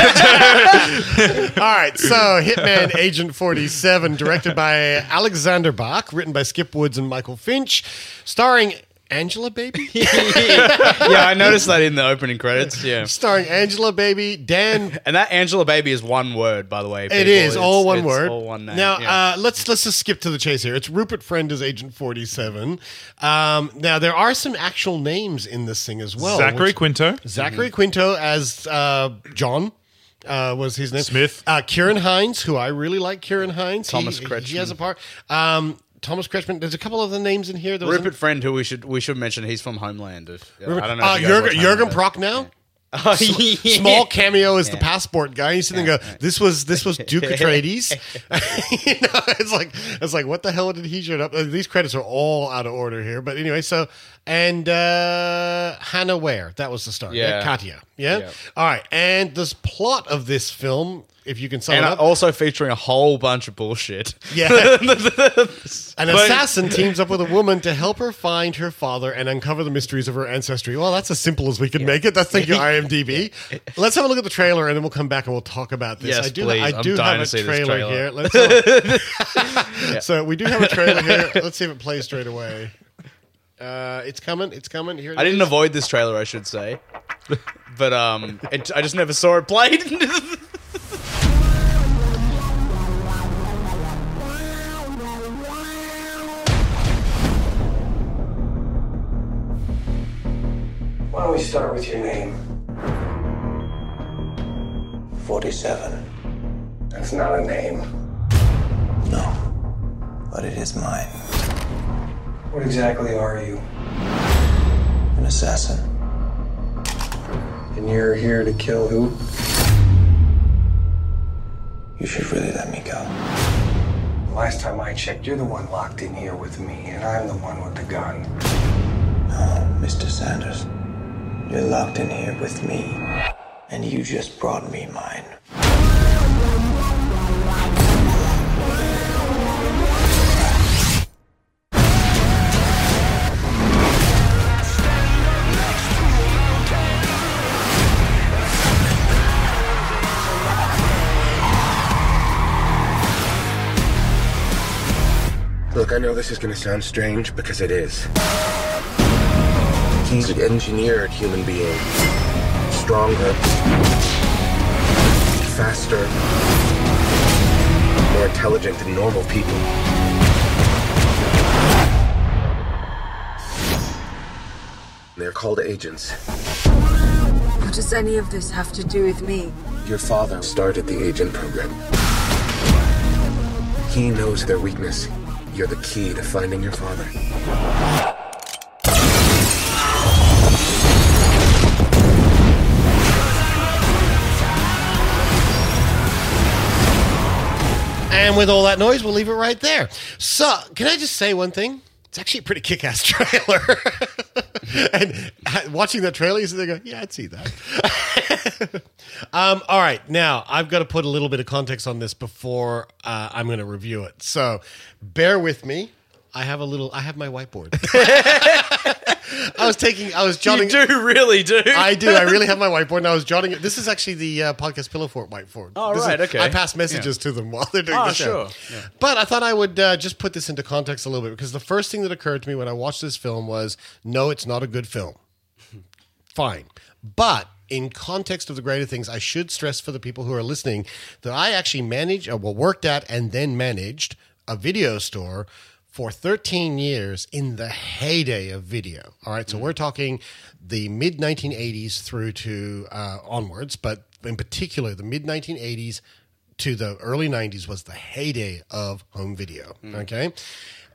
A: so Hitman Agent 47, directed by Alexander Bach, written by Skip Woods and Michael Finch, starring Angela Baby?
B: yeah, I noticed that in the opening credits. Yeah.
A: starring Angela Baby, Dan.
B: And that Angela Baby is one word, by the way.
A: It
B: people.
A: is
B: It's-
A: all one
B: it's
A: word.
B: All one name.
A: Now
B: yeah.
A: uh, let's let's just skip to the chase here. It's Rupert Friend as Agent Forty Seven. Um, now there are some actual names in this thing as well.
C: Zachary
A: which-
C: Quinto.
A: Zachary Quinto as uh, John uh, was his name.
C: Smith.
A: Uh, Kieran Hines, who I really like. Kieran Hines. He-
B: Thomas
A: he, He
B: Kretschmann.
A: has a part. Um, Thomas Kretschmann. There's a couple other names in here. There was
B: Rupert Friend, who we should we should mention, he's from Homeland. If, I don't know.
A: Uh,
B: if you guys watch
A: Jurgen, Jurgen
B: Homeland.
A: Prock now. Small cameo as the passport guy. You sit there and go, "This was this was Duke Atreides." you know, it's like it's like what the hell did he show up? Uh, These credits are all out of order here, but anyway. So and uh, Hannah Ware, that was the star. Yeah,
B: Yeah.
A: Katya. Yeah?
B: Yeah.
A: All right, and this plot of this film, if you can sum
B: And uh,
A: it up,
B: also featuring a whole bunch of bullshit.
A: yeah. An assassin teams up with a woman to help her find her father and uncover the mysteries of her ancestry. Well, that's as simple as we can make it. That's thank you, IMDb. Let's have a look at the trailer and then we'll come back and we'll talk about this.
B: Yes,
A: I do,
B: please.
A: I
B: I'm
A: do
B: dying
A: have
B: to
A: a
B: see this
A: trailer,
B: trailer.
A: here. Let's have- So we do have a trailer here. Let's see if it plays straight away. Uh, it's coming. It's coming. Here it
B: I didn't
A: is.
B: avoid this trailer, I should say, but um, it, I just never saw it played.
K: Why don't we start with your name? 47. That's not a name. No, but it is mine. What exactly are you? An assassin. And you're here to kill who? You should really let me go. Last time I checked, you're the one locked in here with me, and I'm the one with the gun. No, Mr. Sanders. You're locked in here with me, and you just brought me mine.
I: Look, I know this is going to sound strange because it is. He's an engineered human being. Stronger. Faster. More intelligent than normal people. They're called agents.
L: What does any of this have to do with me?
I: Your father started the agent program. He knows their weakness. You're the key to finding your father.
A: And with all that noise, we'll leave it right there. So, can I just say one thing? It's actually a pretty kick-ass trailer. and uh, watching that trailer, you sit there and go, "Yeah, I'd see that." um, all right, now I've got to put a little bit of context on this before uh, I'm going to review it. So, bear with me. I have a little. I have my whiteboard. I was taking, I was jotting.
B: You do really do.
A: I do. I really have my whiteboard, and I was jotting it. This is actually the uh, podcast pillow fort whiteboard.
B: Oh,
A: This is-
B: right, okay.
A: I pass messages to them while they're doing
B: Ah,
A: the show.
B: sure. Yeah.
A: But I thought I would uh, just put this into context a little bit because the first thing that occurred to me when I watched this film was, no, it's not a good film. Fine, but. In context of the greater things, I should stress for the people who are listening that I actually managed, uh, well, worked at and then managed a video store for 13 years in the heyday of video. All right, so we're talking the mid 1980s through to uh, onwards, but in particular, the mid 1980s to the early 90s was the heyday of home video. Okay.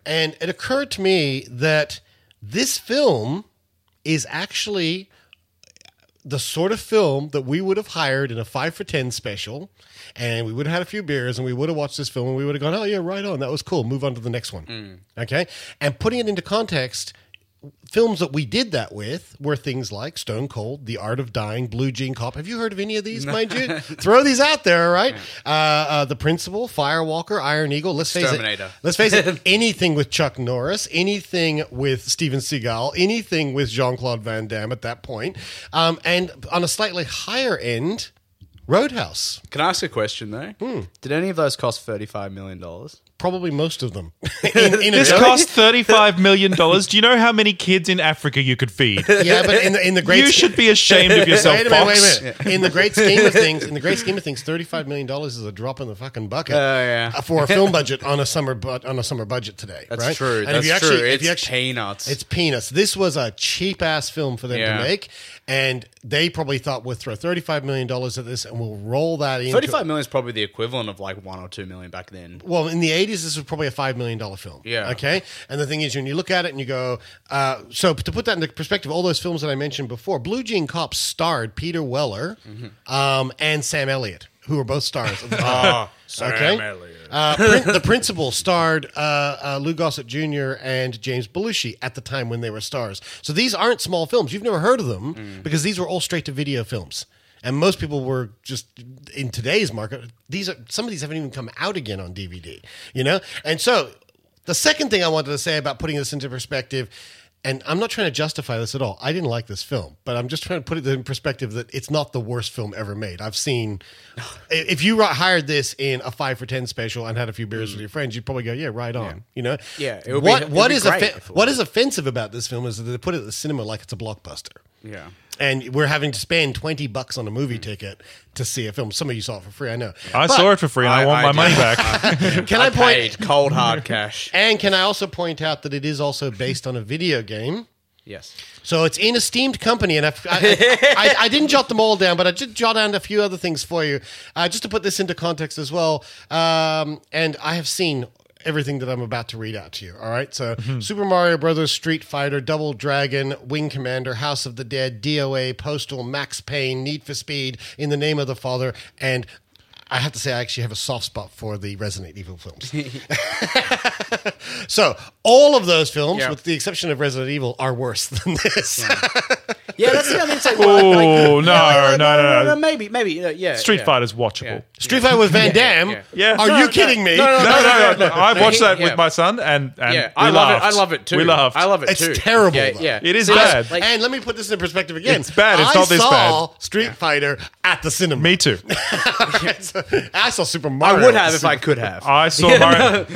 A: And it occurred to me that this film is actually the sort of film that we would have hired in a five for 10 special, and we would have had a few beers, and we would have watched this film, and we would have gone, oh, yeah, right on. That was cool. Move on to the next one. Okay. And putting it into context, films that we did that with were things like Stone Cold, The Art of Dying, Blue Jean Cop. Have you heard of any of these, mind you? Throw these out there, all right? Uh, uh, the Principal, Firewalker, Iron Eagle. Let's face
B: Exterminator.
A: it. Let's face it. anything with Chuck Norris, anything with Steven Seagal, anything with Jean Claude Van Damme at that point, um, and on a slightly higher end, Roadhouse.
B: Can I ask a question though?
A: Hmm,
B: Did any of those cost thirty-five million dollars?
A: Probably most of them.
C: this cost thirty-five million dollars. Do you know how many kids in Africa you could feed?
A: Yeah, but in the in the great
C: you should be ashamed of yourself,
A: Wait a minute, wait
C: Fox.
A: a minute. In the great scheme of things, in the great scheme of things, thirty-five million dollars is a drop in the fucking bucket
B: Oh, yeah.
A: uh, for a film budget on a summer bu- on a summer budget today.
B: That's
A: right?
B: true.
A: And
B: That's
A: if you
B: true.
A: actually, if
B: it's
A: you actually,
B: peanuts.
A: it's peanuts. This was a cheap ass film for them
B: Yeah.
A: to make, and they probably thought we'll throw thirty-five million dollars at this and we'll roll that in.
B: thirty-five million is probably the equivalent of like one or two million back then.
A: Well, in the eighties, this was probably a five million dollar film.
B: Yeah.
A: Okay. And the thing is, when you look at it and you go, uh, so to put that into perspective, all those films that I mentioned before, Blue Jean Cop starred Peter Weller um, and Sam Elliott, who were both stars. Of the
B: Ah, Sam Elliott.
A: Uh, Prin- the principal starred uh, uh, Lou Gossett Jr. and James Belushi at the time when they were stars. So these aren't small films. You've never heard of them
B: Mm.
A: because these were all straight to video films. And most people were just in today's market. These are some of these haven't even come out again on DVD, you know. And so the second thing I wanted to say about putting this into perspective, and I'm not trying to justify this at all. I didn't like this film, but I'm just trying to put it in perspective that it's not the worst film ever made. I've seen, if you ri- hired this in a five for ten special and had a few beers with your friends, you'd probably go, yeah, right on. You know,
B: Mm. Yeah, it would be-
A: what
B: it would
A: what
B: be
A: is
B: great
A: offe-
B: if it
A: what is offensive about this film is that they put it at the cinema like it's a blockbuster.
B: Yeah. Mm.
A: And we're having to spend twenty bucks on a movie ticket to see a film. Some of you saw it for free, I know.
C: I
A: But-
C: saw it for free, and I, want my money back.
A: Can I, point?
B: Paid cold hard cash.
A: And can I also point out that it is also based on a video game?
B: Yes.
A: So it's in esteemed company, and I've, I, I, I didn't jot them all down, but I did jot down a few other things for you, uh, just to put this into context as well. Um, and I have seen everything that I'm about to read out to you. All right, so Super Mario Brothers, Street Fighter, Double Dragon, Wing Commander, House of the Dead, DOA, Postal, Max Payne, Need for Speed, In the Name of the Father, and I have to say I actually have a soft spot for the Resident Evil films. So all of those films,
B: Yeah.
A: with the exception of Resident Evil, are worse than this.
B: Yeah, that's the other thing. It's like,
C: Oh
B: like-
C: no, no, no, no,
B: Maybe, maybe, you know, yeah.
C: Street
B: yeah.
C: Fighter's watchable.
A: Street Fighter with Van Damme.
C: Yeah.
A: Are
C: No,
A: you
C: no,
A: kidding me?
B: no, no,
C: No, no, no, no. I've
B: No,
C: watched
B: he-
C: that
B: yeah.
C: with my son, and and
B: Yeah,
C: we
B: I love
C: laughed.
B: it. I love it too.
C: We laughed.
B: I love it
A: It's
B: too.
A: terrible,
B: Yeah,
A: though.
B: yeah.
C: It is
B: See, that's-
C: bad.
B: like-
A: and let me put this in perspective again.
C: It's bad. It's
A: I
C: not this
A: saw
C: bad.
A: Street Fighter at the cinema.
C: Me too.
A: I saw Super Mario.
B: I would have
A: at
B: if
A: the
B: I could have.
C: I saw Mario,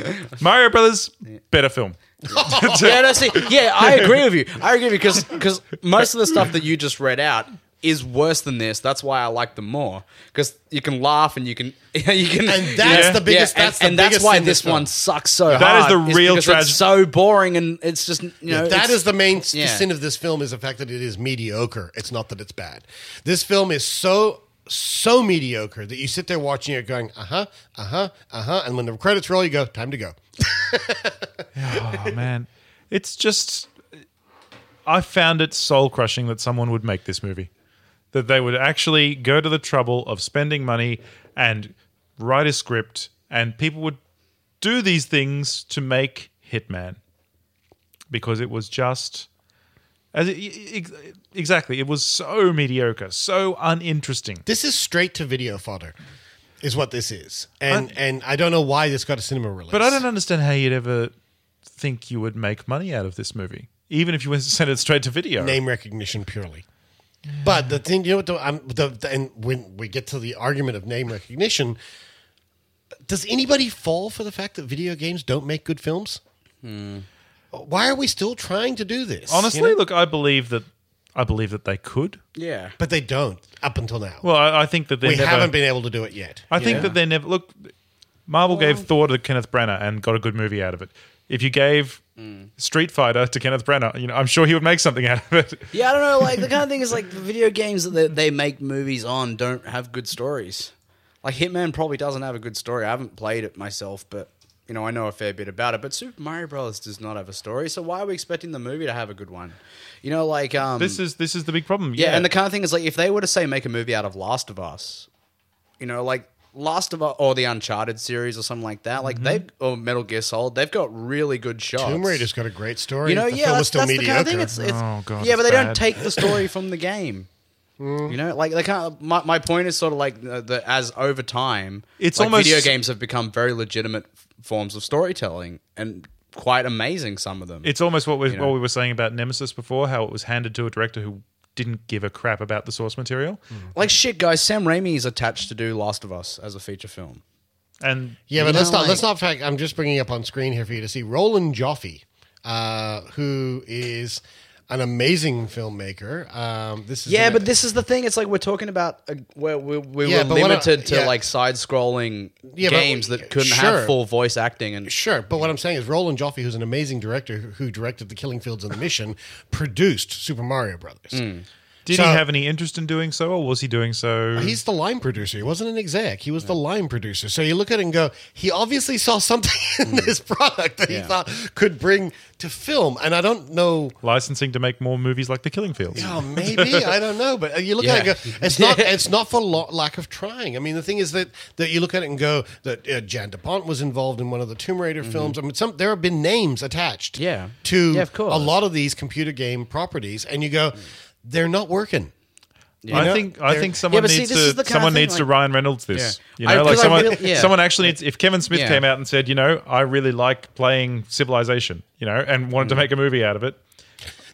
C: Mario Brothers. Better film.
B: yeah, no, see, yeah, I agree with you. I agree with you because most of the stuff that you just read out is worse than this. That's why I like them more because you can laugh and you can you can.
A: And that's
B: yeah,
A: the biggest-
B: yeah,
A: that's the
B: and, and that's
A: biggest
B: why
A: in this
B: this one
A: film.
B: sucks so
C: That is
B: hard.
C: the real
B: because
C: tragedy.
B: It's so boring and it's just you know
A: cinema. that
B: it's-
A: is the main s-
B: yeah.
A: sin of this film is the fact that it is mediocre. It's not that it's bad. This film is so so mediocre that you sit there watching it going, uh-huh, uh-huh, uh-huh, and when the credits roll you go, time to go.
C: Oh man, it's just I found it soul crushing that someone would make this movie, that they would actually go to the trouble of spending money and write a script, and people would do these things to make Hitman, because it was just. As it, e, ex- exactly, it was so mediocre, so uninteresting.
A: This is straight to video fodder, is what this is, and and I don't know why this got a cinema release.
C: But I don't understand how you'd ever think you would make money out of this movie. even if you went to send it straight to video.
A: Name recognition purely. But the thing, you know what? The, I'm, the, the, and when we get to the argument of name recognition, does anybody fall for the fact that video games don't make good films?
B: Hmm.
A: Why are we still trying to do this?
C: Honestly,
A: you know?
C: look, I believe that I believe that they could.
M: Yeah.
A: But they don't up until now.
C: Well, I, I think that they
A: we
C: never-
A: haven't been able to do it yet.
C: I think that they never look. Marvel gave Thor to Kenneth Branagh and got a good movie out of it. If you gave
B: Mm.
C: Street Fighter to Kenneth Branagh, you know, I'm sure he would make something out of it.
B: Yeah, I don't know. Like the kind of thing is like the video games that they, they make movies on don't have good stories. Like Hitman probably doesn't have a good story. I haven't played it myself, but you know I know a fair bit about it. But Super Mario Brothers does not have a story, so why are we expecting the movie to have a good one? You know, like um,
C: this is this is the big problem.
B: yeah, and the kind of thing is like if they were to say make a movie out of Last of Us, you know, like Last of Us or the Uncharted series or something like that, like
A: Mhm.
B: they've or Metal Gear Solid, they've got really good shots.
A: Tomb Raider's got a great story.
B: You know,
A: the
B: yeah,
A: film
B: that's,
A: was still
B: that's the
A: mediocre.
B: kind of thing. It's, it's, yeah, but they don't take the story from the game. You know, like they can't. My, my point is sort of like the, the as over time,
C: It's
B: like
C: almost-
B: video games have become very legitimate f- forms of storytelling and quite amazing. Some of them.
C: It's almost what we
B: You know.
C: what we were saying about Nemesis before, how it was handed to a director who didn't give a crap about the source material,
B: Like shit, guys. Sam Raimi is attached to do Last of Us as a feature film. Mm.
C: and
A: Yeah, but let's not let's not. Fact, I'm just bringing up on screen here for you to see Roland Joffe, uh, who is an amazing filmmaker. Um, this is
B: Yeah,
A: an-
B: but this is the thing. It's like we're talking about uh, where we, we
A: Yeah,
B: were
A: but what I-
B: limited to
A: yeah.
B: like side-scrolling
A: Yeah, but-
B: games that couldn't
A: sure.
B: have full voice acting and
A: Sure, but what I'm saying is Roland Joffe, who's an amazing director who- who directed The Killing Fields and The Mission, produced Super Mario Brothers.
B: Hmm.
C: Did
A: So-
C: he have any interest in doing so, or was he doing so?
A: He's the line producer. He wasn't an exec. He was the line producer. So you look at it and go, he obviously saw something
B: Hmm.
A: in this product that he thought could bring to film. And I don't know.
C: licensing to make more movies like The Killing Fields.
A: Oh, maybe I don't know, but uh, you look at it and
C: Yeah.
A: go, it's not it's not for lo- lack of trying. I mean, the thing is that that you look at it and go that uh, Jan DePont was involved in one of the Tomb Raider films. I mean, some there have been names attached, yeah. to
B: Mm-hmm. Yeah, of course. Mm.
A: a lot of these computer game properties, and you go, they're not working. You
C: I
A: know,
C: think I
A: they're-
C: think someone needs to someone needs to Ryan Reynolds this. You know, like someone someone actually needs if Kevin Smith
A: Yeah.
C: came out and said, you know, I really like playing Civilization, you know, and
B: Mm.
C: wanted to make a movie out of it.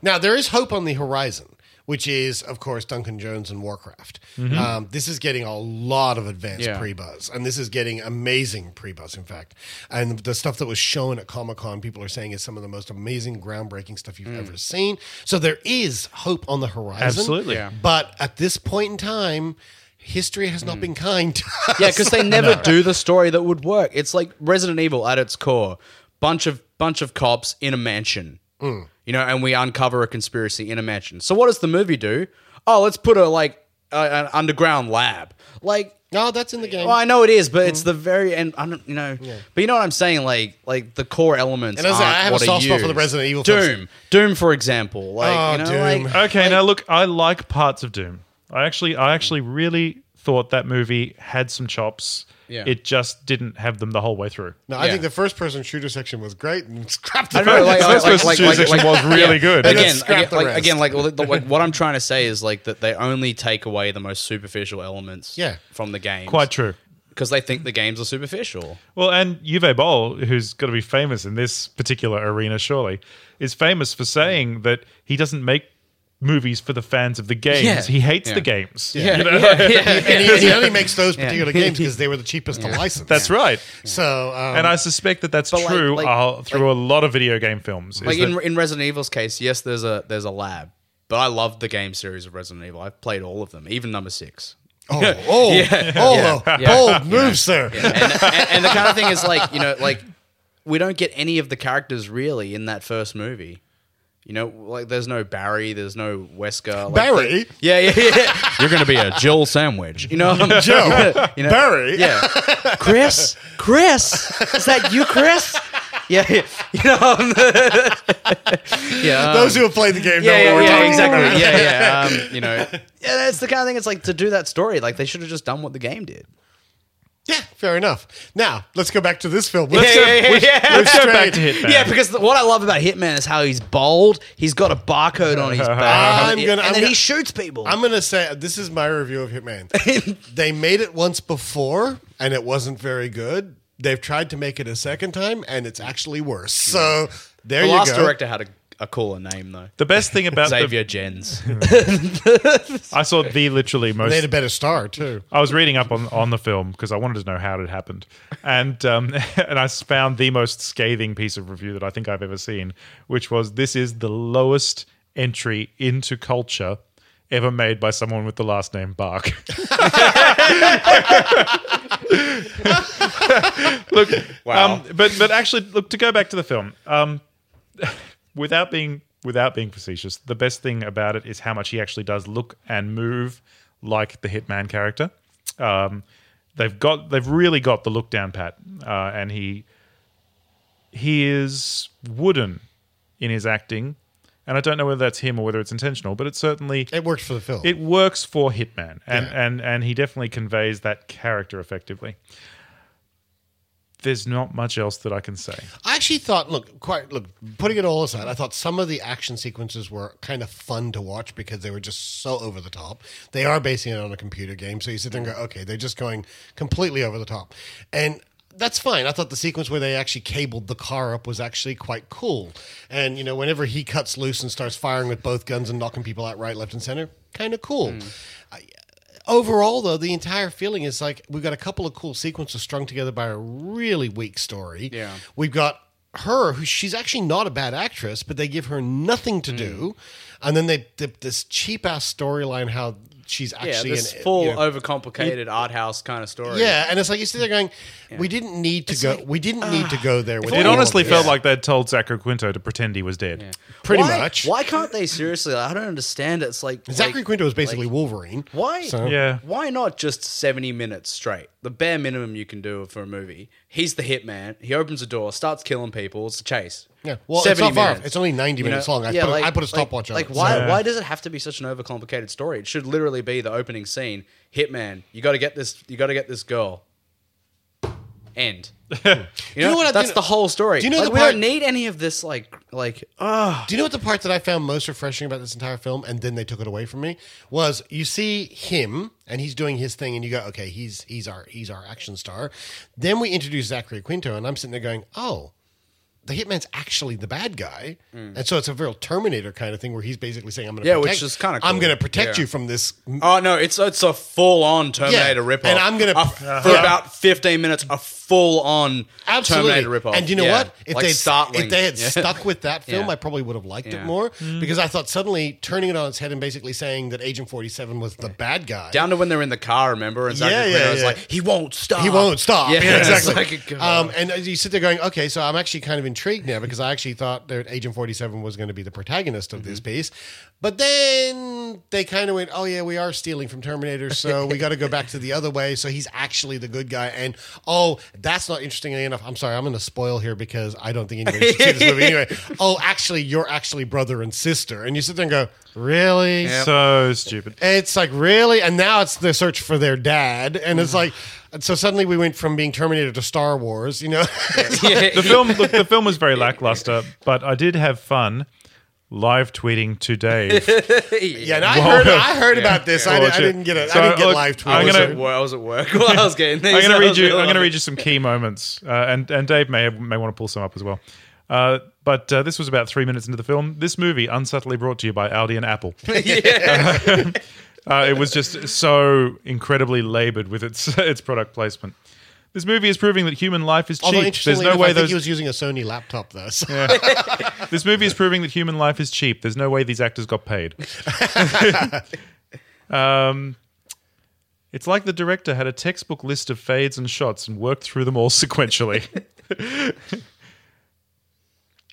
A: Now there is hope on the horizon, which is of course Duncan Jones and Warcraft.
B: Mm-hmm.
C: Mhm.
A: Um, this is getting a lot of advanced
C: Yeah.
A: pre-buzz, and this is getting amazing pre-buzz, in fact. And the stuff that was shown at Comic Con, people are saying is some of the most amazing, groundbreaking stuff
B: Mm.
A: you've ever seen. So there is hope on the horizon,
C: Absolutely. Yeah.
A: But at this point in time, history has not been kind. To
B: Mm. Yeah,
A: us.
B: because they never do the story that would work. It's like Resident Evil at its core: bunch of bunch of cops in a mansion,
A: Mm.
B: you know, and we uncover a conspiracy in a mansion. So what does the movie do? Oh, let's put a like a, an underground lab. Like,
A: no, that's in the game.
B: Well, I know it is, but it's the very end. I don't, you know, but you know what I'm saying? Like, like the core elements.
A: And as I
B: aren't
A: say, I have a
B: what are
A: soft spot for the
B: used.
A: Resident Evil
B: Doom,
A: films.
B: Doom, for example. Like,
A: oh,
B: you know, like uh,
C: okay, now look, I like parts of Doom. I actually I actually really thought that movie had some chops.
A: Yeah.
C: It just didn't have them the whole way through.
A: No, I think the first person shooter section was great and scrapped
B: I
A: the
B: don't know, like,
A: first
B: like, like,
A: person
B: like,
A: shooter
B: like,
A: section
B: like-
C: was really
B: yeah.
C: good. They
B: Again,
C: just
B: again,
C: scrapped the
B: like,
C: rest.
B: again, like, the- the- like, what I'm trying to say is like that they only take away the most superficial elements
C: Yeah.
B: from the game.
C: Quite true.
B: Because they think the games are superficial.
C: Well, and Juve Boll, who's got to be famous in this particular arena, surely, is famous for saying that he doesn't make movies for the fans of the games.
A: Yeah.
C: He hates
A: Yeah.
C: the games.
A: Yeah.
C: You know?
A: Yeah. Yeah. And he- and he only makes those particular games 'cause they were the cheapest to license.
C: That's right.
A: So, um,
C: and I suspect that that's
B: But like-
C: true
B: like-
C: uh, through a lot of video game films. is
B: Like
C: that-
B: in, in Resident Evil's case, yes, there's a there's a lab, but I love the game series of Resident Evil. I've played all of them, even number six.
A: Oh, oh, oh, bold moves there.
B: Yeah. And, and, and the kind of thing is like you know, like we don't get any of the characters really in that first movie. You know, like there's no Barry, there's no Wesker. Like,
M: Barry?
B: the- yeah, yeah, yeah. You're gonna be a Jill sandwich. You know,
M: Joe.
B: you know,
M: Barry?
B: Yeah, Chris. Chris, is that you, Chris? Yeah, yeah. you know. yeah, um,
A: Those who have played the game
B: yeah,
A: know
B: yeah,
A: what we're
B: yeah,
A: talking about.
B: exactly. Yeah, yeah. Um, you know, yeah, that's the kind of thing. It's like to do that story, like they should have just done what the game did.
A: Fair enough. Now let's go back to this film.
B: Yeah,
A: Let's go,
B: yeah, yeah,
A: let's-
B: yeah.
A: let's trade.
B: Yeah, because the- what I love about Hitman is how he's bold. He's got a barcode on his back,
A: I'm gonna, I'm
B: and then
A: gonna-
B: he shoots people.
A: I'm gonna say this is my review of Hitman. they made it once before and it wasn't very good. They've tried to make it a second time and it's actually worse. So there
B: the
A: you
B: last
A: go.
B: director had a, a cooler name though.
C: The best thing about the-
B: Xavier Jens.
C: I saw the literally most.
A: They had a better star too.
C: I was reading up on, on the film because I wanted to know how it had happened, and um, and I found the most scathing piece of review that I think I've ever seen, which was this is the lowest entry into culture ever made by someone with the last name Bark. look,
B: Wow.
C: um, but but actually, look to go back to the film. Um, without being without being facetious, the best thing about it is how much he actually does look and move like the hitman character. Um, they've got they've really got the look down pat, uh, and he he is wooden in his acting. And I don't know whether that's him or whether it's intentional, but it certainly
A: it works for the film.
C: It works for Hitman, and and and he definitely conveys that character effectively. There's not much else that I can say.
A: I actually thought, look, quite look, putting it all aside, I thought some of the action sequences were kind of fun to watch because they were just so over the top. They are basing it on a computer game, so you sit there and go, okay, they're just going completely over the top, and that's fine. I thought the sequence where they actually cabled the car up was actually quite cool, and you know, whenever he cuts loose and starts firing with both guns and knocking people out right, left, and center, kind of cool. Overall, though, the entire feeling is like we've got a couple of cool sequences strung together by a really weak story.
M: Yeah.
A: We've got her, who she's actually not a bad actress, but they give her nothing
M: Mm.
A: to do. And then they dip this cheap ass storyline how she's
M: yeah,
A: actually
M: this
A: an-
M: full
A: you know-
M: overcomplicated art house kind of story.
A: Yeah, and it's like you sit there going, we didn't need to go. we didn't need to go there. with
C: It
A: all of
C: honestly
A: this.
C: felt like they'd told Zachary Quinto to pretend he was dead.
A: pretty
M: Why-
A: much.
M: Why can't they seriously? Like, I don't understand. It's like
A: Zachary
M: like-
A: Quinto was basically
M: like,
A: Wolverine.
M: Why?
A: So-
M: Why not just seventy minutes straight? The bare minimum you can do for a movie. He's the hitman. He opens a door, starts killing people. It's a chase.
A: Yeah. Well, it's
M: 70
A: not far off.
M: minutes.
A: It's only 90 minutes long. I put a- I put a stopwatch on
M: like,
A: it,
M: why?
A: so-
M: Why does it have to be such an overcomplicated story? It should literally be the opening scene. Hitman. You got to get this. You got to get this girl. End. You know,
A: know what I- do you
M: that's
A: know-
M: the whole story.
A: do you know
M: Like,
A: the
M: we
A: part- Uh,
M: don't need any of this like like
A: Do you know what the part that I found most refreshing about this entire film, and then they took it away from me, was you see him and he's doing his thing, and you go, okay, he's he's our he's our action star. Then we introduce Zachary Quinto, and I'm sitting there going, oh, the hitman's actually the bad guy, and so it's a real Terminator kind of thing where he's basically saying, I'm going to
M: Mm. Yeah,
A: protect,
M: which is kinda
A: I'm
M: cool.
A: going to protect
M: Yeah.
A: you from this.
M: Oh no, it's it's a full on Terminator
A: Yeah,
M: ripoff,
A: and I'm gonna-
M: A- for
A: Yeah.
M: about fifteen minutes a full on
A: Absolutely.
M: Terminator ripoff.
A: And you know
M: Yeah.
A: what? If
M: like
A: they'd,
M: Startling.
A: if they had
M: Yeah.
A: stuck with that film,
M: Yeah.
A: I probably would have liked it
M: Yeah.
A: more
M: Mm.
A: because I thought suddenly turning it on its head and basically saying that Agent 47 was the bad guy.
M: down to when they're in the car, remember? And Zachary
A: Yeah,
M: yeah,
A: yeah,
M: was
A: yeah.
M: like, he won't stop.
A: He won't stop. Yeah,
M: it's
A: exactly.
M: like,
A: um, and you sit there going, okay, so I'm actually kind of intrigued now because I actually thought that Agent 47 was going to be the protagonist of this
M: Mm-hmm.
A: piece. But then they kind of went, oh, yeah, we are stealing from Terminator, so we got to go back to the other way. So he's actually the good guy. And oh, that's not interestingly enough. I'm sorry, I'm going to spoil here because I don't think anybody should see this movie anyway. Oh, actually, you're actually brother and sister. And you sit there and go, really?
C: So stupid.
A: It's like really, and now it's the search for their dad, and
C: Mm.
A: it's like, and so suddenly we went from being Terminator to Star Wars, you know.
C: the film look, the film was very lackluster, but I did have fun live tweeting to Dave.
A: yeah, and I heard, I heard about this. I, did, I
C: Watch it.
A: didn't get it.
C: So,
A: I didn't get
C: look,
A: live
C: I'm
A: tweets.
C: gonna-
M: Well, I was at work while I was getting these.
C: I'm going
M: I
C: to read
M: was
C: you.
M: really
C: I'm going
M: like-
C: to read you some key moments, uh, and and Dave may have, may want to pull some up as well. Uh, but uh, this was about three minutes into the film. This movie, unsubtly brought to you by Aldi and Apple. uh, it was just so incredibly laboured with its its product placement. This movie is proving that human life is
A: Although
C: cheap. There's
A: interestingly,
C: no
A: enough, I
C: way
A: think
C: those
A: he was using a Sony laptop though. so-
C: this movie is proving that human life is cheap. There's no way these actors got paid. um, it's like the director had a textbook list of fades and shots and worked through them all sequentially.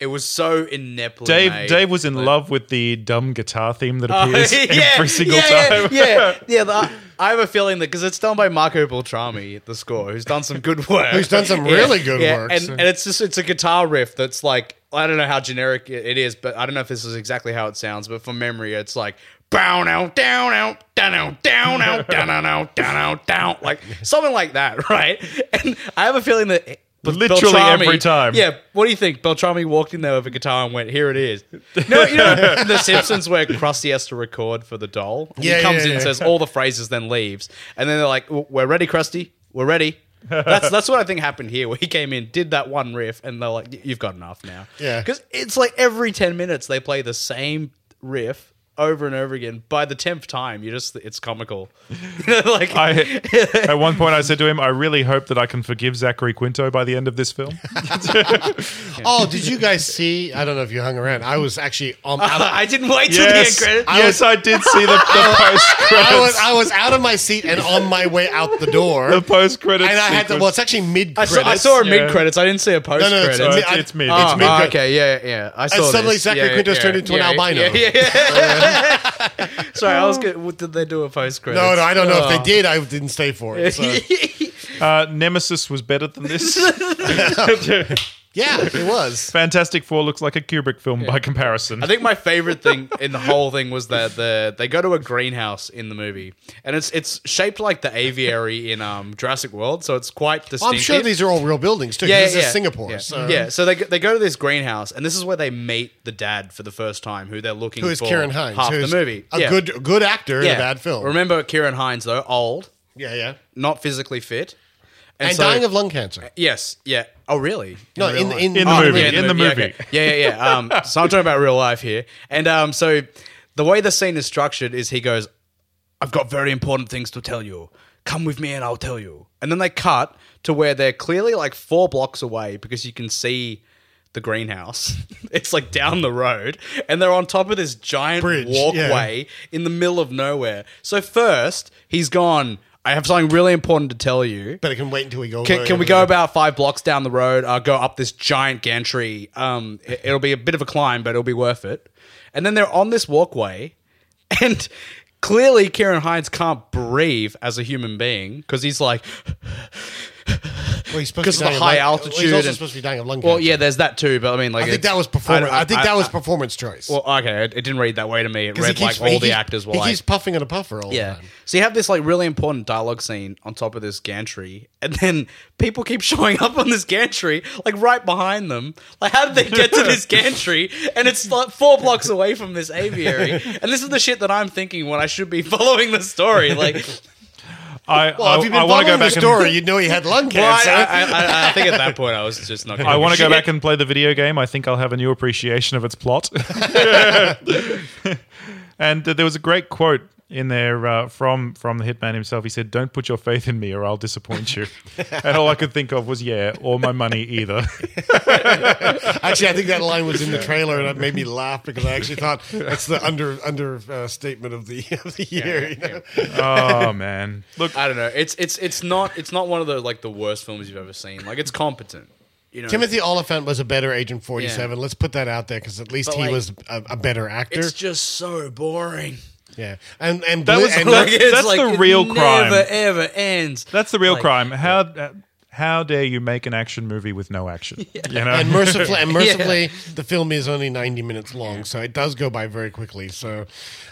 M: It was so ineptly.
C: Dave
M: made.
C: Dave was in love with the dumb guitar theme that
M: Oh,
C: appears every single
M: yeah,
C: time.
M: Yeah, yeah, yeah. the- I have a feeling that because it's done by Marco Beltrami, the score, who's done some good work.
A: Who's done some
M: Yeah,
A: really good work,
M: And,
A: so-
M: and it's just it's a guitar riff that's like I don't know how generic it it is, but I don't know if this is exactly how it sounds. But from memory, it's like bow out down out down out down out down out down out down like something like that, right? And I have a feeling that.
C: Literally
M: Beltrami-
C: every time.
M: Yeah. What do you think? Beltrami walked in there with a guitar and went, "Here it is." No, you know in The Simpsons where Krusty has to record for the doll. And
A: Yeah,
M: he comes
A: yeah,
M: in,
A: yeah.
M: says all the phrases, then leaves, and then they're like, "We're ready, Krusty. We're ready."
B: That's that's what I think happened here, where he came in, did that one riff, and they're like, "Y- "You've got enough now."
A: Yeah.
B: because it's like every ten minutes they play the same riff over and over again. By the tenth time, you just it's comical. You know, like
C: I, at one point, I said to him, "I really hope that I can forgive Zachary Quinto by the end of this film."
A: Oh, did you guys see? I don't know if you hung around. I was actually um, on.
B: I didn't wait
C: till the Yes. end credit. Yes, I did see the- the post-credits.
A: I was, I was out of my seat and on my way out the door.
C: The post-credits
A: And I had to.
C: sequence.
A: Well, it's actually mid.
B: I saw, I saw a mid credits. I didn't see a
A: no,
B: post
A: it's-
B: credits.
A: it's- it's- it's mid.
C: Ah,
A: It's mid credit.
B: Okay, yeah, yeah. I
A: And
B: saw
A: suddenly
B: this.
A: Zachary
B: yeah,
A: Quinto's
B: yeah,
A: turned into an
B: yeah,
A: albino.
B: Yeah, yeah, yeah. Sorry, I was. Good. What did they do a Ah. post credits?
A: No, no, I don't know if they
C: Oh.
A: did. I didn't stay for it. So.
C: Uh, Nemesis was better than this.
A: yeah, it was.
C: Fantastic Four looks like a Kubrick film by comparison.
B: I think my favorite thing in the whole thing was that the they go to a greenhouse in the movie, and it's it's shaped like the aviary in um, Jurassic World, so it's quite
A: Well,
B: distinctive.
A: I'm sure these are all real buildings too. 'cause this is Singapore.
B: Yeah.
A: So.
B: Yeah, so they, they go to this greenhouse, and this is where they meet the dad for the first time, who they're looking
A: Who is
B: for
A: Kieran Hines,
B: half
A: who's
B: the movie.
A: a
B: Yeah.
A: good good actor in a bad film.
B: Remember Kieran Hines, though, old,
A: Yeah, yeah.
B: not physically fit.
A: And dying of lung cancer.
B: Yes, yeah. Oh, really?
A: No,
B: real
A: in-
B: life?
A: in- In the movie,
B: yeah,
A: in the
B: Yeah,
A: movie.
B: okay. yeah, yeah. yeah. Um, so I'm talking about real life here. And um, so the way the scene is structured is he goes, I've got very important things to tell you. Come with me and I'll tell you. And then they cut to where they're clearly like four blocks away because you can see the greenhouse. it's like down the road. And they're on top of this giant
A: Bridge,
B: walkway in the middle of nowhere. So first, he's gone. I have something really important to tell you.
A: But it can wait until we go.
B: Can, can we go about five blocks down the road? I'll go up this giant gantry. Um, it, it'll be a bit of a climb, but it'll be worth it. And then they're on this walkway, and clearly Kieran Hines can't breathe as a human being because he's like,
A: Well, he's supposed
B: because
A: to
B: of
A: be
B: the
A: dying
B: high
A: lung-
B: altitude.
A: He's also
B: and-
A: supposed to be dying of lung cancer.
B: well, yeah, there's that too. But I mean, like,
A: I think
B: it's-
A: that was performance. I, think that was
B: I-
A: performance choice.
B: well, okay, it, it didn't read that way to me. It
A: 'Cause he
B: read
A: keeps-
B: like
A: he
B: all the
A: keeps-
B: actors were
A: He
B: like,
A: keeps puffing and a puffer all the
B: yeah.
A: time.
B: So you have this like really important dialogue scene on top of this gantry, and then people keep showing up on this gantry, like right behind them. Like, how did they get to this gantry? And it's like four blocks away from this aviary. And this is the shit that I'm thinking when I should be following the story. Like,
C: I,
B: Well,
C: I,
B: if you've been
C: I want to go
B: following the
C: back
B: story,
C: and
A: you'd know he had lung
B: well, I, I, I, I think at that point I was just not. gonna
C: I
B: give
C: want
B: a
C: to go
B: shit.
C: back and play the video game. I think I'll have a new appreciation of its plot. and uh, there was a great quote in there uh, from from the hitman himself. He said, "Don't put your faith in me, or I'll disappoint you." and all I could think of was, "Yeah, or my money either."
A: Actually, I think that line was in the trailer, and it made me laugh because I actually thought that's the under under uh, statement of the of the year. you know?
C: oh man, look,
B: I don't know. It's it's it's not it's not one of the like the worst films you've ever seen. Like, it's competent. You know,
A: Timothy Oliphant was a better Agent Forty Seven. Let's put that out there because at least
B: But,
A: he
B: like,
A: was a, a better actor.
B: It's just so boring.
A: yeah, and and
C: That
A: Blu-
C: was-
A: and
C: that's-
A: Blu-
B: It's
C: that's
B: like
C: the
B: it
C: real
B: never,
C: crime.
B: ever ends.
C: That's the real
B: Like-
C: crime. How uh, how dare you make an action movie with no action? You know,
A: and mercifully, and mercifully the film is only 90 minutes long, so it does go by very quickly. So,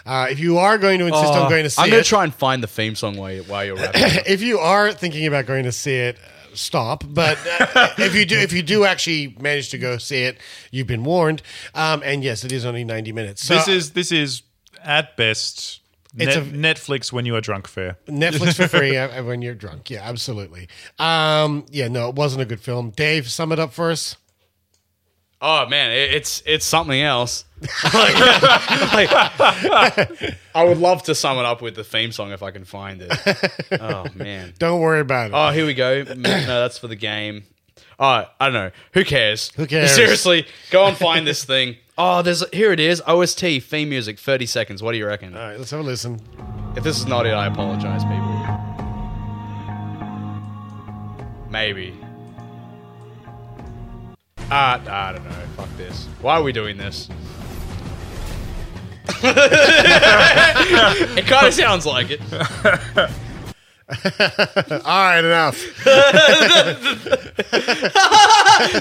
A: uh, if you are going to insist on going to see
B: Uh, I'm gonna
A: it,
B: try and find the theme song while, you- while you're rapping.
A: if you are thinking about going to see it, uh, stop. But uh, if you do, if you do actually manage to go see it, you've been warned. Um, and yes, it is only 90 minutes. So
C: this is this is at best
A: It's
C: Net- Netflix when you are drunk fare.
A: Netflix for free uh, when you're drunk. Yeah, absolutely. Um, yeah, no, it wasn't a good film. Dave, sum it up for us.
B: oh man, it, it's it's something else. I would love to sum it up with the theme song if I can find it. Oh man.
A: Don't worry about it.
B: Oh, here we go. No, that's for the game. Oh, I don't know. Who cares? Who
A: cares?
B: Seriously, go and find this thing. Oh, there's here it is. OST theme music, 30 seconds. What do you reckon?
A: All right, let's have a listen.
B: If this is not it, I apologize, people. Maybe. Ah, I don't know. Fuck this. Why are we doing this? it kind of sounds like it.
A: All right, enough.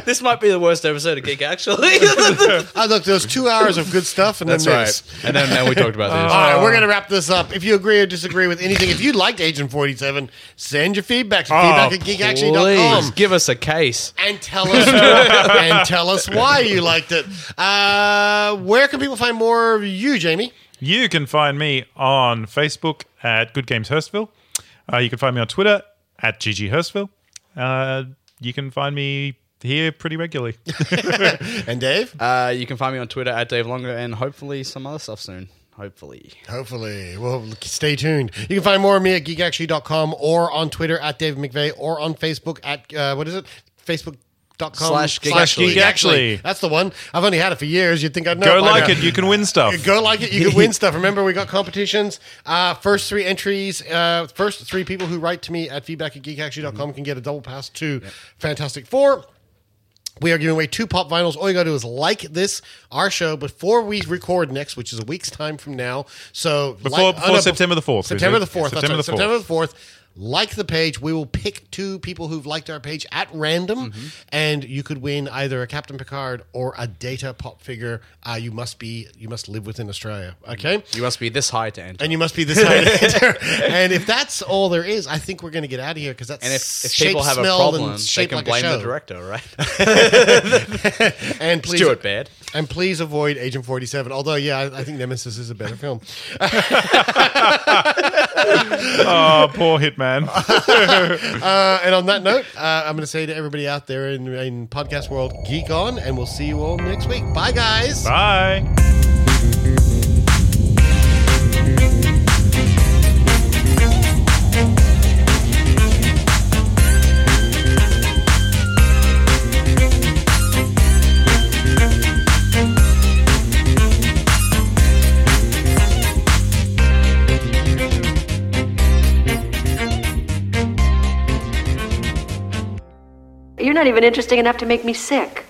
B: This might be the worst episode of Geek, actually.
A: I Uh, look, there's two hours of good stuff, and
B: That's
A: then
B: right. Um,
A: this.
B: And then, then we talked about
M: Uh,
B: this.
A: All right, we're going to wrap this up. If you agree or disagree with anything, if you liked Agent 47, send your feedback to feedback at
B: Oh, please
A: geekaction.com
B: give us a case.
A: and tell us and tell us why you liked it. Uh, where can people find more of you, Jamie?
C: You can find me on Facebook at Good Games Hurstville. Uh, you can find me on Twitter at GG Hurstville. Uh, you can find me here pretty regularly.
A: and Dave?
M: Uh, you can find me on Twitter at Dave Longer and hopefully some other stuff soon. Hopefully.
A: Hopefully. Well, stay tuned. You can find more of me at geekactually.com or on Twitter at David McVeigh or on Facebook at, uh, what is it? Facebook. Dot com
M: Slash Geek Actually.
A: geekactually. That's the one. I've only had it for years. You'd think I'd know.
C: Go
A: it by
C: like
A: now.
C: it. You can win stuff.
A: Go like it. You can win stuff. Remember, we got competitions. Uh, first three entries, uh, first three people who write to me at feedback at geekactually.com can get a double pass to Fantastic Four. We are giving away two pop vinyls. All you got to do is like this, our show, before we record next, which is a week's time from now. So
C: Before-
A: like-
C: before
A: oh, no,
C: September the 4th,
A: September the
C: is it?
A: 4th. That's
C: September
A: right,
C: the 4th.
A: September the 4th. Like the page. We will pick two people who've liked our page at random,
C: Mm-hmm.
A: and you could win either a Captain Picard or a Data pop figure. Uh, you must be, you must live within Australia. Okay.
C: Mm-hmm.
M: You must be this high to enter.
A: And you must be this high enter. And if that's all there is, I think we're going to get out of here because that's
M: And if, if
A: shape,
M: people have a
A: smell,
M: problem,
A: and
M: they
A: shape
M: can
A: like a
M: blame the
A: show.
M: director, right?
A: and
M: Let's
A: please
M: do it, Bad.
A: And please avoid Agent Forty Seven. Although, yeah, I, I think Nemesis is a better film.
C: oh, poor Hitman.
A: uh, and on that note, uh, I'm going to say to everybody out there in, in podcast world, geek on, and we'll see you all next week. Bye, guys.
C: Bye.
F: You're not even interesting enough to make me sick.